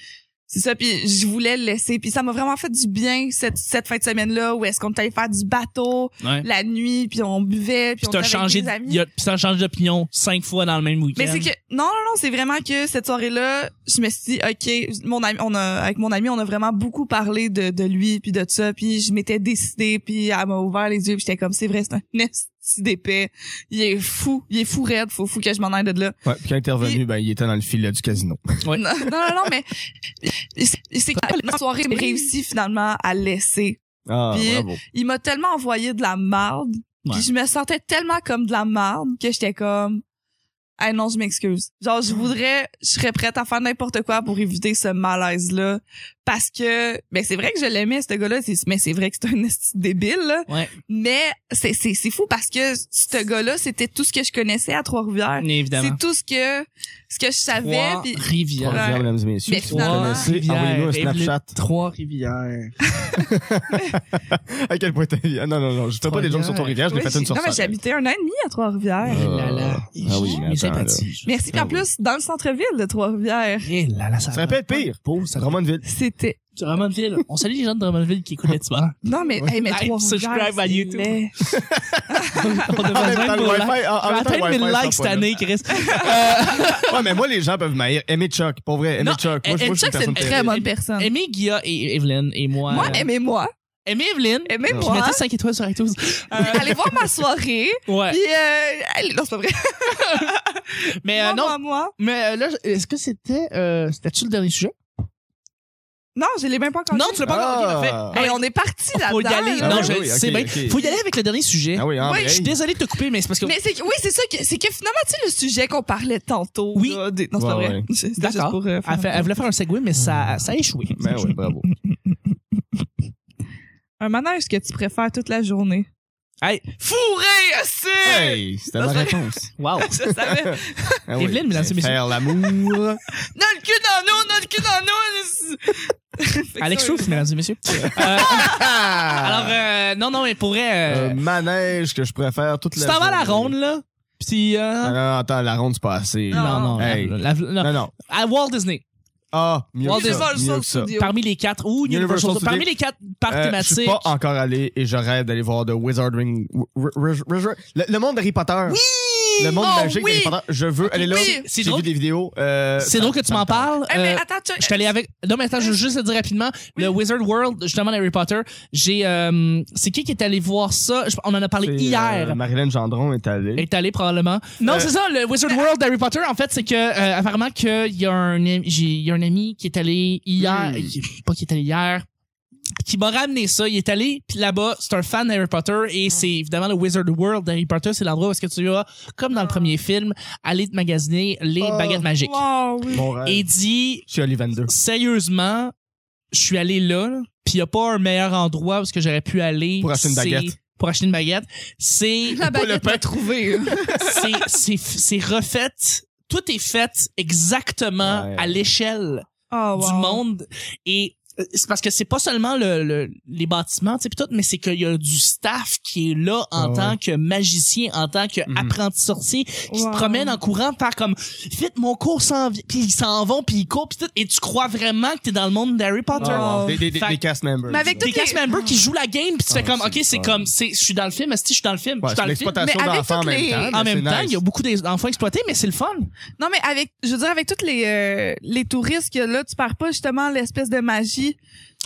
C: c'est ça puis je voulais le laisser puis ça m'a vraiment fait du bien cette cette fin de semaine là où est-ce qu'on allait faire du bateau
B: Ouais.
C: la nuit puis on buvait
B: Puis
C: puis, on
B: t'as
C: était
B: changé,
C: avec des amis
B: y a- puis t'as changé d'opinion cinq fois dans le même week-end.
C: mais c'est que non non non c'est vraiment que cette soirée là je me suis dit ok mon ami on a avec mon ami on a vraiment beaucoup parlé de, de lui puis de ça puis je m'étais décidée puis elle m'a ouvert les yeux puis j'étais comme c'est vrai c'est un esti d'épais il est fou il est fou raide faut fou que je m'en aille de là
D: Ouais, puis quand il est revenu, ben, il était dans le filet du casino.
B: Ouais.
C: non non non mais c'est- c'est que la soirée me réussit finalement à laisser
D: Ah,
C: Puis-
D: bravo.
C: il m'a tellement envoyé de la marde
B: Ouais.
C: puis je me sentais tellement comme de la marde que j'étais comme ah non je m'excuse genre je voudrais je serais prête à faire n'importe quoi pour éviter ce malaise là parce que ben c'est vrai que je l'aimais ce gars-là c'est- mais c'est vrai que c'est un esti de débile là.
B: Ouais.
C: mais c'est c'est c'est fou parce que ce gars-là c'était tout ce que je connaissais à Trois-Rivières
B: Évidemment.
C: c'est tout ce que ce que je savais puis euh,
B: rivières.
D: Ah, Trois rivières, mesdames et messieurs.
C: Mais
D: si vous
C: finalement-
D: connaissez, envoyez-nous un Snapchat.
B: Trois rivières.
D: À quel point t'es... Ah, non, non, non, je fais pas des jokes sur ton rivière, je les
C: Ouais,
D: fait une
C: j'ai-
D: sur
C: non, mais
D: ça.
C: j'habitais un an et demi à Trois-Rivières
D: Euh,
B: là là.
D: ah oui, mais
B: Mes
D: attends,
B: sympathies.
C: merci
D: Ah
C: qu'en
D: oui.
C: plus dans le centre-ville de Trois-Rivières
B: Eh là là, ça
D: Ça répète pire.
B: Pauvre, ça répète.
D: Drummondville.
C: c'était
B: Drummondville. On salue les gens de Drummondville qui écoutent l'Étibard.
C: Non, mais, hey, mais
B: Like,
C: trois
B: subscribe à
C: c'est
B: YouTube.
C: laid.
B: On
D: En
B: devrait
D: même temps,
B: même
D: le
B: pas
D: Wi-Fi, en-
B: Je
D: en
B: vais
D: même temps, le
B: atteindre 1000
D: Wi-Fi,
B: likes
D: ça
B: cette
D: va
B: année, Chris.
D: pas. Ouais, mais moi, les gens peuvent m'haïr. Aimer Chuck, pour vrai. Aimer
B: Non,
D: Chuck. Moi, je
B: Aimer
D: moi, je
B: Chuck,
D: suis
B: c'est
D: une personne
B: une
D: terrible.
C: Très bonne personne.
B: Aimez Euh, Guilla et Evelyn et moi.
C: Moi, aimez-moi.
B: Aimez Evelyn. Je
C: Aimez-moi.
B: mettrais 5 étoiles sur iTunes.
C: Allez voir ma soirée.
B: Ouais.
C: Puis, euh, allez- non, c'est pas vrai.
B: Mais euh,
C: Moi,
B: non,
C: moi, moi.
B: mais euh, là, est-ce que c'était... Euh, C'était-tu le dernier sujet?
C: Non, je l'ai même pas encore.
B: Non,
C: dit.
B: tu l'as pas encore
D: Ah.
B: fait.
C: Hey, on est parti là-dedans.
B: Faut y aller.
D: Ah
B: non,
D: oui,
B: je
D: oui,
B: sais
D: ok,
B: bien.
D: ok.
B: Faut y aller avec le dernier sujet.
D: Ah oui, en
C: Oui,
D: vrai.
B: Je suis désolé de te couper, mais c'est parce que...
C: Mais c'est que- oui, c'est ça que c'est que finalement tu sais le sujet qu'on parlait tantôt.
B: Oui.
C: là, des- non, c'est pas
D: Ouais,
C: vrai.
D: ouais.
C: C'était juste
B: D'accord.
C: pour, euh, faire
B: Elle, fait- elle voulait faire un segway, mais ça, ça a échoué.
D: Ben oui, bravo.
C: un manège que tu préfères toute la journée.
B: Hey,
C: Fourré, c'est.
D: Hey, c'était ma réponse.
B: wow.
C: Je savais.
D: Ah oui.
B: Evelyne, mesdames et messieurs.
D: Faire l'amour.
C: Non, le cul dans l'eau, non, le cul dans l'eau. Fait que
B: Alex
C: ça,
B: Schroef, mesdames et messieurs. Euh, alors, euh, non, non, mais pour vrai... euh,
D: Ah! Un manège que je préfère toute
B: tu
D: la
B: t'en vas à la
D: journée.
B: ronde, là. Puis... euh,
D: Ah, non, attends, la ronde, c'est pas assez.
C: Non.
B: non, non,
D: Hey. Euh,
B: la- la- non.
D: Non, non.
B: À Walt Disney.
D: Ah, mieux
B: Walt
D: que
C: Disney
D: ça.
C: Universal
D: Mieux que ça.
C: Studios.
B: Parmi les quatre. Ou Universal.
D: Universal Studios.
B: parmi les quatre parcs
D: Euh, Je suis
B: thématiques.
D: pas encore allé et je rêve d'aller voir The Wizarding. R- R- R- R- Le, le monde d'Harry Potter. Oui! Le monde
C: Oh,
D: magique
C: oui!
D: d'Harry Potter. Je veux aller là.
C: oui.
B: C'est
D: J'ai
B: drôle.
D: vu des vidéos. euh,
B: C'est
D: ça-
B: drôle que tu
D: ça me
B: m'en
D: tente.
B: parles.
D: Eh,
C: Hey, Eh, mais
B: Euh,
C: attends, tu-
B: Je suis allé avec. Non, mais attends, je veux juste le dire rapidement. Le Wizard World, justement, d'Harry Potter, j'ai. euh, c'est qui qui est allé voir ça? Je- On en a parlé
D: C'est,
B: hier.
D: euh, Marilyn Gendron est allée.
B: est allé probablement. Non,
D: Euh,
B: c'est ça, le Wizard World d'Harry Potter, en fait, c'est que euh, apparemment qu'il y, a un ami- j'ai- il y a un ami qui est allé hier,
D: Hmm.
B: qui- pas qui est allé hier, qui m'a ramené ça. Il est allé, puis là-bas, c'est un fan d'Harry Potter, et c'est évidemment le Wizard World d'Harry Potter, c'est l'endroit où est-ce que tu vas, comme dans le premier film, aller te magasiner les
D: Oh,
B: baguettes magiques.
C: Wow, oui.
D: Mon rêve.
B: Et dit,
D: Je suis allé 22.
B: sérieusement, je suis allé là, là, puis il n'y a pas un meilleur endroit où est-ce que j'aurais pu aller.
D: Pour acheter une
B: c'est-
D: baguette.
B: Pour acheter une baguette. C'est
C: La baguette
D: pain.
C: pas trouvée.
B: hein. c'est c'est c'est refait tout est fait exactement
D: Ouais.
B: à l'échelle
C: Oh,
B: du monde et euh, c'est parce que c'est pas seulement le, le- les bâtiments tu sais pis tout mais c'est qu'il y a du staff qui est là en
D: Ah ouais.
B: tant que magicien en tant que
D: Mhm.
B: apprenti sorcier qui
C: Wow.
B: se promène en courant par comme vite mon cours s'en vient puis ils s'en vont puis ils courent pis tout et tu crois vraiment que t'es dans le monde d'Harry Potter
C: Oh.
D: Ah, Des, des- des-
B: Fait-
D: des cast members.
C: Mais avec
B: des
C: toutes les-
B: cast members qui jouent la game puis tu fais
D: Ah,
B: comme
D: c'est
B: ok c'est
D: fun.
B: comme c'est je suis dans le film est-ce que je suis dans le film je
D: Ouais,
B: suis
D: c'est
B: dans le film
D: l'exploitation
C: mais avec
D: d'enfants en
C: toutes
D: même
C: les-
D: temps.
B: en
D: mais
B: même
D: c'est
B: temps,
D: nice.
B: il y a beaucoup d'enfants exploités, mais c'est le fun.
C: Non, mais avec, je veux dire, avec tous les, euh, les touristes que là, tu perds pas justement l'espèce de magie.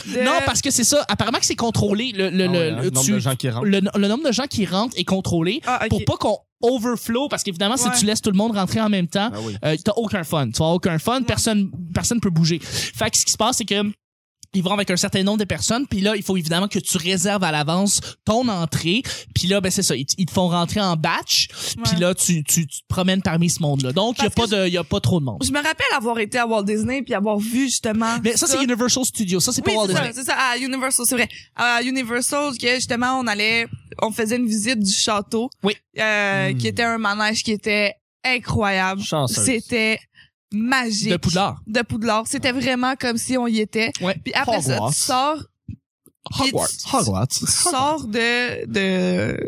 C: de-
B: Non, parce que c'est ça. Apparemment que c'est contrôlé. Le, le,
D: Euh. Ah
B: le,
D: ouais, hein,
B: le-
D: le nombre
B: tu-
D: de gens qui rentrent.
B: le- le nombre de gens qui rentrent est contrôlé
C: Ah, ok.
B: pour pas qu'on overflow, parce qu'évidemment,
C: Ouais. Ben
B: si tu laisses tout le monde rentrer en même temps,
D: Ah oui.
B: euh, t'as aucun fun. Tu vas avoir aucun fun, personne personne peut bouger. Fait que ce qui se passe, c'est que ils vont avec un certain nombre de personnes, puis là, il faut évidemment que tu réserves à l'avance ton entrée, puis là, ben c'est ça, ils, te- ils te font rentrer en batch, puis
C: Ouais.
B: là, tu, tu, tu te promènes parmi ce monde-là. Donc, il y a pas
C: Parce
B: de, il y a pas trop de monde.
C: Je me rappelle avoir été à Walt Disney puis avoir vu justement.
B: Mais ça, c'est Universal Studios, ça, c'est pas
C: Oui,
B: Walt
C: c'est
B: Disney.
C: ça, c'est ça, à Universal, c'est vrai. À Universal, que justement, on allait, on faisait une visite du château.
B: Oui.
C: Euh,
D: Hmm.
C: Qui était un manège qui était incroyable.
D: Chanceuse.
C: C'était magique.
B: De Poudlard.
C: De Poudlard. C'était vraiment comme si on y était.
B: Ouais.
C: Puis après ça,
D: Hogwarts.
C: tu sors, puis tu-
D: Hogwarts.
C: tu sors de, de,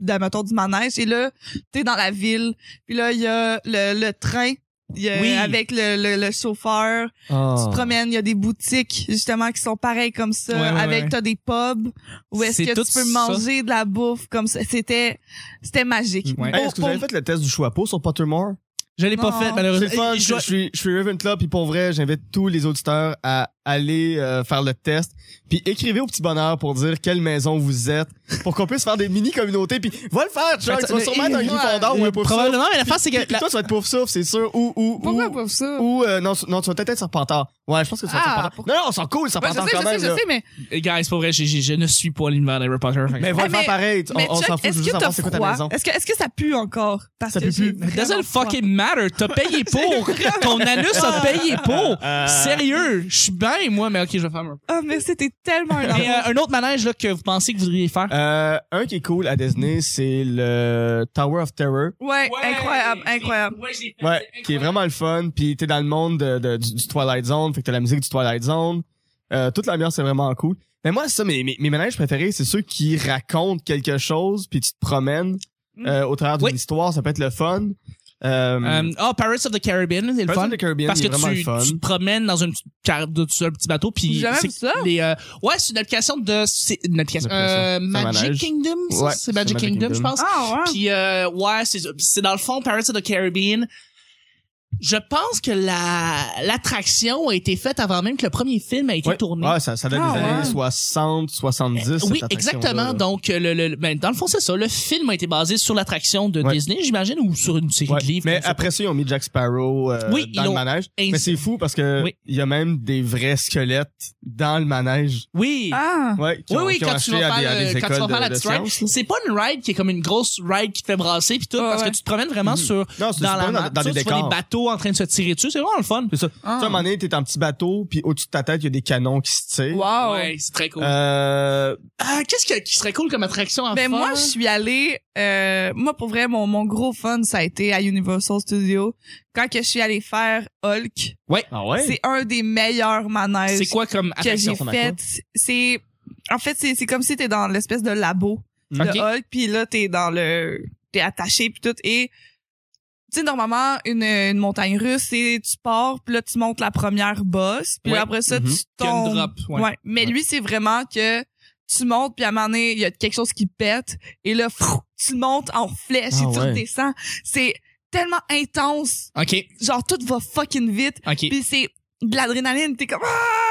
C: de, mettons, du manège et là, t'es dans la ville. Puis là, il y a le, le train. il y a-
B: Oui.
C: Avec le, le, le chauffeur.
D: Ah.
C: Tu te promènes, il y a des boutiques justement qui sont pareilles comme ça,
B: Ouais, ouais,
C: avec
B: ouais.
C: t'as des pubs où est-ce
B: C'est
C: que
B: tout
C: tu peux
B: ça.
C: manger de la bouffe comme ça. C'était c'était magique.
B: Ouais.
D: Hey, Est-ce que vous avez fait le test du choix pot sur Pottermore?
B: Je l'ai pas
C: Non.
B: fait,
D: C'est
B: malheureusement.
D: le fun,
B: Et
D: je,
B: Euh, je dois-
D: je suis, je suis Ravenclaw, puis pour vrai, j'invite tous les auditeurs à aller euh, faire le test, puis écrivez au petit bonheur pour dire quelle maison vous êtes, pour qu'on puisse faire des mini-communautés, puis va le faire, Chuck,
B: Attends,
D: tu vas
B: mais- euh,
D: sûrement être un
B: Ouais.
D: Gryffondor ou un Poufsouffle,
B: Probablement, mais la fin, c'est
D: puis,
B: que.
D: puis
B: la-
D: toi, tu vas être Poufsouffle, c'est sûr, ou... ou ou,
C: ça?
D: ou euh, non, tu- non, tu vas peut-être être Serpentard. Ouais, je pense que tu vas être
C: Ah,
D: Serpentard. Non, non, on s'en coule,
C: Ouais, Ben, je
D: Serpentard
C: sais,
D: quand
C: je sais,
D: même,
C: je
D: là.
C: sais, mais,
B: Eh, Guys, pour vrai, j'ai- j'ai- je ne suis pas l'univers d'Harry Potter. fait que-
D: Mais va le
C: mais-
D: faire pareil, on-
C: mais
D: on, s'en
C: Chuck,
D: fout, je
C: est-ce
D: veux
C: que
D: juste
C: t'as
D: savoir c'est quoi ta maison.
C: froid? Est-ce que, est-ce que ça pue encore? Parce
B: Ça
C: que
B: peut
C: j'ai
B: plus.
C: vraiment
B: Doesn't
C: froid.
B: fucking matter. T'as payé pour. Ton anus a payé
D: Euh,
B: pour. Sérieux. Je suis bien, moi, mais ok, je vais faire un.
C: Ah, mais c'était tellement un
B: Mais euh,
C: amour.
B: un autre manège là, que vous pensez que vous devriez faire.
D: Euh, un qui est cool à Disney, c'est le Tower of Terror.
C: Ouais, incroyable, incroyable.
D: Ouais, qui est vraiment le fun. Puis t'es dans le monde de, de- du, du Twilight Zone, fait que t'as la musique du Twilight Zone. Euh, toute l'ambiance c'est vraiment cool. Mais moi, c'est ça, mes, mes, mes manèges préférés, c'est ceux qui racontent quelque chose, puis tu te promènes
C: Mm.
D: euh, au travers d'une
B: Oui.
D: histoire, ça peut être le fun. Euh,
B: Euh, oh, Pirates of the Caribbean, c'est le
D: Pirates
B: fun.
D: of the Caribbean,
B: Parce
D: il est
B: que
D: vraiment
B: tu,
D: le fun.
B: tu te promènes dans une petite car- de- sur un petit bateau puis
C: J'ai jamais
B: c'est
C: vu ça.
B: les euh, ouais c'est une application de c'est une application,
D: Une application.
B: euh,
D: C'est un
B: Magic
D: manège.
B: Kingdom ça,
D: Ouais,
B: c'est Magic Kingdom, je pense
C: Ah, ouais.
B: Puis euh, ouais, c'est c'est dans le fond Pirates of the Caribbean. Je pense que la l'attraction a été faite avant même que le premier film a été
D: Ouais.
B: tourné.
D: Ouais, ça, ça date
C: Ah,
D: des années
C: ouais.
D: 60, 70. cette
B: oui,
D: attraction-là,
B: exactement.
D: là.
B: Donc, euh, le, le- ben, dans le fond, c'est ça. Le film a été basé sur l'attraction de
D: Ouais.
B: Disney, j'imagine, ou sur une série
D: Ouais.
B: de livres.
D: Mais
B: comme ça.
D: après ça, ils ont mis Jack Sparrow euh,
B: Oui, ils
D: dans
B: l'ont
D: le manège.
B: ainsi-
D: Mais c'est fou parce que
B: Oui.
D: il y a même des vrais squelettes dans le manège.
B: Oui.
C: Ah!
D: Ouais, qui
B: Oui,
D: ont-
B: oui,
D: qui ont
B: quand tu,
D: acheté
B: vas
D: à des-
B: faire,
D: à des
B: euh, quand tu vas
D: écoles
B: faire la
D: de- de
B: petite ride,
D: sciences.
B: c'est pas une ride qui est comme une grosse ride qui te fait brasser puis tout,
C: Ouais,
B: parce
C: ouais.
B: que tu te promènes vraiment
D: Ah, Mhm.
B: sur
D: Non, c'est
B: dans
D: c'est
B: la
D: pas dans, dans
B: nature,
D: des
B: tu vois
D: décors.
B: des bateaux en train de se tirer dessus, c'est vraiment le fun.
D: C'est ça. Tu
C: Ah.
D: sais, à un moment donné, t'es en petit bateau, puis au-dessus de ta tête, il y a des canons qui se tirent.
C: Wow!
B: Ouais, c'est très cool.
D: Euh,
B: Ah, qu'est-ce que- qui serait cool comme attraction à
C: Ben
B: faire?
C: moi, je suis allée. euh, moi, pour vrai, mon, mon gros fun, ça a été à Universal Studios quand que je suis allée faire Hulk.
D: ah ouais?
C: C'est un des meilleurs manèges
B: c'est quoi comme
C: que
B: attraction
C: j'ai
B: qu'on a
C: fait. C'est en fait, c'est c'est comme si t'es dans l'espèce de labo
D: Mm.
C: de
B: Ok.
C: Hulk, puis là t'es dans le t'es attaché puis tout et tu sais normalement une, une montagne russe c'est tu pars puis là tu montes la première bosse puis
B: Ouais. Mm-hmm.
C: après ça
D: Mhm.
C: tu
B: Qu'il y a une
C: tombes
B: drop, ouais.
C: mais
D: Ouais.
C: lui c'est vraiment que tu montes puis à un moment donné il y a quelque chose qui pète et là frou, tu monte en flèche
D: Ah
C: et tu
D: ouais.
C: redescends c'est tellement intense
B: OK,
C: genre tout va fucking vite
B: OK.
C: puis c'est de l'adrénaline, t'es comme ah! Tu-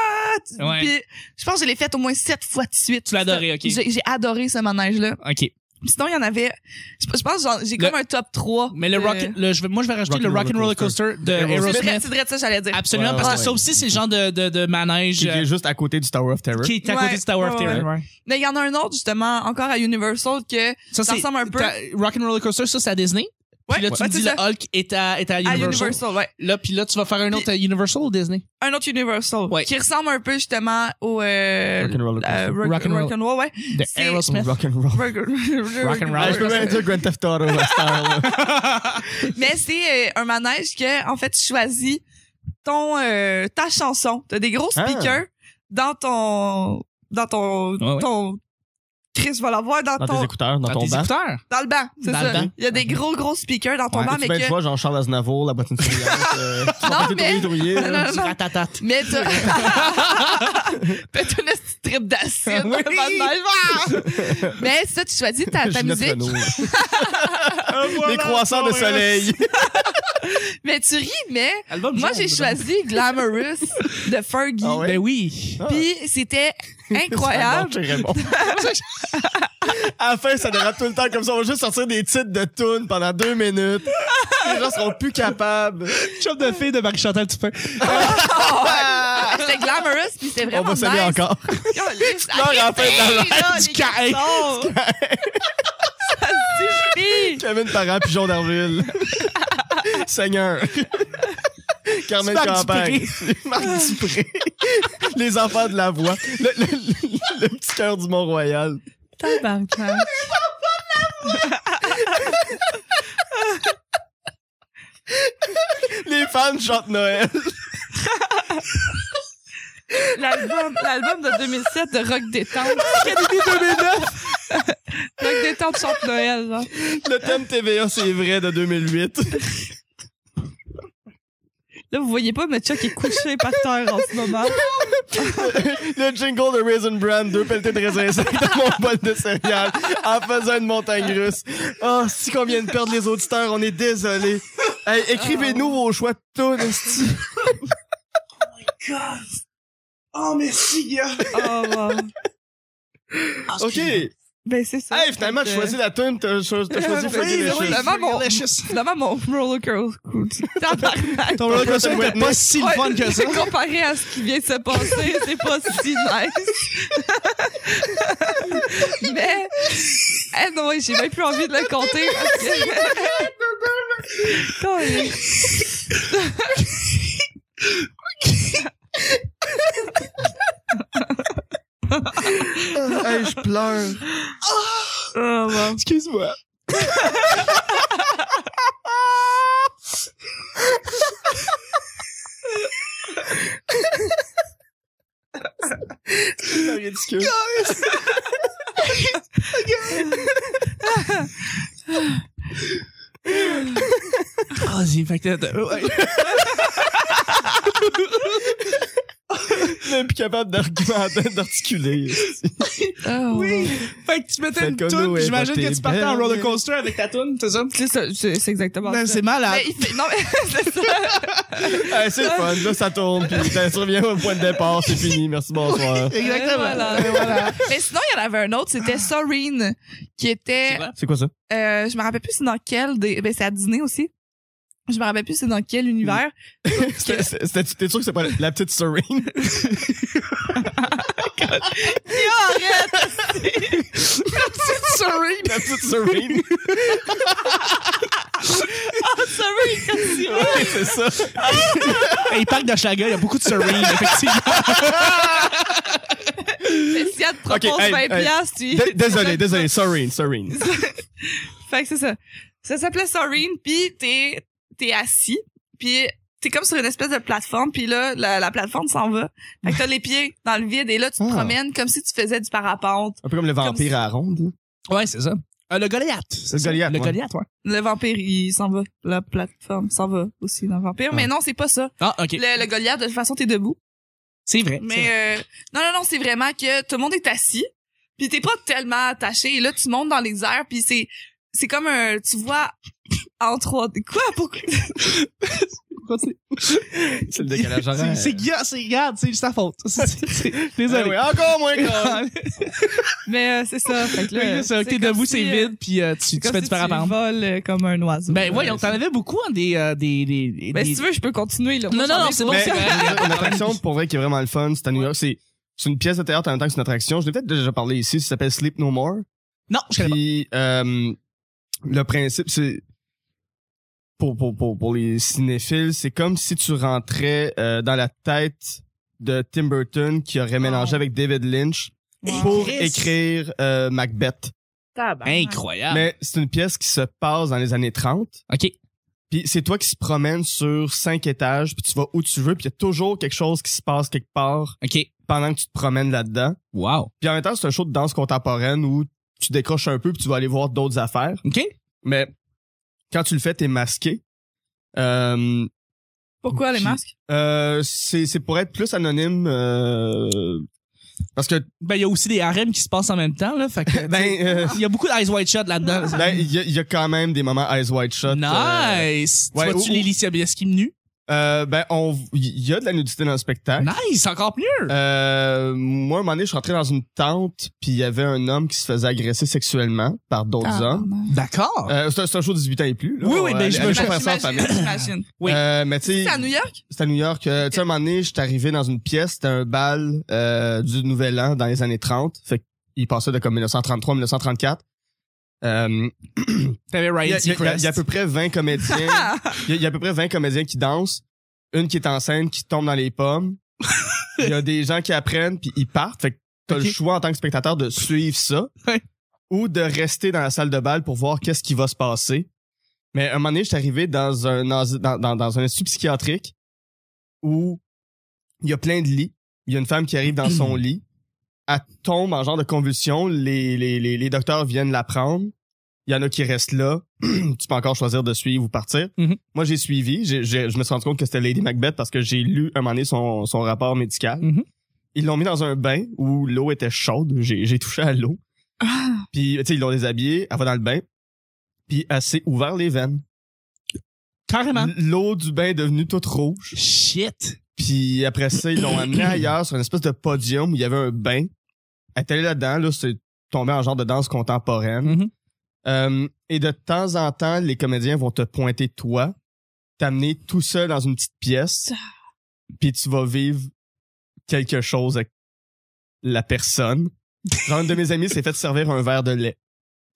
B: Ouais.
C: Puis je pense que je l'ai fait au moins sept fois de suite.
B: Tu l'as adoré, ok.
C: J'ai j'ai adoré ce manège-là.
B: OK.
C: Sinon, il y en avait, je je pense, genre, j'ai
B: Le-
C: comme un top 3.
B: Mais le
C: de-
B: rock, le- je vais- moi, je vais rajouter le rock and roller coaster de
D: Aerosmith.
C: C'est vrai,
B: Aerosmith.
C: c'est vrai de ça, j'allais dire.
B: Absolument,
D: Ouais,
B: parce que
D: ouais.
B: ça aussi, c'est le genre de, de, de manège
D: Qui
B: euh,
D: est juste à côté du Tower of Terror.
B: qui est à côté
C: Ouais,
B: du Tower of
C: ouais,
B: Terror.
C: Mais il y en a un autre, justement, encore à Universal, que
B: Ça,
C: ça
B: c'est
C: ressemble un peu
B: t'as- Rock and Roller Coaster, ça, c'est à Disney. Puis là, tu
C: ouais,
B: me
C: c'est
B: dis le
C: ça.
B: Hulk est à, est à
C: à
B: Universal.
C: Universal, ouais.
B: Là, puis là, tu vas faire un autre à Universal ou Disney?
C: Un autre Universal.
B: Ouais.
C: Qui ressemble un peu, justement, au, euh,
D: Rock'n'Roller
C: euh, rock,
B: Rock and roll.
C: rock and roll, ouais.
B: De
C: C'est-
B: Aerosmith.
D: Rock'n'Roll.
C: Rock, rock
B: and roll.
D: Ah, je peux même dire Grand Theft Auto, là, style, là.
C: Mais c'est euh, un manège que, en fait, tu choisis ton, euh, ta chanson. T'as des gros
D: Ah.
C: speakers dans ton, dans ton,
B: Ouais, ouais.
C: ton, Chris va l'avoir dans,
D: Dans
C: ton,
D: tes écouteurs, dans
B: Dans
D: ton
B: tes
D: banc.
B: écouteurs.
C: dans le banc. C'est
B: Dans le
C: ça.
B: banc.
C: Il y a des gros, gros speakers dans ton banc,
D: Ouais,
C: mais
D: tu vas
C: que,
D: être genre Charles Aznavour, la bottine souriante, euh, tu vas
C: Non,
D: péter
C: mais-
D: ton ouvrier,
C: Non,
D: là.
C: non,
B: Du
C: non.
B: ratatat.
C: mais t'as, t'as une petite trip d'acide dans
B: Oui.
C: le manège. Ah! mais ça, tu choisis ta, ta
D: Ginette
C: musique.
D: Renaud, là.
C: Ah,
D: Les croissants de soleil.
C: Mais tu ris, mais moi, j'ai choisi Glamorous de Fergie.
D: Ah ouais?
B: Ben oui.
C: Puis c'était incroyable.
D: Ça marche, Raymond. à la fin, ça dérape tout le temps comme ça. On va juste sortir des titres de tunes pendant deux minutes. Les gens seront plus capables.
B: Chop de fille de Marie-Chantal Toupin.
C: Ah, C'était glamorous, puis c'était
D: On
C: vraiment
D: va s'aimer
C: nice.
D: encore.
C: Caliste,
D: pleures
C: arrêtez,
D: en fait dans la-
C: là,
B: du
C: les
B: carré.
C: garçons. Ça suffit.
D: Kevin Parent, Pigeon d'Arville. Seigneur. Carmen
B: Marc
D: Campagne. Marc Dupré. Les enfants de la voix. Le, le- le- le petit cœur du Mont-Royal. Les fans chantent Noël.
C: L'album, l'album de 2007 de Rock Détente.
D: Académie 2009.
C: Rock Détente chante Noël, genre.
D: Le thème TVA, c'est vrai, de 2008.
C: Là, vous voyez pas, mais Chuck est couché par terre en ce moment.
D: Le jingle de Raisin Bran, deux pelletés de raisin sec dans mon bol de céréales en faisant une montagne russe. Oh, si qu'on vient de perdre les auditeurs, on est désolé. Hey, écrivez-nous vos choix de tunes, esti.
B: Oh, merci, gars.
C: Oh, wow.
D: OK. Hey,
C: Ben, c'est ça.
D: finalement, tu choisis la tune, t'as cho- t'as choisi
C: Oui,
D: Freddy
C: oui,
D: Delicious.
C: Finalement, mon, finalement, mon roller girl. Tabarnak.
B: Ton roller coaster
D: Witness.
B: était pas si le fun que ça.
C: Ouais, Comparé à ce qui vient de se passer, c'est pas si nice. Mais, eh non, j'ai même plus envie de le compter parce que. Quand même.
D: Hey, je pleure.
C: Oh, bon.
D: Excuse-moi. C'est ridicule.
B: Ah, j'ai fait que...
D: Le capable d'argumenter, d'articuler.
C: oui.
B: Fait que tu mettais
D: Fait
B: une
D: comme
B: toune,
D: nous,
B: puis
D: ouais,
B: j'imagine
D: t'es
B: que tu partais en
D: belle.
B: roller coaster avec ta toune, c'est ça?
C: C'est ça, c'est c'est exactement
B: Ben,
C: ça.
B: c'est malade.
C: Mais il fait- non, mais c'est ça.
D: Ah, c'est le fun, là, ça tourne, puis ça revient au point de départ, c'est fini, merci, bonsoir.
B: Exactement.
C: Et voilà.
B: Et voilà.
C: Mais sinon, il y en avait un autre, c'était Sorine, qui était,
D: C'est quoi ça?
C: euh, je me rappelle plus c'est dans quel, des, ben c'est à dîner aussi. Je me rappelle plus c'est dans quel univers.
D: C'était- c'était- T'es sûr que c'est pas la- la petite serene?
C: Sorine!
D: La petite
C: Sorine!
D: serene? Ouais, c'est ça.
B: Et il parle de Chaga, il y a beaucoup de serene, effectivement.
C: si elle te propose
D: Ok, hey,
C: 20
D: hey.
C: piastres, tu...
D: D- désolé, désolé, serene, serene.
C: Fait que c'est ça. Ça s'appelait Sorine, puis t'es t'es assis, puis t'es comme sur une espèce de plateforme, puis là la, la plateforme s'en va. Fait que t'as les pieds dans le vide et là tu te
D: Ah.
C: promènes comme si tu faisais du parapente,
D: Un peu comme le vampire à la ronde, là.
B: Ouais, c'est ça. Euh, le Goliath. c'est
D: Le
B: ça?
D: Goliath,
B: Le
D: ouais.
B: Goliath, ouais.
C: le vampire il s'en va, la plateforme s'en va aussi dans le vampire,
D: Ah.
C: mais non c'est pas ça.
B: Ah, OK.
C: Le, le Goliath de toute façon t'es debout,
B: C'est vrai. c'est vrai.
C: mais euh, non non non c'est vraiment que tout le monde est assis, puis t'es pas tellement attaché et là tu montes dans les airs puis c'est c'est comme un tu vois en 3D quoi pourquoi
D: C'est le décalage
B: C'est-
D: horaire.
B: C'est Guilla- c'est- regarde, c'est sa faute. C'est- c'est- c'est- Désolé.
D: Ah oui, encore moins grave.
C: mais euh, c'est ça fait que là,
B: C'est OK, debout,
C: comme
B: c'est
C: si, euh,
B: vide, puis euh, tu, tu
C: Comme
B: fais
C: si
B: du parapente.
C: Tu voles euh, comme un oiseau.
B: Ben, voyons, t'en avais beaucoup, hein, des, euh, des, des, des-
C: Ben, si tu veux, je peux continuer, là.
B: Non,
C: Moi,
B: non,
C: j'en
B: non,
C: ai
B: c'est
C: pas.
B: bon,
D: Mais
B: c'est correct.
D: une attraction pour vrai qui est vraiment le fun, c'est à New York. C'est c'est une pièce de théâtre en même temps que c'est une attraction. Je l'ai peut-être déjà parlé ici. Ça s'appelle Sleep No More.
B: Non, je connais pas.
D: Puis euh, le principe, c'est pour, pour, pour, pour les cinéphiles, c'est comme si tu rentrais euh, dans la tête de Tim Burton qui aurait mélangé avec David Lynch
C: Wow.
D: pour
B: Chris.
D: écrire euh, Macbeth.
B: Incroyable.
D: Mais c'est une pièce qui se passe dans les années 30.
B: OK.
D: Puis c'est toi qui se promènes sur cinq étages, puis tu vas où tu veux, puis il y a toujours quelque chose qui se passe quelque part
B: OK.
D: pendant que tu te promènes là-dedans.
B: Wow.
D: Puis en même temps, c'est un show de danse contemporaine où tu décroches un peu puis tu vas aller voir d'autres affaires.
B: OK.
D: Mais quand tu le fais, t'es masqué. Euh,
C: Pourquoi les
D: Puis-
C: masques?
D: euh, c'est c'est pour être plus anonyme euh, parce que
B: Ben, il y a aussi des harems qui se passent en même temps, là. Fait que,
D: ben euh,
B: il y a beaucoup d'Eyes Wide Shut là-dedans.
D: ben, il y, a- il y a quand même des moments eyes wide shut. Euh,
B: Nice.
D: ouais,
B: tu vois-tu
D: ou-
B: Lily Sobieski nue?
D: euh, ben on il y a de la nudité dans le spectacle.
B: Nice, encore mieux.
D: Euh, moi, un moment donné, je suis rentré dans une tente, puis il y avait un homme qui se faisait agresser sexuellement par d'autres
C: Ah,
D: hommes.
B: D'accord.
D: Euh, c'est un- c'est un show de 18 ans et plus. là.
B: Ah. Oui, oui,
D: On-
B: ben,
D: allez-
B: je me-
D: allez
B: je
D: pas
B: me-
D: faire ça en famille.
C: J'imagine, j'imagine.
B: Oui.
D: Euh, mais tu sais,
C: C'est à New York?
D: c'est à New York. Euh, tu sais, un moment donné, j'étais arrivé dans une pièce, c'était un bal euh, du Nouvel An dans les années 30. Fait qu'il passait de comme 1933 1934. Euh,
B: T'avais
D: il y, a-
B: Ryan
D: il y a- il y a à peu
B: Seacrest.
D: près 20 comédiens.
C: Ah!
D: Il y, a- il y a à peu près 20 comédiens qui dansent, une qui est en scène qui tombe dans les pommes. Il y a des gens qui apprennent puis ils partent. Fait que t'as
B: Ok.
D: le choix en tant que spectateur de suivre ça
B: Ouais.
D: ou de rester dans la salle de bal pour voir qu'est-ce qui va se passer. Mais à un moment donné, je suis arrivé dans un as- dans, dans, dans un institut psychiatrique où il y a plein de lits. Il y a une femme qui arrive dans son lit. Elle tombe en genre de convulsion. Les, les, les, les docteurs viennent la prendre. Il y en a qui restent là. tu peux encore choisir de suivre ou partir.
B: Mhm.
D: Moi, j'ai suivi. J'ai- j'ai- je me suis rendu compte que c'était Lady Macbeth parce que j'ai lu un moment donné son, son rapport médical.
B: Mhm.
D: Ils l'ont mis dans un bain où l'eau était chaude. J'ai j'ai touché à l'eau. Puis, tu sais, ils l'ont déshabillée. Elle va dans le bain. Puis, elle s'est ouvert les veines.
B: Carrément.
D: L'eau du bain est devenue toute rouge.
B: Shit.
D: Puis après ça, ils l'ont amené ailleurs sur une espèce de podium où il y avait un bain. Elle est allée là-dedans, là, c'est tombé en genre de danse contemporaine.
B: Mhm.
D: Euh, et de temps en temps, les comédiens vont te pointer toi, t'amener tout seul dans une petite pièce, puis tu vas vivre quelque chose avec la personne. Genre, une de mes amies s'est fait servir un verre de lait.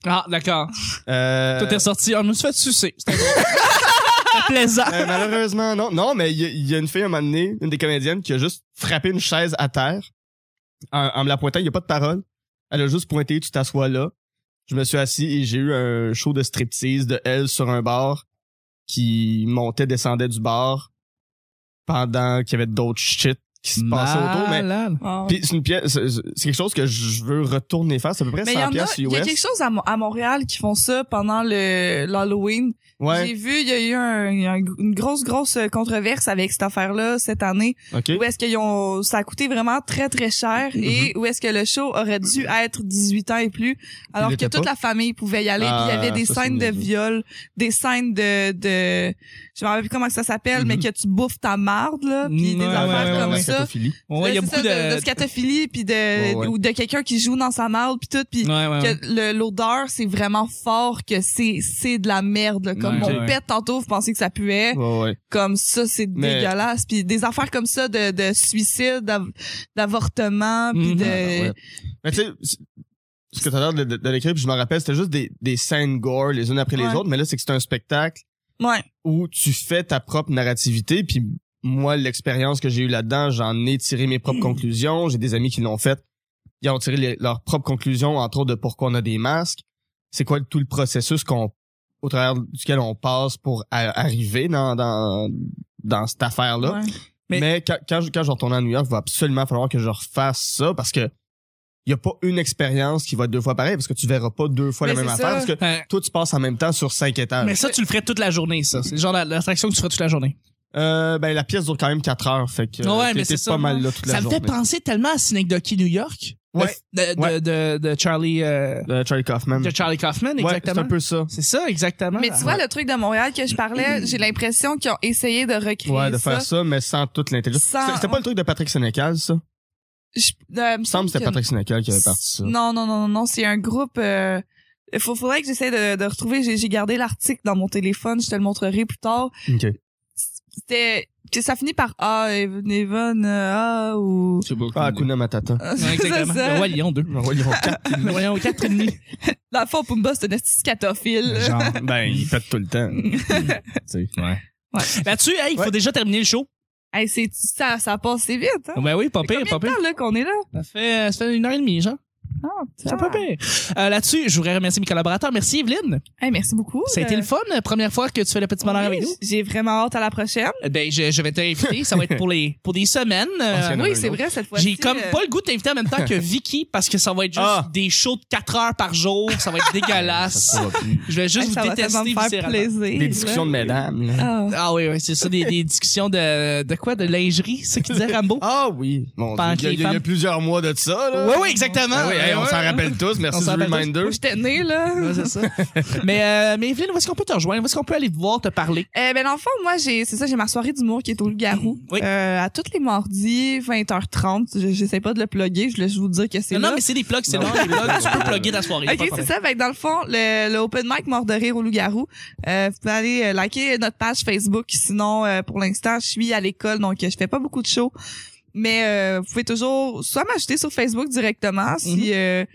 B: Ah, d'accord.
D: Euh,
B: Toi, t'es sorti. On nous fait sucer. C'était bon. C'était plaisant.
D: Euh, malheureusement, non. Non, mais il y, a- il y a une fille, à un moment donné, une des comédiennes, qui a juste frappé une chaise à terre en, en me la pointant. Il n'y a pas de parole. Elle a juste pointé, tu t'assois là. Je me suis assis et j'ai eu un show de striptease de elle sur un bar qui montait, descendait du bar pendant qu'il y avait d'autres shit qui se passait autour. Mais
B: Malade.
C: Ah, ouais.
D: puis c'est une pièce, c'est c'est quelque chose que je veux retourner faire. C'est à peu près
C: Mais il y
D: 100
C: en a,
D: pièces
C: il
D: US.
C: y a quelque chose à, Mo- à Montréal qui font ça pendant le l'Halloween. J'ai
D: ouais,
C: vu, il y a eu un- il y a eu une grosse, grosse euh, controverse avec cette affaire-là cette année.
D: ok.
C: Où est-ce qu'ils ont, ça a coûté vraiment très, très cher et où est-ce que le show aurait dû être 18 ans et plus, alors que
D: l'était
C: toute
D: pas.
C: la famille pouvait y aller. Puis il y
D: Ah,
C: avait des
D: ça, c'est
C: scènes de
D: niaiseux.
C: viol, des scènes de, de, je me rappelle plus comment ça s'appelle, mais que tu bouffes ta marde, là, puis des
B: Ouais,
C: affaires
B: ouais, ouais,
C: comme
B: ouais.
C: ça.
D: Scatophilie.
B: Ouais, il y a
C: Euh, C'est
B: beaucoup
C: ça, de,
B: de.
C: de scatophilie puis de
D: Ouais, ouais.
C: ou de quelqu'un qui joue dans sa marde puis tout puis
B: Ouais, ouais, ouais.
C: que le- l'odeur c'est vraiment fort que c'est c'est de la merde là. comme
B: Ouais,
C: mon
B: ouais.
C: pète tantôt vous pensez que ça puait
D: Ouais, ouais.
C: comme ça c'est
D: Mais-
C: dégueulasse puis des affaires comme ça de, de suicide d'av- d'avortement puis
B: Mhm.
C: de
D: Ouais. Mais tu sais, c- ce que tu as l'air de, de, de décrire, puis je me rappelle, c'était juste des, des scènes gore les unes après les
C: Ouais.
D: autres, mais là, c'est que c'est un spectacle
C: ouais
D: où tu fais ta propre narrativité, puis moi, l'expérience que j'ai eue là-dedans, j'en ai tiré mes propres conclusions, j'ai des amis qui l'ont fait, ils ont tiré les- leurs propres conclusions, entre autres, de pourquoi on a des masques, c'est quoi tout le processus qu'on au travers duquel on passe pour a- arriver dans, dans, dans cette affaire-là.
C: ouais.
B: Mais-
D: Mais, quand, quand, je, quand je retourne à New York, il va absolument falloir que je refasse ça parce que il n'y a pas une expérience qui va être deux fois pareille parce que tu verras pas deux fois
C: Mais
D: la même
C: c'est
D: affaire
C: ça.
D: parce que
B: Ouais.
D: toi, tu passes en même temps sur cinq étages.
B: Euh, Mais ça, tu le ferais toute la journée, ça. C'est le genre la- l'attraction que tu ferais toute la journée.
D: Euh, ben, la pièce dure quand même quatre heures, fait que euh,
B: Ouais,
D: t'es-
B: mais c'est
D: t'es
B: ça.
D: pas mal là toute la
B: Ça me
D: journée.
B: fait penser tellement à Synecdoche, New York. Euh,
D: Ouais.
B: De, de,
D: Ouais.
B: de, de Charlie, euh,
D: De Charlie Kaufman.
B: de Charlie Kaufman,
D: Ouais, c'est
B: exactement.
D: un peu ça.
B: c'est ça, exactement.
C: mais tu vois le truc de Montréal que je parlais j'ai l'impression qu'ils ont essayé de recréer
D: Ouais, de
C: ça.
D: faire ça, mais sans toute l'intelligence.
C: Sans-
D: C'était- C'était pas le truc de Patrick Sénécal, ça?
C: Je- euh, il me
D: Il me semble que c'était
C: que-
D: Patrick Sénécal qui avait parti ça.
C: Non, non, non, non, non, c'est un groupe. Euh, faut, faudrait que j'essaie de, de retrouver. J'ai j'ai gardé l'article dans mon téléphone. Je te le montrerai plus tard.
D: Ok.
C: C'était. que Ça finit par A, Evan, euh, A ou.
D: Ah, Kuna Matata.
B: Ouais, exactement.
C: C'est ça.
B: Le Roi Lion 2. Le Roi Lion 4. Le Roi Lion 4 et demi.
C: Dans le fond, Pumba, c'est un esti scatophile.
B: Genre.
D: ben, il pète tout le temps. ouais.
B: Là-dessus, hey, il faut
D: Ouais.
B: déjà terminer le show.
C: Hey, c'est ça, ça a passé vite. Hein?
B: Ben oui, pas
C: Combien
B: pire,
C: de
B: pas pire.
C: temps là qu'on est là
B: Ça fait, ça fait une heure et demie, genre.
C: Ah,
B: C'est pas pire. Euh, Là-dessus, je voudrais remercier mes collaborateurs. Merci, Evelyne.
C: Hey, merci beaucoup.
B: Ça a été
C: Euh,
B: le fun, la première fois que tu fais le petit bonheur
C: oui,
B: avec nous.
C: J'ai vraiment hâte à la prochaine.
B: Euh, Ben, je, je vais t'inviter. Ça va être pour, les, pour des semaines. Euh,
D: Parce qu'il y en a
C: oui,
D: un
C: c'est
D: autre.
C: vrai cette fois-ci.
B: J'ai comme
C: euh,
B: pas le goût de t'inviter en même temps que Vicky parce que ça va être juste
D: Ah.
B: des shows de 4 heures par jour. Ça va être dégueulasse.
D: Ça va plus.
B: je vais juste
C: euh, hey,
B: vous
C: ça va
B: détester
C: tellement me faire
B: viscéralement.
C: plaisir.
D: Des discussions de
C: là.
D: mesdames. là.
C: Ah.
B: Ah oui, oui, c'est ça, des, des discussions de, de quoi? De lingerie, c'est ce qu'il disait Rambo?
D: Ah oui. Bon,
B: Pendant que
D: il y, a-
B: les
D: il y a- il y a
B: femmes-
D: plusieurs mois de ça. Là.
B: Oui, oui, exactement.
D: Ah oui, hey, on
B: Ouais,
D: s'en
B: ouais.
D: rappelle tous.
B: On
D: Merci
B: s'en
D: du
B: rappelle tous.
D: reminder.
C: Moi, j'étais née, là.
B: Ouais, c'est ça. mais, euh, mais Evelyne, où est-ce qu'on peut te rejoindre? Où est-ce qu'on peut aller te voir, te parler?
C: Euh, ben, dans le fond, moi, j'ai, c'est ça, j'ai ma soirée d'humour qui est au Loup-Garou.
B: Oui.
C: Euh, à tous les mardis, 20h30. Je- J'essaie pas de le plugger, je voulais juste vous dire que c'est
B: Non,
C: là.
B: non, mais c'est des plugs, c'est
D: Non,
B: là.
D: oui.
B: des plugs, tu peux plugger ta soirée. pas de
C: Ok, c'est
B: problème.
C: ça. Fait que dans le fond, le, le open mic mort de rire au loup-garou. Euh, vous pouvez aller euh, liker notre page Facebook. Sinon, euh, pour l'instant, je suis à l'école, donc euh, je fais pas beaucoup de shows. Mais euh, vous pouvez toujours soit m'ajouter sur Facebook directement. Si
B: Mhm.
C: euh,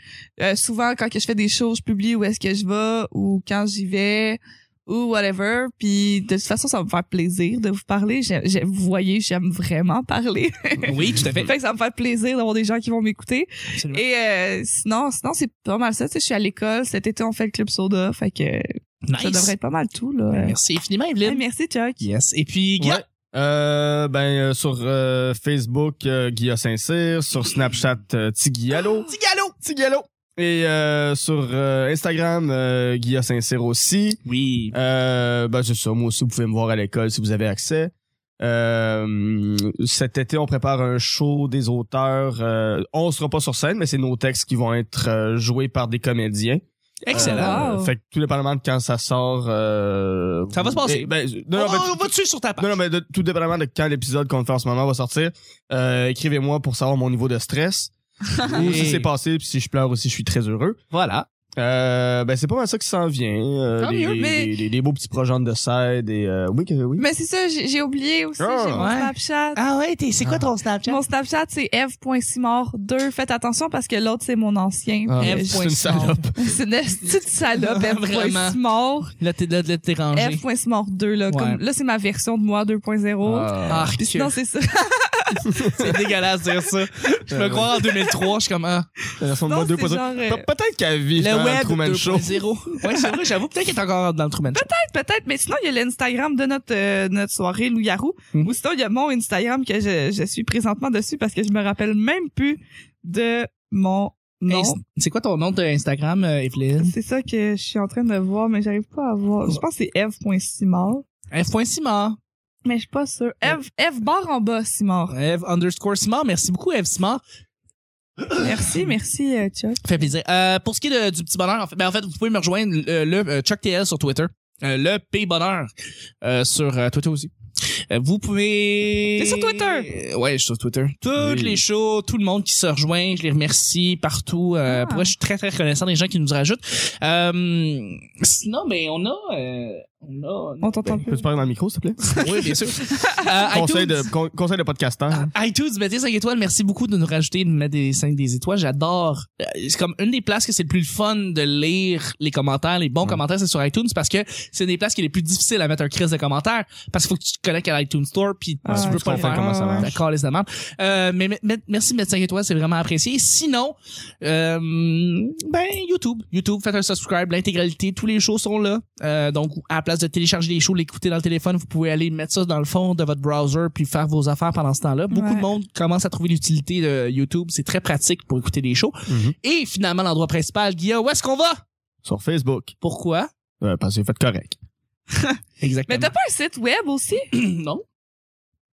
C: euh, souvent quand que je fais des shows, je publie où est-ce que je vais ou quand j'y vais ou whatever. Puis de toute façon, ça va me faire plaisir de vous parler. J'ai- j'ai- vous voyez, j'aime vraiment parler.
B: Oui, tout à fait.
C: fait que ça va me fait plaisir d'avoir des gens qui vont m'écouter.
B: Absolument.
C: Et euh, sinon, sinon c'est pas mal ça. Tu sais, je suis à l'école. Cet été, on fait le club soda. Fait que ça devrait
B: Nice.
C: être pas mal tout, là.
B: Merci infiniment,
C: Hey,
B: Evelyne.
C: merci, Chuck.
B: Yes. Et puis, Guy,
D: Ouais. Euh, ben, euh, sur euh, Facebook, euh, Guilla Saint-Cyr. Sur Snapchat, euh, Tigiallo.
B: petit galop!
D: Tigiallo. Et euh, sur euh, Instagram, euh, Guilla Saint-Cyr aussi.
B: Oui.
D: Euh, ben, c'est ça. Moi aussi, vous pouvez me voir à l'école si vous avez accès. Euh, cet été, on prépare un show des auteurs. Euh, on sera pas sur scène, mais c'est nos textes qui vont être euh, joués par des comédiens.
B: Excellent.
C: Wow.
D: Euh, Fait que tout dépendamment de quand ça sort. euh,
B: Ça va se passer. Oh,
D: eh, ben, je-
B: On-
D: non, non, ben,
B: on, va te suivre sur ta page.
D: non, non, ben, de- tout dépendamment de quand l'épisode qu'on fait en ce moment va sortir. euh, Écrivez-moi pour savoir mon niveau de stress. ou si c'est passé, puis si je pleure ou si je suis très heureux.
B: Voilà.
D: Euh, ben, c'est pas mal ça qui s'en vient. euh,
C: Tant
D: des,
C: mieux,
D: des-
C: mais-
D: des- des- des beaux petits projets de scède et euh, oui, que- oui.
C: Mais c'est ça, j'ai j'ai oublié aussi.
D: Ah.
C: j'ai mon
B: Ouais.
C: Snapchat.
B: Ah ouais, t'es- c'est quoi
D: Ah.
B: ton Snapchat?
C: Mon Snapchat, c'est f.simard2. Faites attention parce que l'autre, c'est mon ancien.
D: Ah,
C: Puis, euh,
D: c'est
B: F.simard.
D: une salope.
C: je- C'est une petite salope,
B: Vraiment.
C: f.simard.
B: Là, t'es là, là, t'es rangé.
C: f.simard2, là.
B: Ouais.
C: comme- Là, c'est ma version de moi 2.0.
D: Ah.
B: Ah,
C: Puis sinon,
B: que-
C: c'est ça.
B: C'est dégueulasse de dire ça. Je me crois en 2003, je suis comme ah,
D: Raconte-moi
C: Non,
D: deux
C: c'est
D: poteaux.
C: genre, euh,
D: Pe- Peut-être qu'elle vit
B: le
D: dans
B: web
D: Truman Show.
B: 2.0. Ouais, c'est vrai, j'avoue peut-être qu'il est encore dans le Truman Show.
C: peut-être, mais sinon, il y a l'Instagram de notre, euh, notre soirée Lou Yarou.
B: Mhm.
C: Ou sinon, il y a mon Instagram que je, je suis présentement dessus parce que je me rappelle même plus de mon nom.
B: Inst- C'est quoi ton nom de Instagram, euh, Evelyne?
C: C'est ça que je suis en train de voir, mais j'arrive pas à voir. Je pense que c'est Eve.Simard.
B: F.Simard.
C: Mais je suis pas sûre. Eve, Eve barre en bas, Simard.
B: Eve underscore Simard. Merci beaucoup, Eve Simard.
C: Merci, merci, euh, Chuck.
B: Fait plaisir. Euh, pour ce qui est de- du petit bonheur, en fait, ben, en fait, vous pouvez me rejoindre euh, le, euh, Chuck TL sur Twitter. Euh, le P bonheur euh, sur euh, Twitter aussi. Euh, vous pouvez.
C: T'es sur Twitter?
B: Euh, ouais, je suis sur Twitter. Toutes
D: Oui.
B: les shows, tout le monde qui se rejoint, je les remercie partout. Euh,
C: Ah.
B: Pour vrai, je suis très très reconnaissant des gens qui nous rajoutent. Euh, sinon, ben on a, euh, on a.
C: On t'entend plus.
D: Peux-tu parler dans le micro, s'il te plaît?
B: Oui, bien sûr. Euh,
D: Conseil
B: iTunes.
D: de, con- conseil de podcasteur. hein.
B: Ah, iTunes, mettez 5 étoiles. Merci beaucoup de nous rajouter, de nous mettre des 5 des étoiles. J'adore. Euh, C'est comme une des places que c'est le plus fun de lire les commentaires. Les bons
D: Ouais.
B: commentaires, c'est sur iTunes parce que c'est une des places qui est les plus difficiles à mettre un crise de commentaires parce qu'il faut que tu te connectes à l'iTunes Store puis
C: Ah,
B: tu
D: ouais,
B: peux
D: je
B: pas le
D: comprends
B: faire.
D: comment ça marche.
B: T'as calé de merde. Euh, mais, mais- mais- merci de mettre 5 étoiles, c'est vraiment apprécié. Sinon, euh, ben YouTube, YouTube, faites un subscribe, l'intégralité, tous les shows sont là. Euh, donc à la place de télécharger les shows, l'écouter dans le téléphone, vous pouvez aller mettre ça dans le fond de votre browser puis faire vos affaires pendant ce temps-là. Beaucoup
C: Ouais.
B: de monde commence à trouver l'utilité de YouTube, c'est très pratique pour écouter des shows.
D: Mhm.
B: Et finalement l'endroit principal, Guillaume, où est-ce qu'on va
D: Sur Facebook.
B: Pourquoi
D: Euh, parce que c'est fait correct.
B: Exactement.
C: Mais t'as pas un site web aussi?
B: non.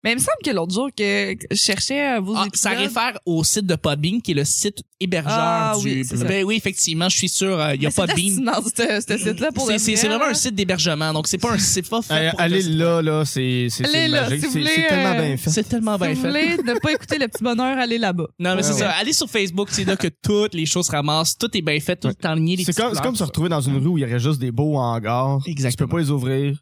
C: Mais il me semble que l'autre jour que que je cherchais euh, vos
B: Ah,
C: épisodes.
B: ça réfère au site de Podbean qui est le site hébergeur
C: Ah,
B: du
C: oui, c'est ça.
B: Ben oui, effectivement, je suis sûr, euh, il y a
C: Mais c'est
B: Podbean.
C: fascinant, ce ce site-là pour
B: C'est
C: le
B: c'est-
C: vrai,
B: c'est vraiment
C: là.
B: un site d'hébergement, donc c'est pas un c'est pas fait
D: Euh,
B: pour
D: allez
B: que-
D: là, là, c'est c'est-
C: Allez
D: c'est
C: là,
D: magique.
C: si vous
D: C'est
C: voulez,
D: c'est tellement
C: euh,
D: bien fait.
B: C'est tellement bien
C: si vous
B: fait.
C: voulez ne pas écouter le petit bonheur, allez là-bas.
B: Non, mais c'est
D: Ouais,
B: ça. Allez sur Facebook, c'est là que toutes les choses se ramassent, tout est bien fait, tout
D: Ouais.
B: est enligné. les
D: C'est
B: petites
D: comme, c'est
B: fleurs,
D: comme se
B: tout ça.
D: retrouver dans une rue où il y aurait juste des beaux hangars. Tu
B: Exactement.
D: peux pas les ouvrir.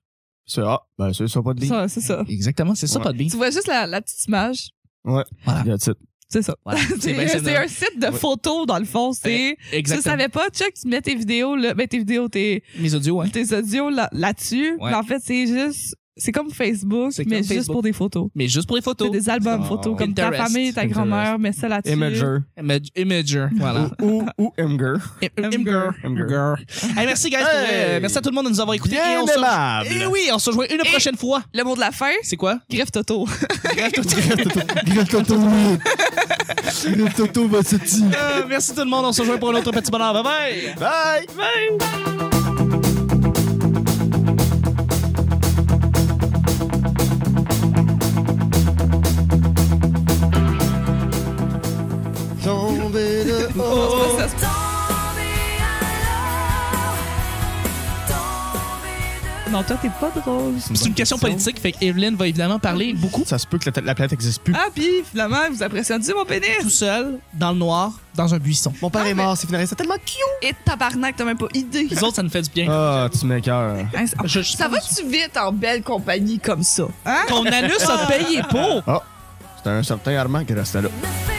D: C'est ah, ben c'est ça, pas de
C: Ça, C'est ça.
B: Exactement, c'est ça,
D: Ouais.
B: Podbean.
C: Tu vois juste la, la petite image.
B: Voilà.
D: That's it.
C: C'est ça.
B: Voilà. C'est bien
C: C'est
B: ça,
C: c'est
B: là.
C: un site de
D: Ouais.
C: photos, dans le fond. C'est, tu
B: Exactement.
C: savais pas, Chuck, tu mets tes vidéos, là, ben, tes vidéos, tes,
B: Mes audios, hein.
C: tes audios là- là-dessus.
B: Ouais.
C: Mais en fait, c'est juste, c'est comme Facebook,
B: C'est
C: mais
B: comme
C: juste
B: Facebook.
C: pour des photos.
B: Mais juste pour les
C: C'est
B: photos.
C: des albums
D: Ah,
C: photos,
D: ouais.
C: comme ta
B: Pinterest.
C: famille, ta
D: Pinterest.
C: grand-mère, mais ça là-dessus.
D: Imager.
B: Image- Imager, voilà.
D: Ou, ou Imgur.
B: Im- Imgur. Imgur. Hey, merci, guys. pour, euh,
D: Hey.
B: merci à tout le monde de nous avoir écoutés. et
D: Bien
B: on se-
D: aimable.
B: Eh oui, on se rejoint une prochaine fois.
C: Le mot de la fin,
B: C'est quoi?
C: griffe Toto.
B: Bref, tout-
D: Grille Toto. Grille Toto va se tirer.
B: Euh, merci tout le monde. On se rejoint pour un autre petit bonheur. Bye bye!
D: Bye! Tomber de
B: Oh.
C: Ça se- Non, toi, t'es pas drôle.
B: C'est une question politique, fait que Evelyn va évidemment parler beaucoup
D: Ça se peut que la, la planète n'existe plus.
C: Ah, puis finalement, vous impressionnez mon
B: tout
C: pénis.
B: seul, dans le noir, dans un buisson.
D: Mon père est mort, c'est finaliste. C'est tellement cute!
C: Et tabarnak, t'as même pas idée.
B: Les autres, ça nous fait du bien.
D: Ah, tu m'écœures.
C: Hein, c'est-
B: Je- je-
C: Ça va-tu vite en belle compagnie comme ça? Hein?
B: Ton anus a payé pour.
D: Oh, c'est un Ah, certain Armand qui restait là.
E: Nothing